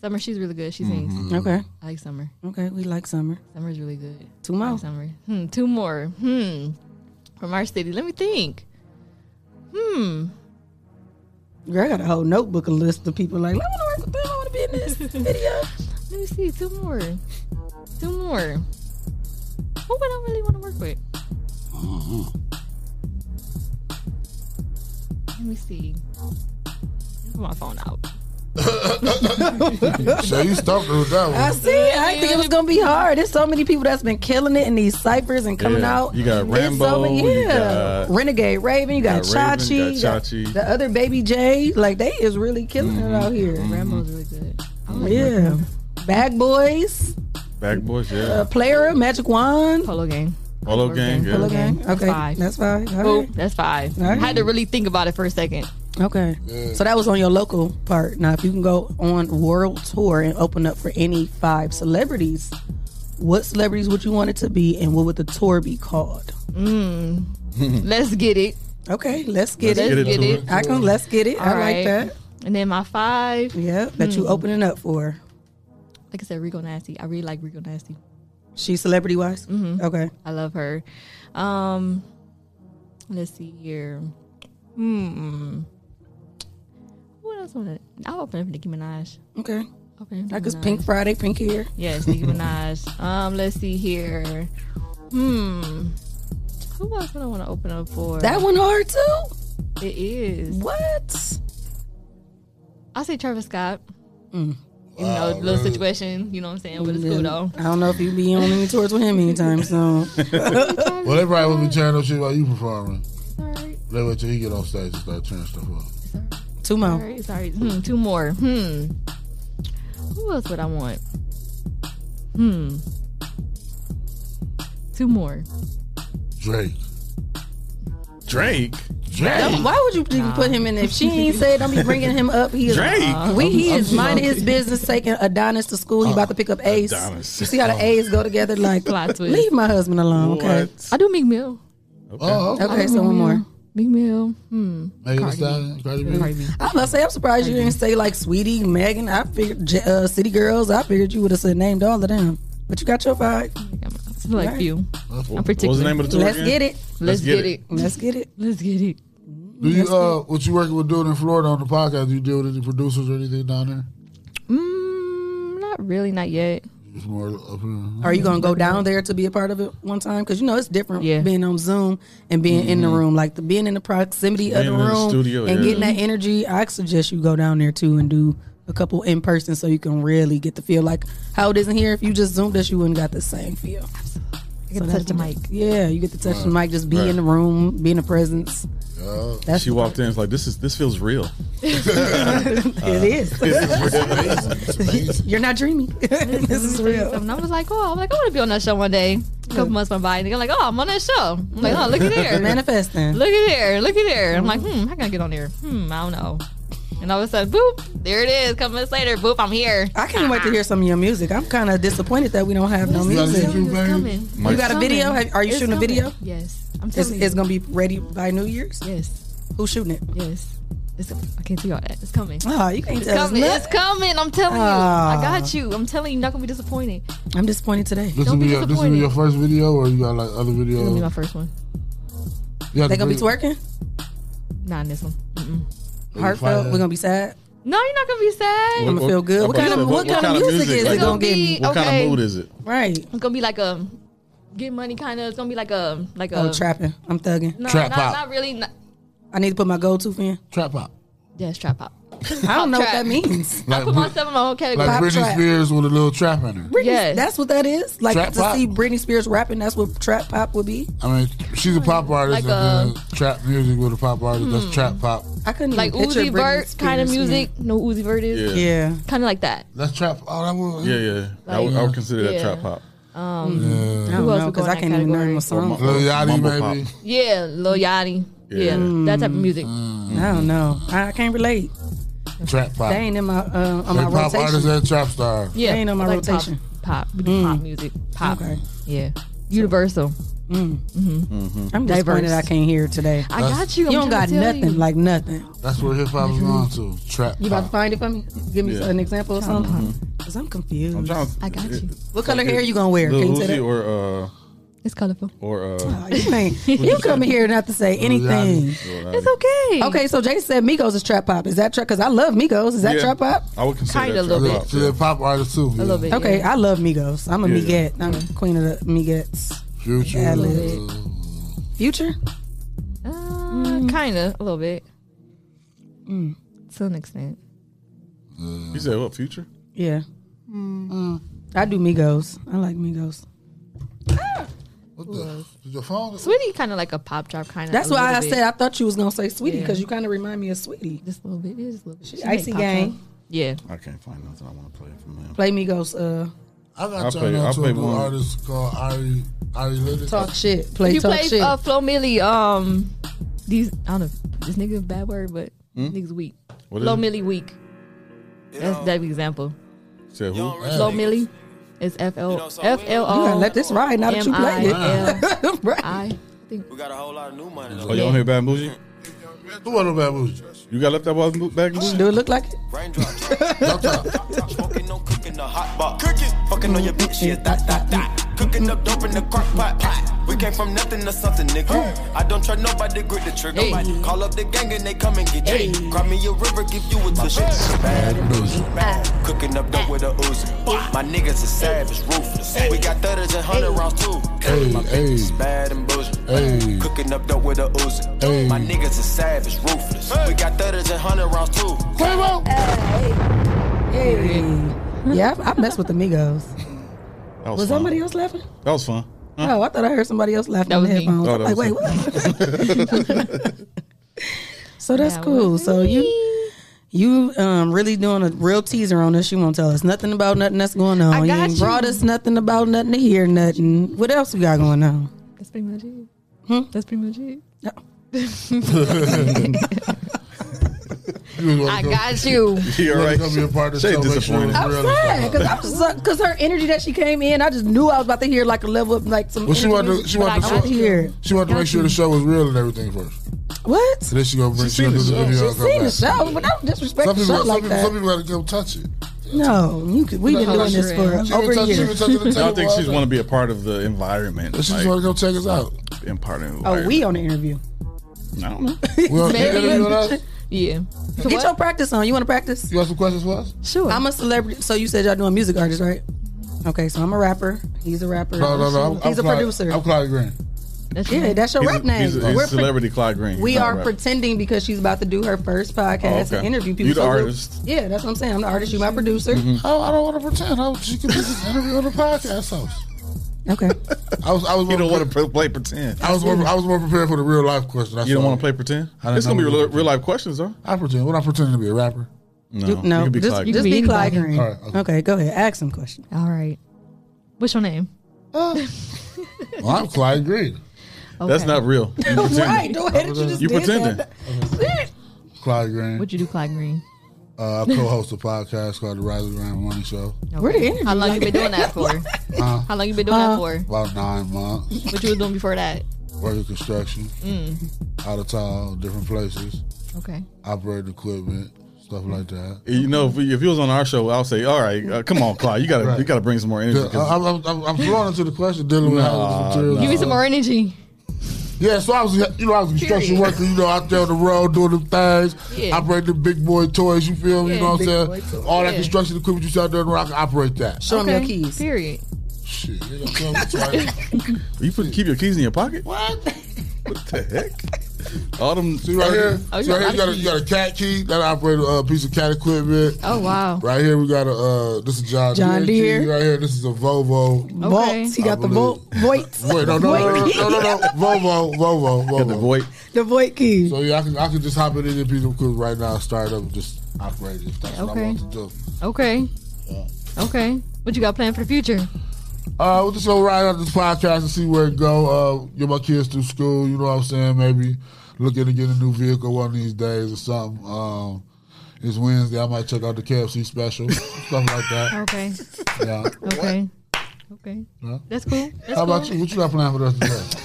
Summer, she's really good. She sings.
Mhm. Okay.
I like Summer.
Okay, we like summer.
Summer's really good.
Two more.
I like Summer. Hmm, two more. Hmm. From our city. Let me think. Hmm.
Girl, I got a whole notebook of list of people like, I want to work with them. I want to be in this video.
Let me see. Two more. Two more. Who would I really want to work with? Let me see. Put my phone out.
so you stumped her with that one.
I see. I didn't think it was gonna be hard. There's so many people that's been killing it in these ciphers and coming
Yeah.
out.
You got
There's so
Rambo,
many-
you
yeah.
got-
Renegade Raven. You got,
got Raven, you
Chachi.
got
the-
Chachi.
The other baby J. Like they is really killing it out here.
Rambo's really good.
yeah. Bag Boys,
Back boys.
uh,
Yeah.
Player, Magic Wand,
Polo Gang.
Polo gang.
Polo
Yeah.
Gang. Okay,
five.
that's five. All
Boop,
right.
That's five.
All right.
I had to really think about it for a second.
Okay. So that was on your local part. Now, if you can go on world tour and open up for any five celebrities, what celebrities would you want it to be, and what would the tour be called?
Mm. Let's get it.
Okay, Hmm. let's get it.
Let's get it.
I can. Let's get it. I
All
like
right.
that.
And then my five.
Yeah, that you
Hmm.
opening up for.
Like I said, Rico Nasty. I really like Rico Nasty.
She celebrity wise.
Mhm.
Mm-hmm. Okay.
I love her. Um, let's see here. Hmm. What else want to? I'll open up Nicki Minaj.
Okay.
Open up Nicki
Like it's
Minaj.
Pink Friday, pink hair.
Yes, Nicki Minaj. Um, let's see here. Hmm. Who else would I want to open up for?
That one hard too.
It is.
What?
I say Travis Scott.
Oh,
you know,
Wow,
little
really?
situation. You know what I'm saying? But it's cool though.
I don't know if you be on any tours with him anytime soon.
well, they probably would be tearing up shit while you performing. They wait till he get off stage and start tearing stuff up.
Two more.
Sorry, sorry. Hmm, two more. Hmm. Who else would I want? Hmm. Two more.
Drake.
Drake.
Don't- Why would you even put him in? there? If she ain't said, don't be bringing him up. He is, uh,
Drake.
We, he
I'm-
is
I'm
minding
sorry.
his business, taking Adonis to school. He about to pick up Ace.
Adonis. Oh.
You see how the A's go together? Like,
Plot twist.
leave my husband alone, okay?
I do Meek Mill.
Oh, okay.
Okay, so one more.
Meek Mill. Hmm.
Megan Thee Stallion, Cardi B.
I must say, I'm surprised you didn't say like Sweetie, Megan. I figured J- uh, City Girls. I figured you would have said named all of them, but you got your five.
like few.
What was the name of the tour
Let's
again?
get it.
Let's Let's get get it. it.
Let's get it.
Let's get it.
Do you uh what you working with doing in Florida on the podcast? Do you deal with any producers or anything down there?
Not really, not yet.
It's more uh, up here.
Are you gonna go down there to be a part of it one time? Because you know it's different
Yeah.
being on Zoom and being in the
Mhm.
room, like the being in the proximity of the
Being in the
room
studio,
and
yeah. Mm-hmm.
getting that energy. I suggest you go down there too and do a couple in person so you can really get the feel like how it is in here. If you just zoomed us, you wouldn't got the same feel. So
You get to touch
that's
the
what-
mic.
Yeah, you get to touch the
Right.
mic. Just be
Right.
in the room, be in the presence. That's
she walked in. It's like this is this feels real. Uh,
it is.
It's
You're not dreaming. this is real.
And I was like, oh, I'm like, I want to be on that show one day. A couple months went by, and they're like, oh, I'm on that show. I'm like, oh, look at there,
manifesting.
Look at there, look at there. I'm like, hmm, how can I get on there? Hmm, I don't know. And all of a sudden, boop, there it is. A couple minutes later, boop, I'm here.
I can't wait to hear some of your music. I'm kind of disappointed that we don't have no
You got a
music.
YouTube
It's coming.
You got a
Coming.
video? Have- Are you
It's
shooting a
coming.
video?
Yes, I'm
It's,
telling you.
it's gonna be ready by New Year's.
Yes.
Who's shooting it?
Yes. It's, I can't tell y'all that. It's coming.
Oh, you can't
it's
tell us
coming.
nothing. Oh.
It's coming. I'm telling you. I
Aw.
got you. I'm telling you. You're not gonna be disappointed.
I'm disappointed today.
This will be your, this will be your first video, or you got like other videos?
It's gonna be my first one.
You got
They gonna be
the-
twerking?
Not in this one. Mm-mm.
Heartfelt. We're gonna be sad.
No, you're not gonna be sad.
What- I'ma what- feel good. What kind of- what kind of music is it
It's
gonna give me?
be-
What kind of
okay.
mood is it? Right.
It's gonna be like a get money kind of. It's gonna be like a like a
Oh, trapping. I'm thugging.
No, not, not really. Not,
I need to put my go-to in.
Trap pop.
yes, trap out.
I don't know what that means.
Like,
I put
Brit-
myself in my own category.
like Britney Spears with a little trap in her.
Britney, that's what that is. Like
Trap
to
pop.
see Britney Spears rapping, that's what trap pop would be.
I mean, she's a pop artist
Like uh,
and then trap music with a pop artist.
Hmm.
That's trap pop.
I couldn't
Like
even picture
Uzi
Britney
Vert kind of
Spears, man.
music. No Uzi Vert is.
Yeah. Yeah.
Kind of like that.
That's trap. Oh, that was.
Yeah, yeah. I, would, I would consider that trap pop.
Um,
I
Who
Yeah.
don't
else
know
would go
because
in
I
that
can't even name
category?
a song.
Uh, Lil Yachty,
Mumble pop.
maybe.
Yeah, Lil Yachty. Yeah,
Yeah.
that type of music.
I don't know. I I can't relate.
Trap pop.
They ain't in my uh, on
They
my
pop artists
rotation.
and trap star.
Yeah,
They ain't on my
like pop-
rotation. Mm.
Pop, We do pop music, pop.
Okay. Mm.
Yeah, universal.
Mm-hmm.
hmm
I'm
Diverse.
disappointed I can't hear it today.
I got you. I'm
You don't
trying
got
to tell
nothing
you.
like nothing.
That's where hip hop is going
Mm-hmm.
to. Trap
You about to
pop.
find it for me? Give me
Yeah.
an example of
Child
something. Cause I'm confused.
I'm trying to-
I got
it-
you.
it's
What color
like
hair
it-
you gonna wear? Can
Lil
you say
Uzi
that? Oh,
or uh,
It's colorful.
or uh,
You ain't- you come in here not to say anything.
It's
okay.
Okay, so Jay said Migos is trap pop. Is that trap? Because I love Migos. Oh, Is that trap pop?
I would consider
Kinda
that
a little
trap
bit.
pop.
So they're pop artists too. A
little bit. Okay, I love Migos. I'm a
Yeah, yeah.
Miguet. I'm queen of the Miguettes.
Future.
I love it. Future?
kind of Uh, a little bit. To an extent.
You said what? Future?
Yeah. Uh, I do Migos. I like Migos.
What the? Did your phone?
Sweetie, kind of like a pop drop kind of.
That's why I said I thought you was gonna say Sweetie
Yeah.
because you kind of remind me of Sweetie.
Just a little bit. Just a little bit.
She
She
icy
make pop
gang.
drop. Yeah.
I can't find nothing I want to play from him.
Play Migos. Uh,
I
I'll
got
play-
turned on
I'll
to
play
a new
one.
artist called Ari Ari Lennox.
Talk shit. Play
you
talk
play
shit.
Uh, Flo Milli. Um, these I don't know. This nigga a bad word, but
Hmm?
niggas weak.
What is
Flo
it?
Milli weak. That's that example.
Said who?
Flo Milli is F L F L O.
You gotta let this ride now that you played it.
it. I think
We got a whole lot of new money.
Oh, you don't hear bad bougie?
Who want no bad bougie?
You got left that bad bougie?
Do it look like it?
Cooking the hot pot. Cooking. Fucking on your bitch, yeah, that, that, that. Cooking up dope in the crock pot. We came from nothing to something, nigga. I don't try nobody, grip the trigger. Nobody. Call up the gang and they come and get you. Cry me a river, give you a tushy. Bad bougie. Cooking up dope with a Uzi. My niggas is savage, ruthless. We got 30s and 100 rounds too.
Hey, hey,
Bad and bougie.
hey.
Cooking up dope with a Uzi. My niggas is savage, ruthless. We got 30s and 100 rounds too.
Quavo.
Hey. yeah, I, I messed with the Migos.
That was,
was
fun.
somebody else laughing?
That was fun.
Oh, I thought I heard somebody else laughing
That
on the
was me.
headphones.
Oh,
I'm
that
like, wait, what? so that's cool. So you you um, really doing a real teaser on us. You won't tell us nothing about nothing that's going on. you
got
ain't brought
you.
us nothing about nothing to hear nothing. What else we got going on?
That's pretty much it.
Hmm?
That's pretty much it.
You was
I
welcome.
got you.
You
all
wanna
right?
come be a part of the
She
show, make sure
disappointed.
it's real and stuff.
I'm just because her energy that she came in, I just knew I was about to hear like a level up, like some.
Well, she wanted to, she wanted to,
to hear.
she wanted to make sure the show was real and everything first.
What?
And then she gonna bring
She's
she gonna do
seen
the
the
video.
show. She's
and come
seen the
back.
show, but don't disrespect
some
the
people,
show
some
like
people,
that.
Some people gotta go touch it.
No, you could, we've been doing this
She
for over
been
a
touching- she
year.
been touching the
I
table
think
all
she's
day.
want to be a part of the environment.
She just wanna go check us out.
In part of the
Oh,
environment.
we on the interview.
I don't know.
Well, you
Maybe.
interview with us?
Yeah.
Get your practice on. You want to practice?
You got some questions for us?
Sure.
I'm a celebrity. So you said y'all doing music artists, right? Okay, so I'm a rapper. He's a rapper.
No, no, no. I'm,
He's a
I'm Clyde-
producer.
I'm Clyde Green.
yeah, that's your
He's a-
rap name.
He's a, he's
We're
a celebrity Clyde Green.
pre- we
He's not
are
a rapper.
pretending because she's about to do her first podcast
Oh, okay.
and interview people.
You the
So we'll-
artist.
Yeah, that's what I'm saying. I'm the artist. You my producer.
Mhm.
Oh, I don't want to pretend. I, she could be just interview on the podcast host.
Okay.
I was. I was.
You don't want to play pretend.
I was. More, I was more prepared for the real life question.
You don't want to play pretend. It's gonna be real, real life questions though.
I pretend. What I pretending to be a rapper?
No,
Oh,
You- no,
you can be
just,
Clyde
just
Green.
be Clyde Green.
All right,
okay. go ahead. Ask some questions.
All right. What's your name?
Mm-hmm.
Well, I'm Clyde Green.
That's not real. You pretending.
Right, the way that you just
You
did
pretending.
that.
Clyde Green.
What'd you do, Clyde Green?
Uh, I co-host a podcast called The Rise of the Grand Morning Show.
Where the energy?
How long
like
you been doing that for?
Uh,
How long you been doing that for?
About nine months.
What you was doing before that?
Working construction,
Mm.
out of town, different places,
Okay.
operating equipment, stuff like that.
You know, if, if he was on our show, I'll say, "All right, uh, come on, Clyde, you gotta,
Right.
you gotta bring some more energy."
Yeah, I, I'm, I'm, I'm flowing into the question, dealing with
Nah,
how this material.
Give me some more energy.
Yeah, so I was, you know, I was a construction
Period.
worker, you know, out there on the road doing them things,
Yeah.
operating the big boy toys. You feel me?
Yeah,
you know what
big
I'm
boy
saying?
toys.
All that
Yeah.
construction equipment you see out there on the rock, I operate that.
Show him your
Okay,
keys.
Period.
Shit, you know, so it's like-
You put, keep your keys in your pocket. What? What the heck? All them
See right here,
Oh, you
see right here
got
you, got a,
lucky.
you got a cat key that operate a uh, piece of cat equipment.
Oh wow.
Right here we got a uh, this is John,
John
key.
Deere.
Right here, this is a Volvo.
Okay.
Volts. He got
I
the
believe-
Volt. Voits.
Wait, no, no, no, no, no, no, no, no, Volvo, Volvo, Volvo.
the void.
The Voit key.
So yeah, I can I can just hop in any piece of equipment right now, and start up, and just operate it. if That's what I
Okay.
want to do.
Okay. Okay. What you got planned for the future?
Uh, we'll just go right out this podcast and see where it go. Uh, get my kids through school. You know what I'm saying? Maybe looking to get a new vehicle one of these days or something. Um, it's Wednesday. I might check out the KFC special, stuff like that.
Okay.
Yeah.
Okay. Okay.
No.
That's cool. That's
How about
cool.
you? What you got planned for us today?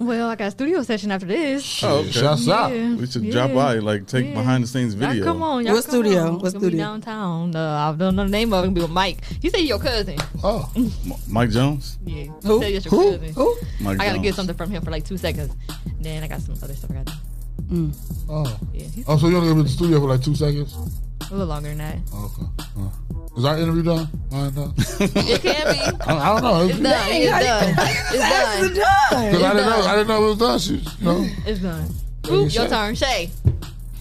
Well, I got a studio session after this.
Oh, okay.
Shouts out.
Yeah.
We should
Yeah.
drop by, like take
Yeah.
behind the scenes
Y'all
video.
come on, y'all
What
come
studio?
on.
What
It's gonna be
studio?
downtown. Uh, I don't know the name of it. It'll be with Mike. He said your cousin.
Oh,
M- Mike Jones.
Yeah.
Who?
He said it's your
Who?
cousin.
Who?
Mike
I gotta
Jones.
get something from him for like two seconds. Then I got some other stuff I gotta do.
oh,
Mm. Yeah, he's
oh! So you only been in the studio for like two seconds?
a little longer than that.
Okay. Uh, is our interview done? Mine done?
It can be.
I, I don't know.
It's done. It's done. It's done.
Because I didn't know.
done.
I didn't know it was done. She, you know,
It's done.
Well, you
Ooh, your
said-
turn, Shay.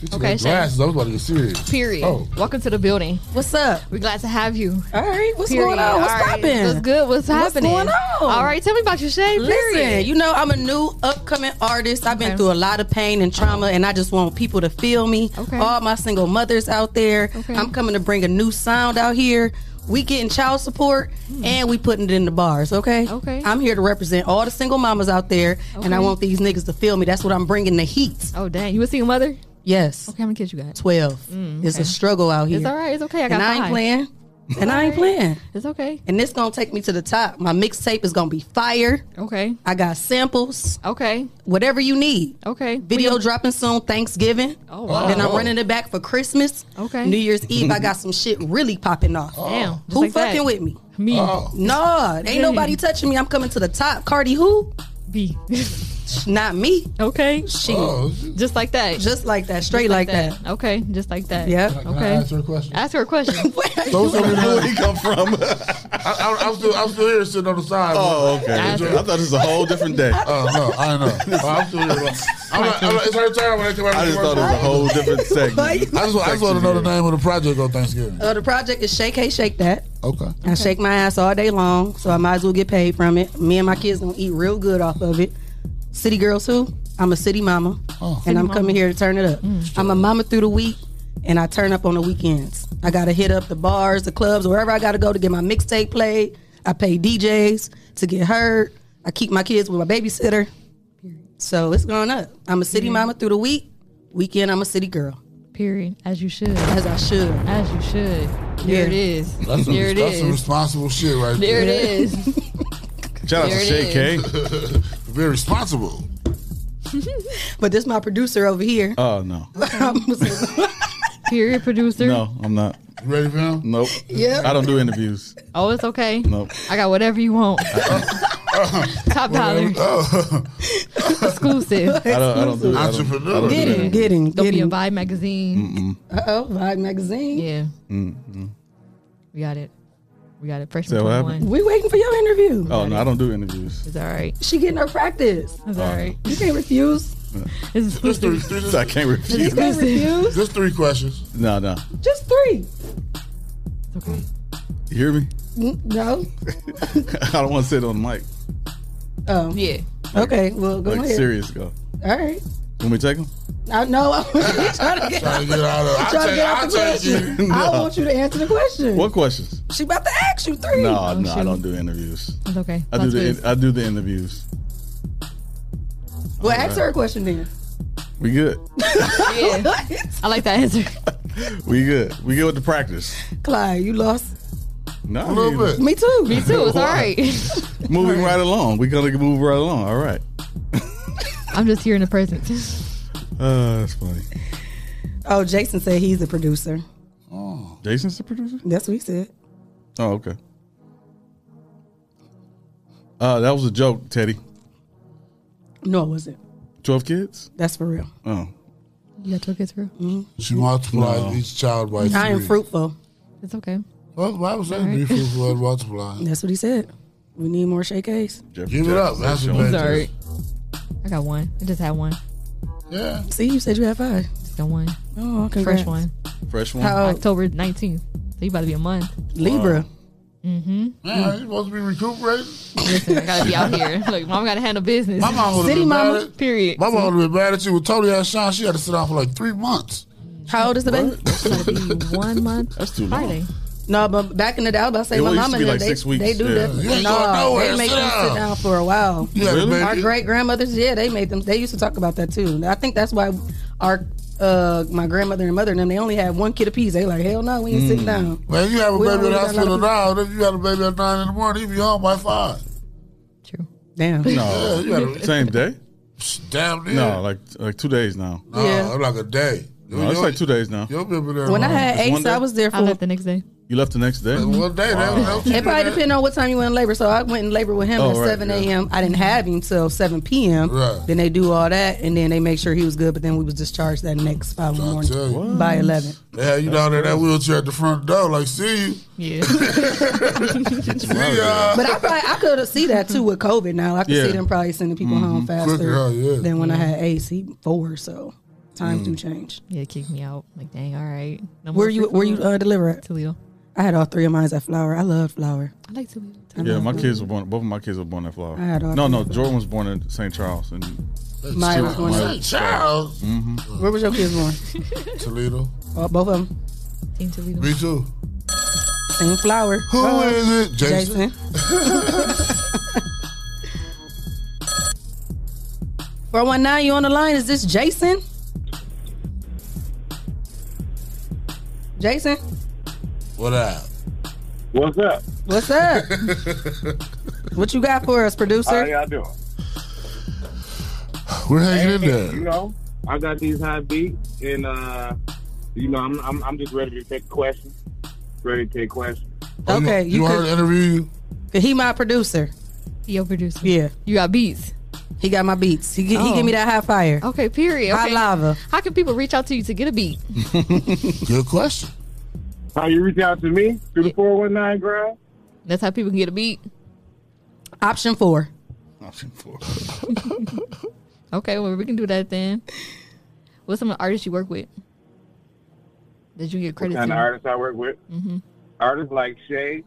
she took
Okay,
her
Shay.
glasses. I was about to get serious.
Period.
Oh.
Welcome to the building.
What's up?
We're glad to have you.
All right. What's
Period.
going on? What's
All right.
popping?
What's good? What's,
What's
happening?
going on?
All right, tell me about your Shay.
Listen,
Period.
you know I'm a new upcoming artist. I've been
Okay.
through a lot of pain and trauma, and I just want people to feel me.
Okay.
All my single mothers out there,
Okay.
I'm coming to bring a new sound out here. We getting child support
Hmm.
and we putting it in the bars, okay?
Okay.
I'm here to represent all the single mamas out there, and I
Okay.
want these niggas to feel me. That's what I'm bringing the heat.
oh dang, you a single mother?
Yes,
Okay, how many kids you got?
twelve. It's a struggle out here.
It's all right. It's okay. I got
and I
five.
ain't playing. And I ain't playing.
It's okay.
And this gonna take me to the top. My mixtape is gonna be fire.
Okay.
I got samples,
Okay.
whatever you need.
Okay.
Video dropping soon, Thanksgiving.
Oh, wow.
Then I'm
Oh.
running it back for Christmas.
Okay.
New Year's Eve, I got some shit really popping off.
Damn. just
Uh, Who
like that.
fucking with me? Uh,
Me.
Oh,
Nah, ain't nobody touching me. I'm coming to the top. Cardi, who?
B.
Not me.
okay.
She
oh.
Just like that.
just like that, straight like, that.
Okay. Just like that.
Yep.
Can I
Okay.
ask her a question?
Ask her a question.
So what's your
Where
new,
he come from?
I, I, I'm still, I'm still here sitting on the side.
Oh, okay. I thought this was a whole different day.
Oh no, I know. Oh, I'm still here. I'm not, I'm not, it's her turn when they come out.
I just thought it was a whole different segment.
I just, want- I just want to know the name of the project on Thanksgiving.
Uh, the project is Shake Hey Shake That.
Okay.
I shake my ass all day long, so I might as well get paid from it. Me and my kids gonna eat real good off of it. City girls who? I'm a city mama, and
City
I'm
mama. Mm.
coming here to turn it up. I'm a mama through the week, and I turn up on the weekends. I gotta hit up the bars, the clubs, wherever I gotta go to get my mixtape played. I pay DJs to get heard. I keep my kids with my babysitter, so it's going up. I'm a city mama through the week. Weekend, I'm a city girl.
Period. As you should.
As I should.
As you should. There it is.
That's some,
there it
that's
is.
some responsible shit right
There
there.
it is.
Shout out to There it Shay
Very responsible.
But this my producer over here.
Oh no,
Period producer.
no, I'm not.
ready for him?
Nope.
Yeah.
I don't do interviews.
Oh, it's okay.
Nope.
I got whatever you want.
Uh-uh.
Top dollar. Exclusive.
I don't- I don't do- I don't- Entrepreneur. I don't do
Get
that.
him,
get him,
Don't be a Vibe magazine.
Uh oh, Vibe magazine.
Yeah,
Mm-mm.
we got it. We got it. Freshman
Say what happened?
21.
We waiting for your interview.
Oh no, I don't do interviews.
It's all right.
She getting her practice.
It's all right.
You can't refuse.
It's
I can't
You
refuse.
can't refuse.
Just three questions.
No, no.
Just three.
You hear me?
Mm, No.
I don't want to sit on the mic.
Oh.
Yeah.
Okay. Well, go
Like
ahead.
serious, go.
All right.
When we take them?
I know. I'm trying to get,
Trying to get out of- I'll
trying to
take-
get out
I'll
the
take you.
question. I
No.
want you to answer the question.
What questions?
She about to ask you three.
No, no, I don't do interviews.
It's Oh, okay.
I do the in- I do the interviews. All
Well, ask
right.
her a question then.
We good.
Yeah. I like that answer.
We good. We good with the practice.
Clyde, you lost.
No,
A little
we-
bit. Me too. Me too. It's all
Why?
right.
Moving right along. We're gonna move right along. All right.
I'm just here in the present.
Uh, that's funny.
Oh, Jason said he's a producer.
Jason's the producer.
That's what he said.
Oh, okay. Uh, that was a joke, Teddy.
No, it wasn't.
Twelve kids.
That's for real.
Oh,
You got your kids through.
Mm-hmm.
She multiplies
No.
each child by three.
I am fruitful.
It's okay.
Well, why was
All
that?
right.
Be fruitful and multiply.
That's what he said. We need more shake A's.
Jeff-
Give it up. That's
It's
what
all right.
matters.
I got one. I just had one.
Yeah.
See, you said you had five.
Just got one.
Oh,
Fresh
congrats.
one.
fresh one.
How old?
October 19th. So you about to be a month.
Libra.
Mm-hmm.
Man, are you supposed to be recuperating?
Listen, I gotta be out here. Look, mom gotta handle business.
My mom would have been mad at
Period.
My mom would have been mad at you with Tony ass Sean. She had to sit down for like three months.
How old is the baby?
one month.
That's too
Friday. No, but back in the day, I was about to say
It
my
only
mama
used to be
and
like
them,
six
they,
weeks,
they do
yeah. You
that.
ain't going
No,
nowhere,
they make
sit
them
down.
sit down for a while.
You had a Really? baby?
Our great grandmothers, yeah, they made them. They used to talk about that too. And I think that's why our uh, my grandmother and mother and them they only had one kid apiece. They like hell no, we ain't
Mm.
sitting down.
Hmm. Man, you have a
We don't
baby in
really got
the
a lot
hospital
of
now. If you had a baby at nine in the morning, you be home by five.
Damn.
Yeah, you
No,
gotta-
same day.
Damn near.
No, like like two days now.
No, Yeah. like a day.
No, it's like two days now.
Your baby there.
When I had
Just one
Ace,
day?
I was there for
I left the next day.
You left the next day.
One day. that- that was-
It probably depends on what time you went in labor. So I went in labor with him
Oh,
at
right,
7
yeah.
a.m. I didn't have him till 7 p.m.
Right.
Then they do all that, and then they make sure he was good. But then we was discharged that next following morning
tell you.
by
What?
11.
Yeah, you down there in that wheelchair at the front door. Like, see you.
Yeah.
see ya.
But I probably I could see that too with COVID. Now I could
Yeah.
see them probably sending people
Mm-hmm.
home faster
Quicker, oh, yeah. Mm.
than when I had Ace. He four, so times do change.
Yeah, kicked me out. Like, dang, all right. No more
where you
free
where you
food.
uh, deliver at?
Toledo.
I had all three of mine at Flower. I loved Flower.
I like Toledo.
Yeah, my kids were born. Both of my kids were born in Florida.
I had all
no,
three
no,
of them.
Jordan was born in St. Charles, and
Mine was born in St. Charles?
Mm-hmm.
hmm
Where was your kids born?
Toledo.
Oh, both of them.
Team Toledo.
Me too.
Same Flower.
Who
Who is
is it? Jason.
Four one nine, you on the line? Is this Jason? Jason,
What up?
What's up?
what's up? what you got for us,
How
producer?
y'all doing?
We're hanging in there.
You know, I got these high beats, and uh, you know, I'm, I'm I'm just ready to take questions. Ready to take questions.
Okay,
Oh, You want her to interview
Cause he my producer.
He your producer.
Yeah.
You got beats.
He got my beats. He, gi- he
Oh.
give me that high fire.
Okay, period.
Hot
Okay.
lava.
How can people reach out to you to get a beat?
you? Good question.
How you reach out to me through the four one nine grind?
That's how people can get a beat.
Option four.
Mm-hmm.
Option four.
okay, well we can do that then. What's some of the artists you work with? Did you get
What
credit?
kind
to?
of artists I work with?
Mhm.
Artists like Shay.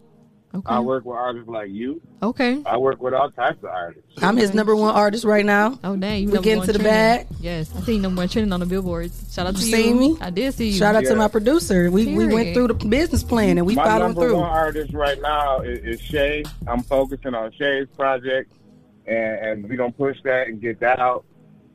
Okay.
I work with artists like you.
Okay.
I work with all types of artists.
I'm his number one artist right now.
Oh dang, you
We
number
getting
one
to the
trending.
bag.
Yes, I seen number one trending on the billboards. Shout out
You
to
seen
you.
me?
I did see you.
Shout out to my producer. We we
Period.
went through the business plan and we
My
followed
number
through.
one artist right now is, is Shay. I'm focusing on Shay's project, and, and we gonna push that and get that out.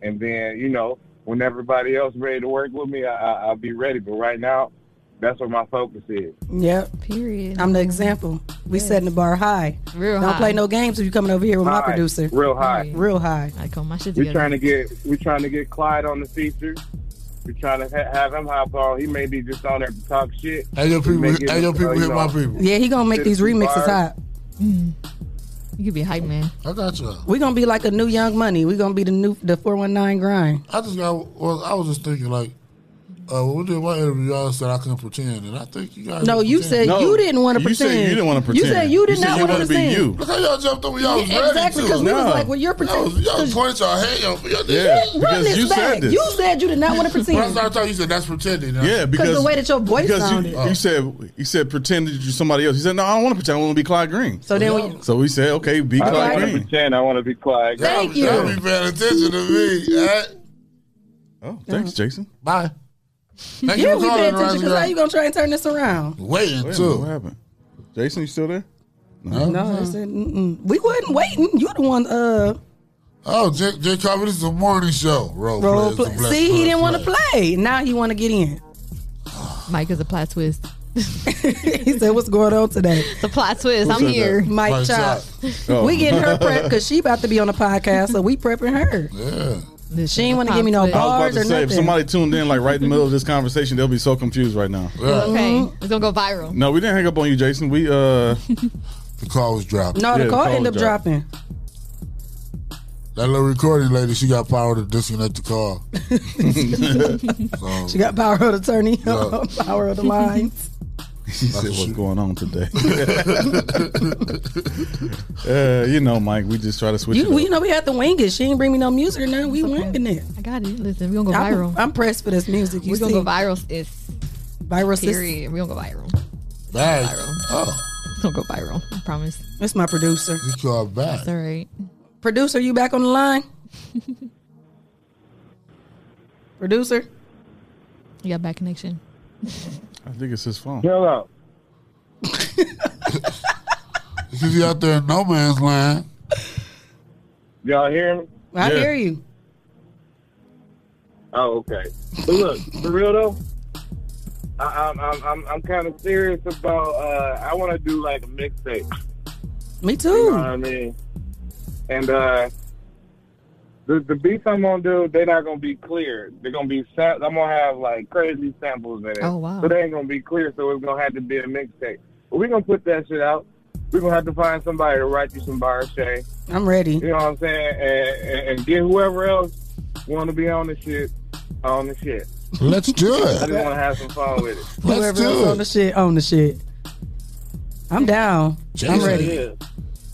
And then you know, when everybody else ready to work with me, I, I, I'll be ready. But right now, that's what my focus is.
Yep.
Period.
I'm the example. We setting the bar high.
Real
Don't
high.
play no games if you coming over here with my
High.
producer.
Real high.
Real high.
I call oh, my shit
We're trying to get we're trying to get Clyde on the feature. We're trying to ha- have him hop on. He may be just on there to talk shit.
Hey, your people,
Make it,
hey, your people
uh, you
hit my
know,
people.
Yeah, he gonna make these remixes hot.
Mm. You could be hype man.
I got you.
We gonna be like a new Young Money. We gonna be the new the four one nine grind.
I just got. Well, I was just thinking like. Uh, when we did one interview, y'all said I couldn't pretend, and I think you guys.
No,
were
you
pretending.
said you didn't want to pretend. You said you did not want to pretend.
Look how y'all jumped over y'all was
Yeah,
ready
exactly,
to.
because we was like, well, you're pretending.
Y'all, was- y'all pointed y'all hand, y'all, y'all did-
Yeah,
Run this back. You said you did not want to
When I
pretend.
started talking, you said that's pretending. huh?
Yeah, because
the way that your voice
because
sounded.
You, you said you said pretend that you're somebody else. He said no, I don't want to pretend. I want to be Clyde Green.
So then when
so we said okay, be
I don't
Clyde
want to
Green.
pretend. I want to be Clyde.
Thank
you. Y'all be paying attention to me. eh?
Oh, thanks, Jason.
Bye. Thank
yeah,
you for
we pay
calling,
attention
Rising
because how you gonna
Ground.
try and turn this around?
Wait
Waiting
a minute,
too.
What happened? Jason, you still there?
No, I said, mm-mm. we wasn't waiting. You're the one. Uh,
Oh, Jake, Jake Cobb, this is a morning show. Role,
role
play.
play. See, he didn't want to play. Now he want to get in.
Mike is a plot twist.
he said, "What's going on today?"
The plot twist. I'm here.
Mike Chop.
Oh.
We getting her prep because she about to be on the podcast, so we prepping her.
Yeah.
She ain't want to give me no
I was
bars
about
or
to say, if
nothing.
somebody tuned in like right in the middle of this conversation, they'll be so confused right now.
Okay,
Mm-hmm.
it's gonna go viral.
No, we didn't hang up on you, Jason. We uh,
the call was dropped.
No, the call end up dropping.
That little recording lady, she got power to disconnect the call.
She got power of attorney,
Yeah.
power of the lines.
She said, "What's going on today?" uh, you know, Mike, we just try to switch.
You,
it
we,
up.
you know, we had to wing it. She ain't bring me no music or nothing. We winging it.
I got it. Listen, we're gonna go
I'm,
viral.
I'm pressed for this music. You
We're gonna
see.
go viral. It's
Viral sis-
period. We're gonna go viral.
Bag.
Oh. It's gonna go viral. I promise.
It's my producer.
You called back.
It's all right.
Producer, you back on the line? Producer,
You got bad connection.
I think it's his phone.
Chill out.
Because you out there in no man's land.
Y'all hear me?
I
Yeah.
hear you.
Oh, okay. But look, for real though, I, I'm I'm I'm, I'm kind of serious about. Uh, I want to do like a mixtape.
Me too.
You know what I mean? And uh, the the beats I'm gonna do, they're not gonna be clear. They're gonna be. Sa- I'm gonna have like crazy samples in it.
Oh, wow.
So they ain't gonna be clear. So it's gonna have to be a mixtape. But we gonna put that shit out. We are gonna have to find somebody to write you some bars, Shay.
I'm ready.
You know what I'm saying? And, and, and get whoever else want to be on the shit, on the shit.
Let's do
I just
it.
want to have some fun with it.
Whoever else on the shit, on the shit. I'm down. I'm ready.
Yeah,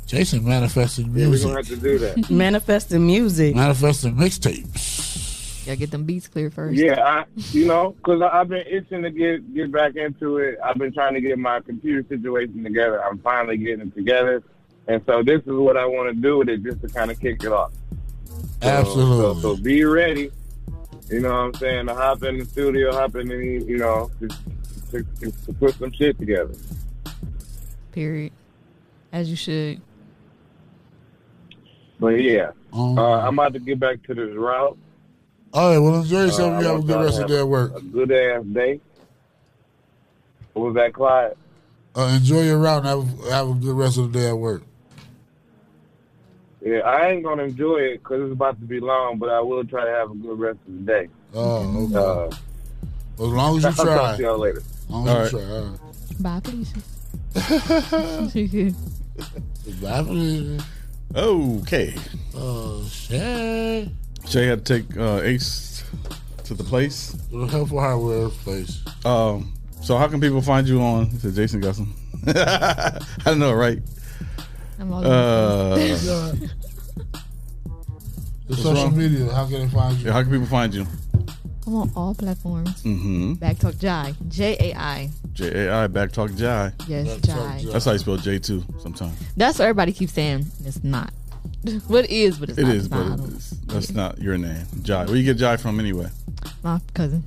Jason manifested
yeah we're
music.
gonna have to do that.
Manifesting music.
Manifesting mixtape.
You gotta get them beats clear first.
Yeah, I, you know, because I've been itching to get get back into it. I've been trying to get my computer situation together. I'm finally getting it together, and so this is what I want to do with it, just to kind of kick it off. So-
Absolutely.
So, so be ready. You know what I'm saying? To hop in the studio, hop in, any, you know, to, to, to put some shit together.
Period. As you should.
But yeah,
Um,
uh, I'm about to get back to this route.
All right, well, enjoy yourself.
Uh,
you have a good rest of the day at work.
A good ass day. What was that, Clyde?
Uh, enjoy your route and have, a- have a good rest of the day at work.
Yeah, I ain't gonna enjoy it because it's about to be long, but I will try to have a good rest of the day.
Oh, okay.
Uh,
as long as you
I'll
try.
talk to y'all later.
As long as you try. All right.
Bye, Felicia.
Okay.
Oh, shit.
Shay had to take uh, Ace to the place.
Uh-huh. The helpful hardware place.
Um, so how can people find you on? Is it Jason Gusson? I don't know, right?
I'm all
Uh,
The
What's
social
wrong?
media, how can they find you?
how can people find you?
I'm on all platforms.
Mm-hmm.
Backtalk Jai. J A I.
J A I Backtalk Jai.
Yes, Backtalk Jai. Jai.
That's how you spell J too. Sometimes
That's what everybody keeps saying. It's not. what is, but it's
it
not.
is,
It's not.
but it's, that's not your name, Jai. Where you get Jai from anyway?
My cousin.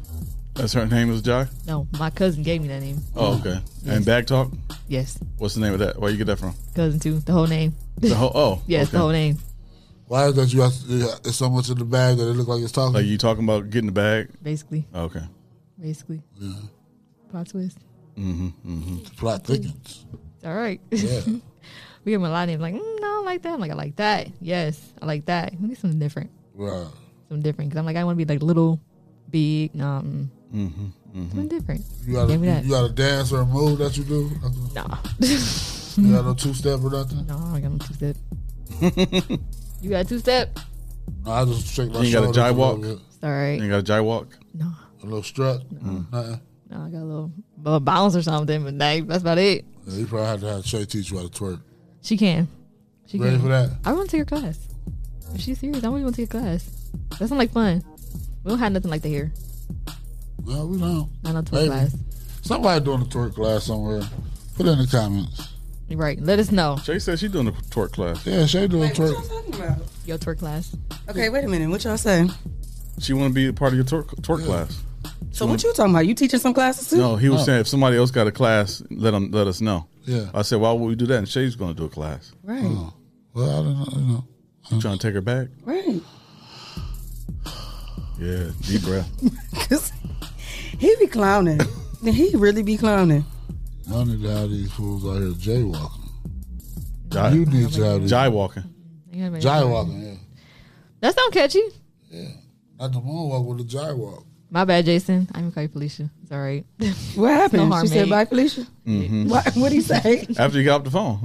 That's her name is Jai.
No, my cousin gave me that name.
Oh, okay. And Backtalk.
Yes.
What's the name of that? Where you get that from?
Cousin too. The whole name.
The whole. Oh,
yes,
okay.
the whole name.
Why is that you have to, it's so much in the bag that it look like it's talking?
Like you talking about getting the bag?
Basically.
Okay.
Basically.
Yeah.
Plot twist.
Mm-hmm. Mm-hmm.
Plot thickens.
All right.
Yeah.
we give him a lot of names. Like, mm, no, I like that. I'm like, I like that. Yes, I like that. We need something different.
Right.
Something different. Because I'm like, I want to be like little, big, nah, mm,
Mm-hmm.
something different.
You got, a,
Give me that.
you got a dance or a move that you do?
Nah.
you got no two step or nothing?
No, I got no two step. You got two step.
No, I just shake my
You ain't got a
shoulders
Jai
a little
walk?
bit.
Sorry.
You ain't Mm. got a Jai walk?
No.
A little strut? Nothing.
No, I got a little, little bounce or something, but that, that's about it.
Yeah, you probably had to have Shay teach you how to twerk.
She can. She
Ready
can.
for that?
I want to take her class. If she's serious, I really want to take a class. That sounds like fun. We don't have nothing like that here.
No, we don't.
Not a twerk
Maybe.
class.
Somebody doing a twerk class somewhere. Put it in the comments.
Right. Let us know.
Shay says she's doing a twerk class.
Yeah, Shay doing twerk.
Your twerk class.
Okay, wait a minute. What y'all say?
She want to be a part of your twerk, twerk class.
So what you talking about? You teaching some classes too?
No, he was saying if somebody else got a class, let them let us know.
Yeah.
I said, why would we do that? And Shay's going to do a class.
Right.
Well, I don't know. You know.
You trying to take her back?
Right.
Yeah. Deep breath.
He be clowning. Then he really be clowning.
I don't need to have these fools out here jaywalking.
Jai,
You need to have these.
Jai walking.
Jai walking, yeah.
That sound catchy.
Not the moonwalk with the jai walk.
My bad, Jason. I'm gonna call you Felicia. It's all right.
What happened?
harm
she said,
made.
"Bye, Felicia."
Mhm.
What What he say?
After you got off the phone.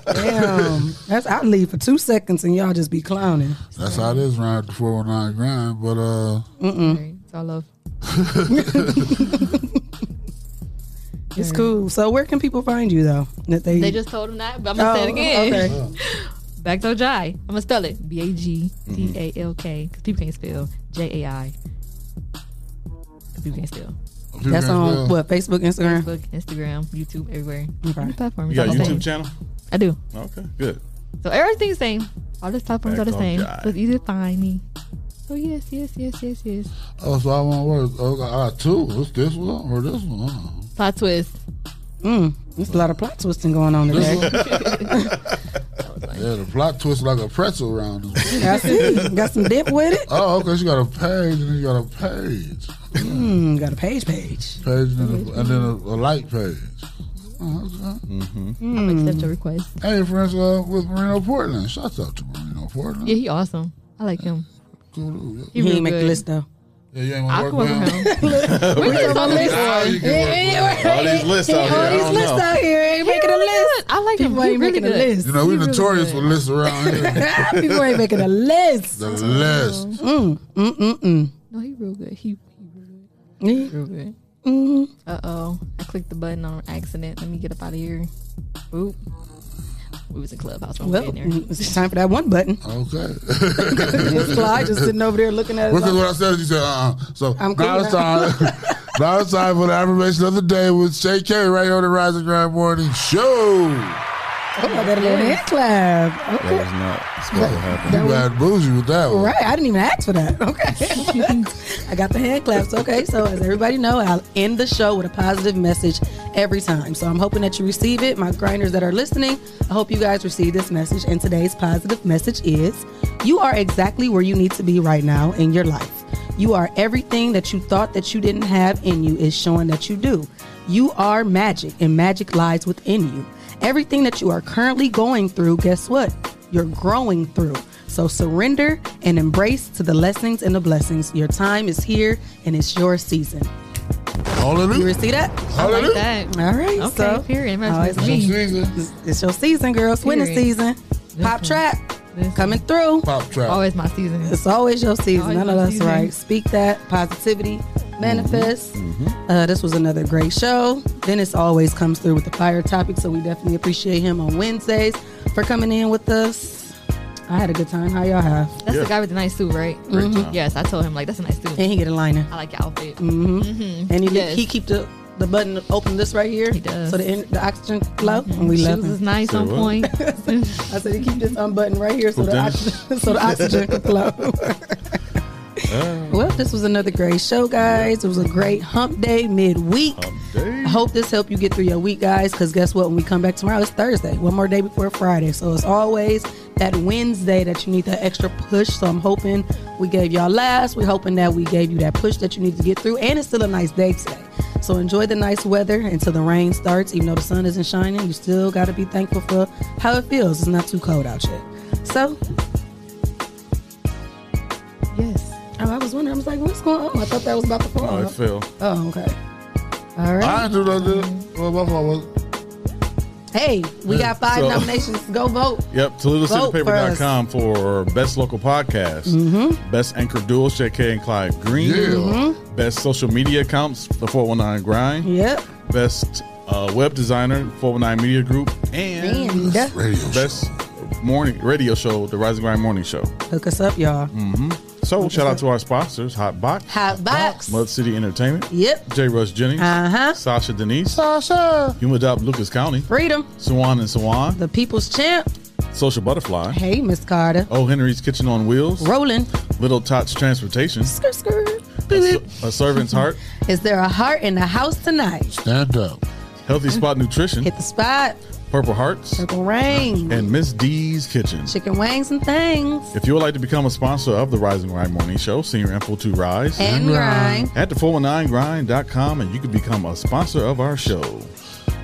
Oh.
Damn, Um, that's I leave for two seconds and y'all just be clowning.
That's how it is around the 409 grind, but uh,
Mm-mm. It's all love.
It's cool. So where can people find you though? That they,
They just told him that, but I'm gonna say it
Oh,
again.
okay.
Back to Jai. I'm gonna spell it. B A G T A L K. Cause people can't spell J A I. 'Cause people can't spell.
People
That's
can't
on
spell.
what Facebook, Instagram.
Facebook, Instagram, YouTube, everywhere.
Okay.
Any
You
platform. it's
got a
all the same.
YouTube channel?
I do.
Okay. Good.
So everything's same. All these platforms
Back
are the
to
same.
Jai.
So it's easy to find me. So yes, yes, yes, yes, yes.
oh, so I want words. Oh, I got two. It's this one or this one. Uh-huh. huh?
Plot twist.
Mm, there's a lot of plot twisting going on
This
today.
one. yeah, the plot twist like a pretzel around this one.
I see. Got some dip with it.
Oh, okay. She got a page and then you got a page.
Mm, got a page page.
Page and then a, and then a, a like page. Oh,
Mm-hmm.
I'll accept
Hmm.
your request.
Hey, friends uh, with Marino Portland. Shout out to Marino Portland.
Yeah, he awesome. I like him.
Cool dude, yeah.
He
You
really
ain't make the
good.
list though.
Yeah, you ain't
I
want to
can
work
work
with
with
him.
him. We just on this
Nah, you can work with him.
All these lists out here.
All
I
these
don't
lists
know.
out here ain't making a list.
I like him.
People
He
ain't
really
making a
good.
list.
You know, we notorious for lists around here.
People ain't making a list.
The list.
Mm, mm, mm, mm.
No, he real good. He,
Yeah.
real good.
Mm.
Uh oh, I clicked the button on accident. Let me get up out of here. Boop. We was in clubhouse when we
Well,
were in there.
mm, it's just time for that one button.
Okay.
Miss Fly just sitting over there looking at us.
Because
like,
what I said, you said, uh uh So
I'm cool
now it's
now.
time. now it's time for the affirmation of the day with Shay K right here on the Rising Grind Morning Show.
oh, I got a little hand clap.
That was not supposed to happen.
You got bougie with that one.
Right, I didn't even ask for that. Okay, I got the hand claps. Okay, so as everybody know, I'll end the show with a positive message every time. So I'm hoping that you receive it. My grinders that are listening, I hope you guys receive this message. And today's positive message is: you are exactly where you need to be right now in your life. You are everything that you thought that you didn't have in you is showing that you do. You are magic, and magic lies within you. Everything that you are currently going through, guess what? You're growing through. So surrender and embrace to the lessons and the blessings. Your time is here and it's your season. You
Hallelujah.
receive that?
I
Hallelujah.
like that.
All right.
Okay,
so,
period.
Oh,
That's
it's
Your
me.
season.
It's your season, girls. Winning
Period.
season. Pop trap coming through.
Pop trap.
Always my season.
It's always your season.
Always
I know
my
that's
season.
right. Speak that positivity Manifest.
Mm-hmm.
Mm-hmm.
Uh, this was another great show. Dennis always comes through with the fire topic, so we definitely appreciate him on Wednesdays for coming in with us. I had a good time. How y'all have?
That's the guy with the nice suit, right?
Great Mhm. time.
Mm-hmm. Yes, I told him like that's a nice suit.
And he get a liner.
I like your outfit.
hmm
Mhm.
And he,
Yes.
he keep the the button open this right here. He does. So the, in, the oxygen flow. And we
Mm-hmm. Shoes
love him.
is nice, Say on what? point.
I said he keep this unbuttoned right here so
Who,
the
Dennis?
oxygen, so the oxygen can flow. well, this was another great show, guys. It was a great hump day midweek. I hope this helped you get through your week, guys. Because guess what? When we come back tomorrow, it's Thursday. One more day before Friday. So as always, that Wednesday that you need that extra push. So I'm hoping we gave y'all last. We're hoping that we gave you that push that you need to get through. And it's still a nice day today. So enjoy the nice weather until the rain starts. Even though the sun isn't shining, you still got to be thankful for how it feels. It's not too cold out yet. So yes. Oh, I was wondering. I was like, what's going on? I thought that was about to fall.
No, it fell.
Oh, okay. All right.
I didn't do that. Did. Well, my fault was.
Hey, we got five
So-
nominations. Go vote.
Yep,
Vote for us. Mm-hmm.
ToledoCityPaper.com for, Best Local Podcast, Best Anchor Duo, Shay K and Clyde Green,
Yeah. Mhm.
Best Social Media Accounts, The 419 Grind,
Yep.
Best uh, Web Designer, 419 Media Group, and,
And-
Best Morning Radio Show, The Rising Grind Morning Show.
Hook us up, y'all.
hmm So, shout out to our sponsors, Hot Box,
Hot box.
Mud City Entertainment,
Yep.
J. Rush Jennings,
Uh-huh.
Sasha Denise,
Sasha,
Humadop Lucas County,
Freedom,
Swan and Swan,
The People's Champ,
Social Butterfly,
Hey, Miss Carter.
O. Henry's Kitchen on Wheels,
Rolling,
Little Tots Transportation,
Skirt, skirt.
A Servant's Heart,
Is there a heart in the house tonight?
Stand Up, Healthy Spot Nutrition,
Mm-hmm. Hit the spot.
Purple Hearts,
Purple Rain.
and Miss D's Kitchen.
Chicken wings and things.
If you would like to become a sponsor of the Rising Grind Morning Show, send your info to Rise
And Grind.
at the419grind.com and you can become a sponsor of our show.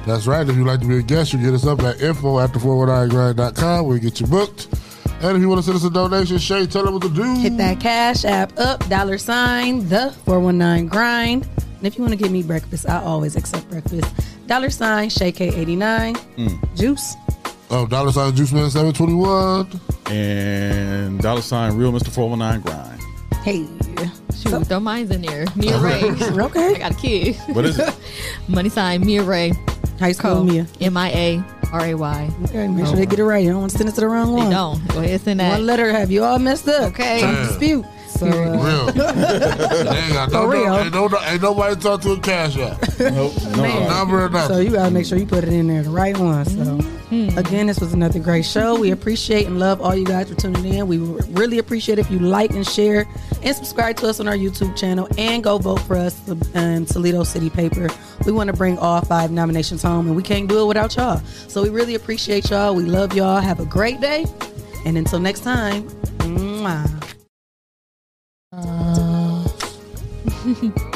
That's right. If you'd like to be a guest, you get us up at info at the We'll get you booked. And if you want to send us a donation, Shay, tell them what to do.
Hit that cash app up, dollar sign, the 419 grind. And if you want to give me breakfast, I always accept breakfast. Dollar sign, Shay K89,
Mm.
juice.
Oh, dollar sign Juice Man 721. And dollar sign Real Mr. 419 Grind.
Hey.
Shoot, throw mine's in there. Mia Ray.
okay.
I got a kid.
What is it?
Money sign, Mia Ray.
High school Mia.
M-I-A. R-A-Y.
Okay, make
Oh.
sure they get it right. You don't want to send it to the wrong one.
don't. Go ahead, send that.
One letter have you all messed up.
Okay.
Don't
Yeah.
dispute. So,
Real.
uh,
Dang, I don't
For real.
know. Ain't, no, ain't nobody talk to a cash app.
Nope.
No number or
So
nothing.
you gotta make sure you put it in there, the right one. So again, this was another great show. We appreciate and love all you guys for tuning in. We would really appreciate if you like and share and subscribe to us on our YouTube channel and go vote for us um, Toledo City Paper. We want to bring all five nominations home, and we can't do it without y'all. So we really appreciate y'all. We love y'all. Have a great day, and until next
Uh.
time. Mwah.